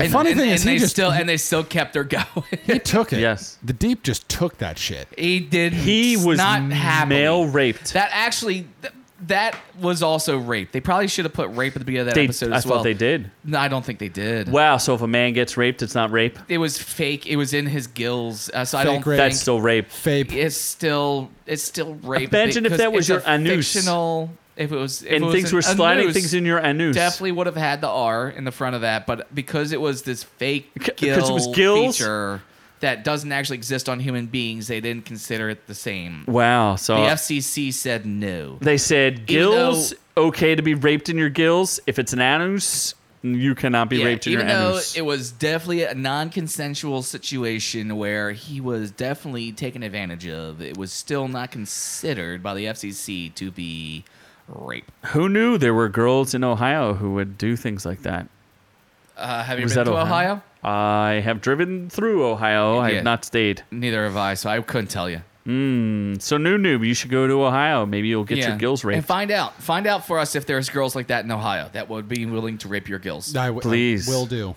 [SPEAKER 2] And-
[SPEAKER 3] funny
[SPEAKER 2] and-
[SPEAKER 3] thing
[SPEAKER 2] and
[SPEAKER 3] is,
[SPEAKER 2] they
[SPEAKER 3] he just
[SPEAKER 2] still and they still kept her going.
[SPEAKER 3] he took it.
[SPEAKER 5] Yes.
[SPEAKER 3] the deep just took that shit.
[SPEAKER 2] he did.
[SPEAKER 5] He was
[SPEAKER 2] not happy.
[SPEAKER 5] male raped.
[SPEAKER 2] That actually, th- that was also rape. They probably should have put rape at the beginning of that
[SPEAKER 5] They-
[SPEAKER 2] episode
[SPEAKER 5] I
[SPEAKER 2] as
[SPEAKER 5] thought
[SPEAKER 2] well.
[SPEAKER 5] they did.
[SPEAKER 2] No, I don't think they did.
[SPEAKER 5] Wow. So if a man gets raped, it's not rape.
[SPEAKER 2] It was fake. It was in his gills. Uh, so I
[SPEAKER 3] Fake
[SPEAKER 2] don't
[SPEAKER 3] rape.
[SPEAKER 2] think
[SPEAKER 5] That's still rape.
[SPEAKER 3] Fape.
[SPEAKER 2] it's still it's still rape.
[SPEAKER 5] Imagine if
[SPEAKER 2] because
[SPEAKER 5] that was
[SPEAKER 2] it's
[SPEAKER 5] your
[SPEAKER 2] a
[SPEAKER 5] anus.
[SPEAKER 2] Fictional. If it was, if it
[SPEAKER 5] and
[SPEAKER 2] was
[SPEAKER 5] things
[SPEAKER 2] an
[SPEAKER 5] were sliding
[SPEAKER 2] anus,
[SPEAKER 5] things in your anus.
[SPEAKER 2] Definitely would have had the R in the front of that, but because it was this fake
[SPEAKER 5] Because
[SPEAKER 2] gill
[SPEAKER 5] it was gills?
[SPEAKER 2] feature that doesn't actually exist on human beings, they didn't consider it the same.
[SPEAKER 5] Wow. So
[SPEAKER 2] The FCC said no.
[SPEAKER 5] they said
[SPEAKER 2] Even
[SPEAKER 5] gills okay to be raped in your gills. If it's an anus, you cannot be
[SPEAKER 2] Yeah,
[SPEAKER 5] raped in your
[SPEAKER 2] even though
[SPEAKER 5] anus.
[SPEAKER 2] it was definitely a non-consensual situation where he was definitely taken advantage of, it was still not considered by the FCC to be rape.
[SPEAKER 5] Who knew there were girls in Ohio who would do things like that?
[SPEAKER 2] Uh, have you
[SPEAKER 5] Was
[SPEAKER 2] been
[SPEAKER 5] that
[SPEAKER 2] to
[SPEAKER 5] Ohio?
[SPEAKER 2] Ohio?
[SPEAKER 5] I have driven through Ohio. I
[SPEAKER 2] Yeah.
[SPEAKER 5] have not stayed.
[SPEAKER 2] Neither have I, so I couldn't tell you.
[SPEAKER 5] So new noob, you should go to Ohio. Maybe you'll get
[SPEAKER 2] Yeah.
[SPEAKER 5] your gills
[SPEAKER 2] And
[SPEAKER 5] raped.
[SPEAKER 2] find out. Find out for us if there's girls like that in Ohio that would be willing to rape your gills.
[SPEAKER 3] I w- I
[SPEAKER 5] Please.
[SPEAKER 3] will do.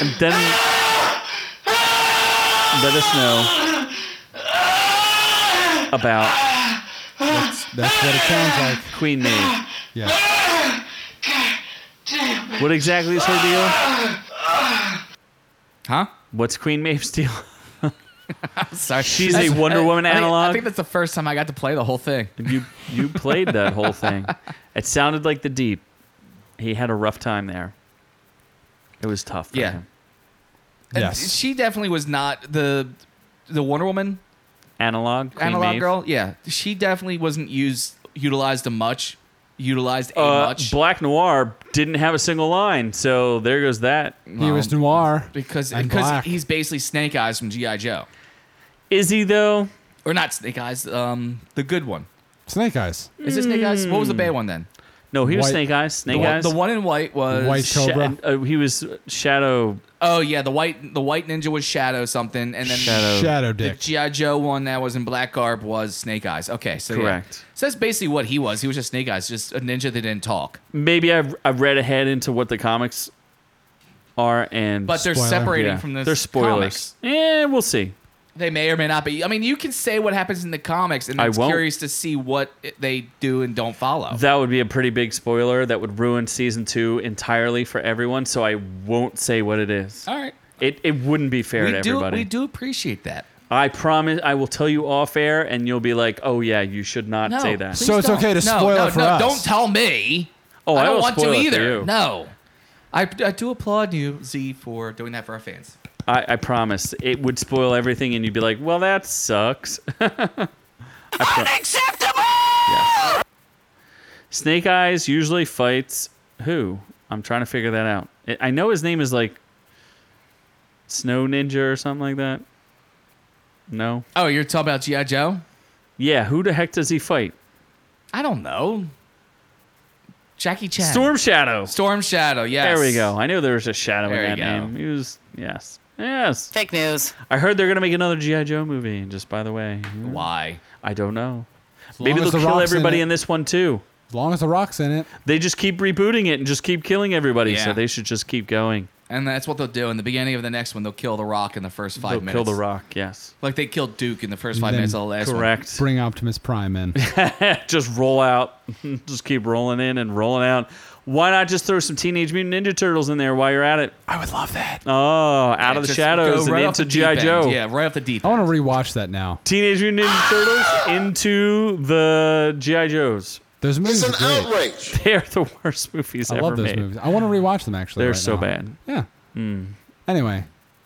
[SPEAKER 5] And then let us know about
[SPEAKER 3] That's what it sounds like.
[SPEAKER 5] Queen Maeve.
[SPEAKER 3] Yeah.
[SPEAKER 5] What exactly is her deal?
[SPEAKER 2] Huh?
[SPEAKER 5] What's Queen Maeve's deal?
[SPEAKER 2] Sorry.
[SPEAKER 5] She's a Wonder Woman
[SPEAKER 2] I think- I
[SPEAKER 5] analog.
[SPEAKER 2] think that's the first time I got to play the whole thing.
[SPEAKER 5] You you played that whole thing. It sounded like the deep. He had a rough time there. It was tough. For
[SPEAKER 2] Yeah.
[SPEAKER 5] him.
[SPEAKER 3] Yes.
[SPEAKER 2] She definitely was not the the Wonder Woman
[SPEAKER 5] Analog. Queen
[SPEAKER 2] analog
[SPEAKER 5] Maeve.
[SPEAKER 2] girl. Yeah, she definitely wasn't used utilized a much utilized a
[SPEAKER 5] Uh,
[SPEAKER 2] much
[SPEAKER 5] Black Noir didn't have a single line, so there goes that.
[SPEAKER 3] he was
[SPEAKER 5] Um,
[SPEAKER 3] noir.
[SPEAKER 2] because
[SPEAKER 3] and
[SPEAKER 2] because
[SPEAKER 3] black.
[SPEAKER 2] he's basically Snake Eyes from GI Joe
[SPEAKER 5] Is he though?
[SPEAKER 2] or not Snake Eyes, um, the good one.
[SPEAKER 3] Snake Eyes.
[SPEAKER 2] Is it Snake Eyes? What was
[SPEAKER 5] Hmm.
[SPEAKER 2] the bad one then?
[SPEAKER 5] No, he was
[SPEAKER 3] White-
[SPEAKER 5] Snake Eyes.
[SPEAKER 2] The
[SPEAKER 5] Snake
[SPEAKER 2] one,
[SPEAKER 5] Eyes.
[SPEAKER 2] the one in white was
[SPEAKER 3] White
[SPEAKER 5] Sha-
[SPEAKER 3] Cobra.
[SPEAKER 5] uh, he was Shadow.
[SPEAKER 2] Oh yeah, the white the white ninja was Shadow something, and then
[SPEAKER 5] Shadow.
[SPEAKER 3] Shadow
[SPEAKER 2] the
[SPEAKER 3] Dick.
[SPEAKER 2] GI Joe one that was in black garb was Snake Eyes. Okay, so yeah.
[SPEAKER 5] Correct.
[SPEAKER 2] So that's basically what he was. He was just Snake Eyes, just a ninja that didn't talk.
[SPEAKER 5] Maybe I've I've read ahead into what the comics are and
[SPEAKER 2] But they're
[SPEAKER 3] Spoiler.
[SPEAKER 2] separating
[SPEAKER 5] yeah,
[SPEAKER 2] from this.
[SPEAKER 5] they're
[SPEAKER 2] comics.
[SPEAKER 5] spoilers. Yeah, we'll see.
[SPEAKER 2] They may or may not be. I mean, you can say what happens in the comics, and
[SPEAKER 5] I
[SPEAKER 2] I'm
[SPEAKER 5] won't.
[SPEAKER 2] curious to see what it- they do and don't follow.
[SPEAKER 5] That would be a pretty big spoiler. That would ruin season two entirely for everyone. So I won't say what it is.
[SPEAKER 2] All right,
[SPEAKER 5] It it wouldn't be fair to
[SPEAKER 2] we do
[SPEAKER 5] everybody.
[SPEAKER 2] we do appreciate that.
[SPEAKER 5] I promise. I will tell you off air, and you'll be like, "Oh yeah, you should not
[SPEAKER 2] No,
[SPEAKER 5] say that."
[SPEAKER 2] please
[SPEAKER 3] So it's
[SPEAKER 2] don't.
[SPEAKER 3] okay to
[SPEAKER 2] No,
[SPEAKER 3] spoil
[SPEAKER 2] no,
[SPEAKER 3] it for
[SPEAKER 2] no,
[SPEAKER 3] us.
[SPEAKER 2] Don't tell me.
[SPEAKER 5] Oh,
[SPEAKER 2] I
[SPEAKER 5] I
[SPEAKER 2] don't
[SPEAKER 5] will
[SPEAKER 2] want
[SPEAKER 5] spoil
[SPEAKER 2] to
[SPEAKER 5] it for
[SPEAKER 2] either.
[SPEAKER 5] you.
[SPEAKER 2] No, I, I do applaud you, Z, for doing that for our fans.
[SPEAKER 5] I, I promise. It would spoil everything, and you'd be like, "Well, that sucks."
[SPEAKER 6] Unacceptable!
[SPEAKER 5] Snake Eyes usually fights who? I'm trying to figure that out. I- I know his name is like Snow Ninja or something like that. No.
[SPEAKER 2] Oh, you're talking about GI Joe?
[SPEAKER 5] Yeah. Who the heck does he fight?
[SPEAKER 2] I don't know. Jackie Chan.
[SPEAKER 5] Storm Shadow.
[SPEAKER 2] Storm Shadow. Yes.
[SPEAKER 5] There we go. I knew there was a shadow
[SPEAKER 2] There you
[SPEAKER 5] in that
[SPEAKER 2] go.
[SPEAKER 5] name. He was yes, yes.
[SPEAKER 6] Fake news.
[SPEAKER 5] I heard they're gonna make another GI Joe movie. and Just by the way,
[SPEAKER 2] Why?
[SPEAKER 5] I don't know.
[SPEAKER 3] long
[SPEAKER 5] Maybe
[SPEAKER 3] as
[SPEAKER 5] they'll
[SPEAKER 3] The
[SPEAKER 5] kill
[SPEAKER 3] Rock's in
[SPEAKER 5] everybody
[SPEAKER 3] it.
[SPEAKER 5] in, this one too.
[SPEAKER 3] As long as the rock's in it.
[SPEAKER 5] They just keep rebooting it and just keep killing everybody.
[SPEAKER 2] Yeah.
[SPEAKER 5] So they should just keep going.
[SPEAKER 2] And that's what they'll do in the beginning of the next one. They'll kill the Rock in the first 5
[SPEAKER 5] They'll
[SPEAKER 2] minutes.
[SPEAKER 5] kill the Rock. Yes,
[SPEAKER 2] Like they killed Duke in the first five
[SPEAKER 3] Then-
[SPEAKER 2] minutes of the last one.
[SPEAKER 5] correct.
[SPEAKER 3] Bring Optimus Prime in.
[SPEAKER 5] just roll out. just keep rolling in and rolling out. Why not just throw some Teenage Mutant Ninja Turtles in there while you're at it?
[SPEAKER 3] I would love that.
[SPEAKER 5] Oh, out
[SPEAKER 2] Yeah,
[SPEAKER 5] of the
[SPEAKER 2] just
[SPEAKER 5] shadows
[SPEAKER 2] go
[SPEAKER 5] and
[SPEAKER 2] right off
[SPEAKER 5] into
[SPEAKER 2] the
[SPEAKER 5] GI
[SPEAKER 2] deep
[SPEAKER 5] Joe. Oh,
[SPEAKER 2] end. Yeah, right off the deep.
[SPEAKER 3] I
[SPEAKER 2] End.
[SPEAKER 3] want to rewatch that now.
[SPEAKER 5] Teenage Mutant Ninja Turtles into the GI Joes.
[SPEAKER 3] Those movies
[SPEAKER 7] It's
[SPEAKER 3] are
[SPEAKER 7] an
[SPEAKER 3] great.
[SPEAKER 7] outrage.
[SPEAKER 5] They are the worst movies
[SPEAKER 3] I
[SPEAKER 5] ever
[SPEAKER 3] love those
[SPEAKER 5] made.
[SPEAKER 3] movies. I want to rewatch them actually.
[SPEAKER 5] They're
[SPEAKER 3] right
[SPEAKER 5] so
[SPEAKER 3] now.
[SPEAKER 5] bad.
[SPEAKER 3] Yeah. Anyway,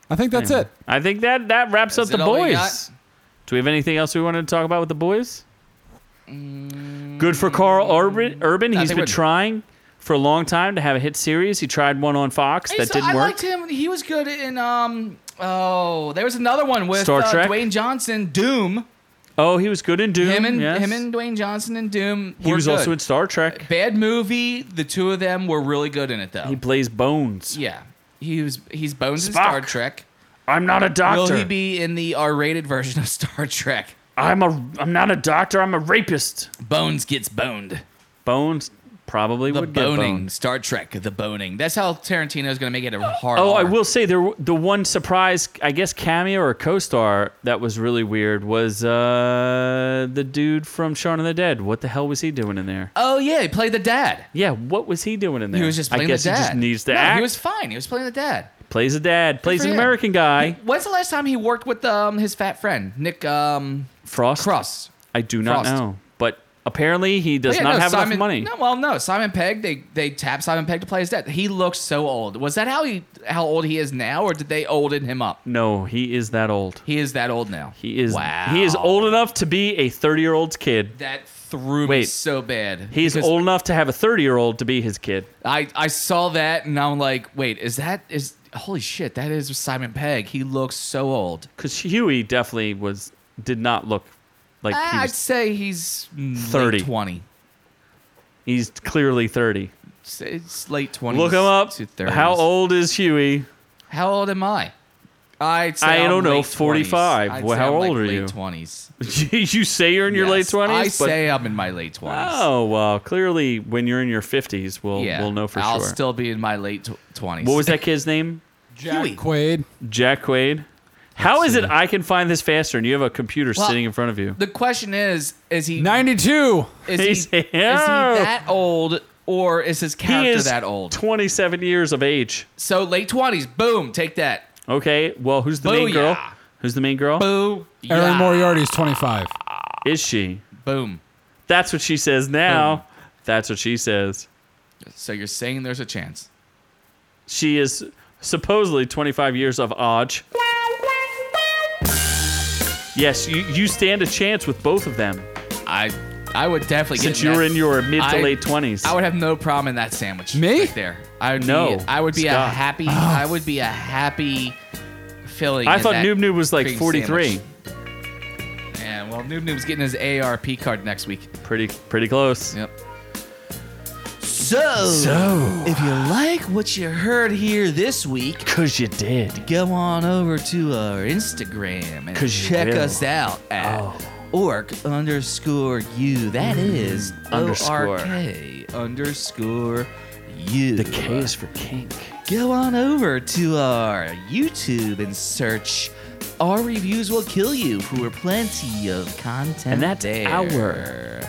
[SPEAKER 3] I think that's it.
[SPEAKER 5] I think that that wraps
[SPEAKER 2] it
[SPEAKER 5] up the
[SPEAKER 2] all we
[SPEAKER 5] boys.
[SPEAKER 2] got?
[SPEAKER 5] Do we have anything else we wanted to talk about with the boys? Good for Carl Urban. Urban.
[SPEAKER 2] Mm, I
[SPEAKER 5] He's
[SPEAKER 2] think
[SPEAKER 5] been
[SPEAKER 2] we're-
[SPEAKER 5] trying for a long time to have a hit series. He tried one on Fox
[SPEAKER 2] Hey,
[SPEAKER 5] that
[SPEAKER 2] so
[SPEAKER 5] didn't
[SPEAKER 2] I
[SPEAKER 5] work.
[SPEAKER 2] liked him. He was good in um. Oh, there was another one with
[SPEAKER 5] Star
[SPEAKER 2] uh,
[SPEAKER 5] Trek?
[SPEAKER 2] Dwayne Johnson, Doom.
[SPEAKER 5] oh, he was good in Doom.
[SPEAKER 2] Him and
[SPEAKER 5] yes.
[SPEAKER 2] him and Dwayne Johnson in Doom.
[SPEAKER 5] he
[SPEAKER 2] were
[SPEAKER 5] was also
[SPEAKER 2] good.
[SPEAKER 5] in Star Trek.
[SPEAKER 2] Bad movie. The two of them were really good in it though.
[SPEAKER 5] He plays Bones.
[SPEAKER 2] yeah, he was. He's Bones in
[SPEAKER 5] Spock.
[SPEAKER 2] Star Trek.
[SPEAKER 5] I'm not a doctor.
[SPEAKER 2] Will he be in the R-rated version of Star Trek?
[SPEAKER 5] I'm a. I'm not a doctor. I'm a rapist.
[SPEAKER 2] Bones gets boned.
[SPEAKER 5] Bones probably
[SPEAKER 2] The
[SPEAKER 5] would get
[SPEAKER 2] boning,
[SPEAKER 5] boned.
[SPEAKER 2] Star Trek, the boning. That's how Tarantino's going to make it a hard.
[SPEAKER 5] Oh, I
[SPEAKER 2] R.
[SPEAKER 5] will say there w- the one surprise, I guess cameo or co-star that was really weird was uh, the dude from Shaun of the Dead. What the hell was he doing in there?
[SPEAKER 2] Oh yeah, he played the dad.
[SPEAKER 5] Yeah, what was he doing in there?
[SPEAKER 2] He was just playing
[SPEAKER 5] I guess
[SPEAKER 2] the dad.
[SPEAKER 5] he just needs to
[SPEAKER 2] no,
[SPEAKER 5] act.
[SPEAKER 2] He was fine. He was playing the dad.
[SPEAKER 5] plays a dad, plays
[SPEAKER 2] for
[SPEAKER 5] an
[SPEAKER 2] him.
[SPEAKER 5] American guy.
[SPEAKER 2] When's the last time he worked with um, his fat friend Nick um,
[SPEAKER 5] Frost.
[SPEAKER 2] Cross?
[SPEAKER 5] I do not
[SPEAKER 2] Frost. Oh,
[SPEAKER 5] know, but apparently he does
[SPEAKER 2] Yeah,
[SPEAKER 5] not
[SPEAKER 2] no,
[SPEAKER 5] have
[SPEAKER 2] Simon,
[SPEAKER 5] enough money.
[SPEAKER 2] No, well, no. Simon Pegg, they they tapped Simon Pegg to play his dad. He looks so old. Was that how he how old he is now, or did they olden him up?
[SPEAKER 5] No, he is that old.
[SPEAKER 2] He is that old now.
[SPEAKER 5] He is.
[SPEAKER 2] Wow.
[SPEAKER 5] He is old enough to be a thirty-year-old's kid.
[SPEAKER 2] That threw me
[SPEAKER 5] Wait.
[SPEAKER 2] so bad.
[SPEAKER 5] He's
[SPEAKER 2] because
[SPEAKER 5] old enough to have a thirty-year-old to be his kid.
[SPEAKER 2] I I saw that and I'm like, wait, is that is holy shit? That is Simon Pegg. He looks so old.
[SPEAKER 5] Because Huey definitely was did not look like he
[SPEAKER 2] Ah, I'd
[SPEAKER 5] was,
[SPEAKER 2] say he's
[SPEAKER 5] 30.
[SPEAKER 2] late twenty.
[SPEAKER 5] he's clearly thirty.
[SPEAKER 2] It's, it's late twenties.
[SPEAKER 5] Look him up.
[SPEAKER 2] To 30s.
[SPEAKER 5] How old is Huey?
[SPEAKER 2] How old am I? I'd say
[SPEAKER 5] I
[SPEAKER 2] I'm
[SPEAKER 5] don't know,
[SPEAKER 2] late 20s.
[SPEAKER 5] 45.
[SPEAKER 2] I'd
[SPEAKER 5] Well,
[SPEAKER 2] say
[SPEAKER 5] how
[SPEAKER 2] I'm like
[SPEAKER 5] old are
[SPEAKER 2] late
[SPEAKER 5] you?
[SPEAKER 2] Twenties.
[SPEAKER 5] you say you're in your late twenties.
[SPEAKER 2] I say I'm in my late twenties.
[SPEAKER 5] Oh well, clearly when you're in your fifties, we'll
[SPEAKER 2] yeah.
[SPEAKER 5] we'll know for
[SPEAKER 2] I'll
[SPEAKER 5] sure.
[SPEAKER 2] still be in my late twenties.
[SPEAKER 5] what was that kid's name?
[SPEAKER 3] Jack
[SPEAKER 2] Huey.
[SPEAKER 3] Quaid.
[SPEAKER 5] Jack Quaid. How is it I can find this faster and you have a computer
[SPEAKER 2] Well,
[SPEAKER 5] sitting in front of you?
[SPEAKER 2] The question is, is he
[SPEAKER 3] 92.
[SPEAKER 2] is he,
[SPEAKER 5] He's
[SPEAKER 2] is he that old or is his
[SPEAKER 5] "Oh, He
[SPEAKER 2] character
[SPEAKER 5] is
[SPEAKER 2] that old?
[SPEAKER 5] 27 years of age.
[SPEAKER 2] So late twenties, boom, take that.
[SPEAKER 5] Okay, well, who's the main girl?
[SPEAKER 2] Booyah.
[SPEAKER 5] Who's the main girl?
[SPEAKER 2] Boom.
[SPEAKER 3] Aaron
[SPEAKER 2] Yeah.
[SPEAKER 3] Moriarty's 25.
[SPEAKER 5] Is she?
[SPEAKER 2] Boom.
[SPEAKER 5] That's what she says now.
[SPEAKER 2] Hmm.
[SPEAKER 5] That's what she says.
[SPEAKER 2] So you're saying there's a chance.
[SPEAKER 5] She is supposedly 25 years of age. Yes, you, you stand a chance with both of them
[SPEAKER 2] I I would definitely
[SPEAKER 5] since
[SPEAKER 2] get in
[SPEAKER 5] you're
[SPEAKER 2] that-
[SPEAKER 5] in your mid to
[SPEAKER 2] I-
[SPEAKER 5] late 20s.
[SPEAKER 2] I would have no problem in that sandwich.
[SPEAKER 3] Me?
[SPEAKER 2] right there. I would
[SPEAKER 5] No,
[SPEAKER 2] Be, I would be a
[SPEAKER 5] Scott.
[SPEAKER 2] happy. I would be a happy filling.
[SPEAKER 5] I
[SPEAKER 2] in
[SPEAKER 5] thought
[SPEAKER 2] that
[SPEAKER 5] Noob Noob was like
[SPEAKER 2] cream
[SPEAKER 5] 43.
[SPEAKER 2] sandwich. Yeah, well, Noob Noob's getting his ARP card next week.
[SPEAKER 5] Pretty pretty close.
[SPEAKER 2] Yep. So, so, if you like what you heard here this week,
[SPEAKER 5] Cause you did.
[SPEAKER 2] go on over to our Instagram and
[SPEAKER 5] 'Cause you Oh.
[SPEAKER 2] check
[SPEAKER 5] will.
[SPEAKER 2] us out at orc underscore you. That is
[SPEAKER 5] Mm. underscore.
[SPEAKER 2] O-R-K underscore you.
[SPEAKER 5] The K is for kink.
[SPEAKER 2] Go on over to our YouTube and search Our Reviews Will Kill You for plenty of content.
[SPEAKER 5] And that's
[SPEAKER 2] there.
[SPEAKER 5] our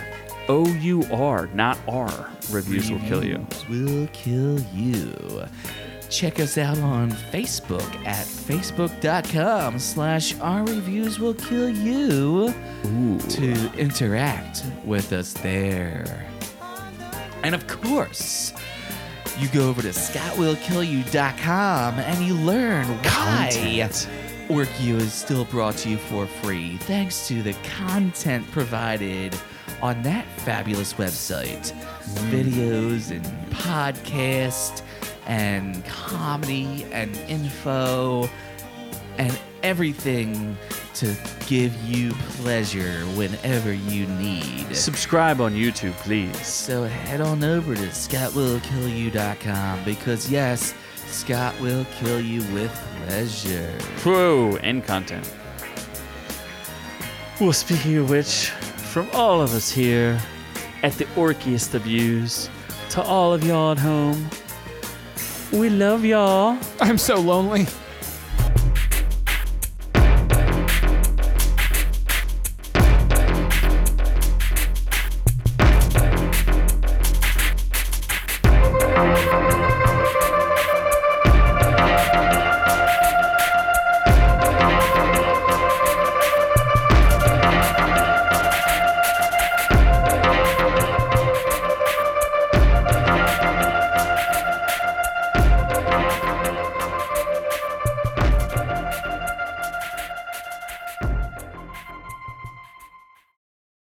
[SPEAKER 5] O U R, not R. Reviews will kill you.
[SPEAKER 2] Will kill you. Check us out on Facebook at facebook.com slash our reviews will kill you to interact with us there. And of course, you go over to scottwillkillyou.com and you learn why OrcU is still brought to you for free thanks to the content provided on that fabulous website. Videos and podcast and comedy and info and everything to give you pleasure whenever you need.
[SPEAKER 5] Subscribe on YouTube, please.
[SPEAKER 2] So head on over to scottwillkillyou.com because yes, Scott will kill you with pleasure.
[SPEAKER 5] Whoa, and content. Well, speaking of which, from all of us here at the Orkiest of Views, to all of y'all at home, we love y'all.
[SPEAKER 3] I'm so lonely.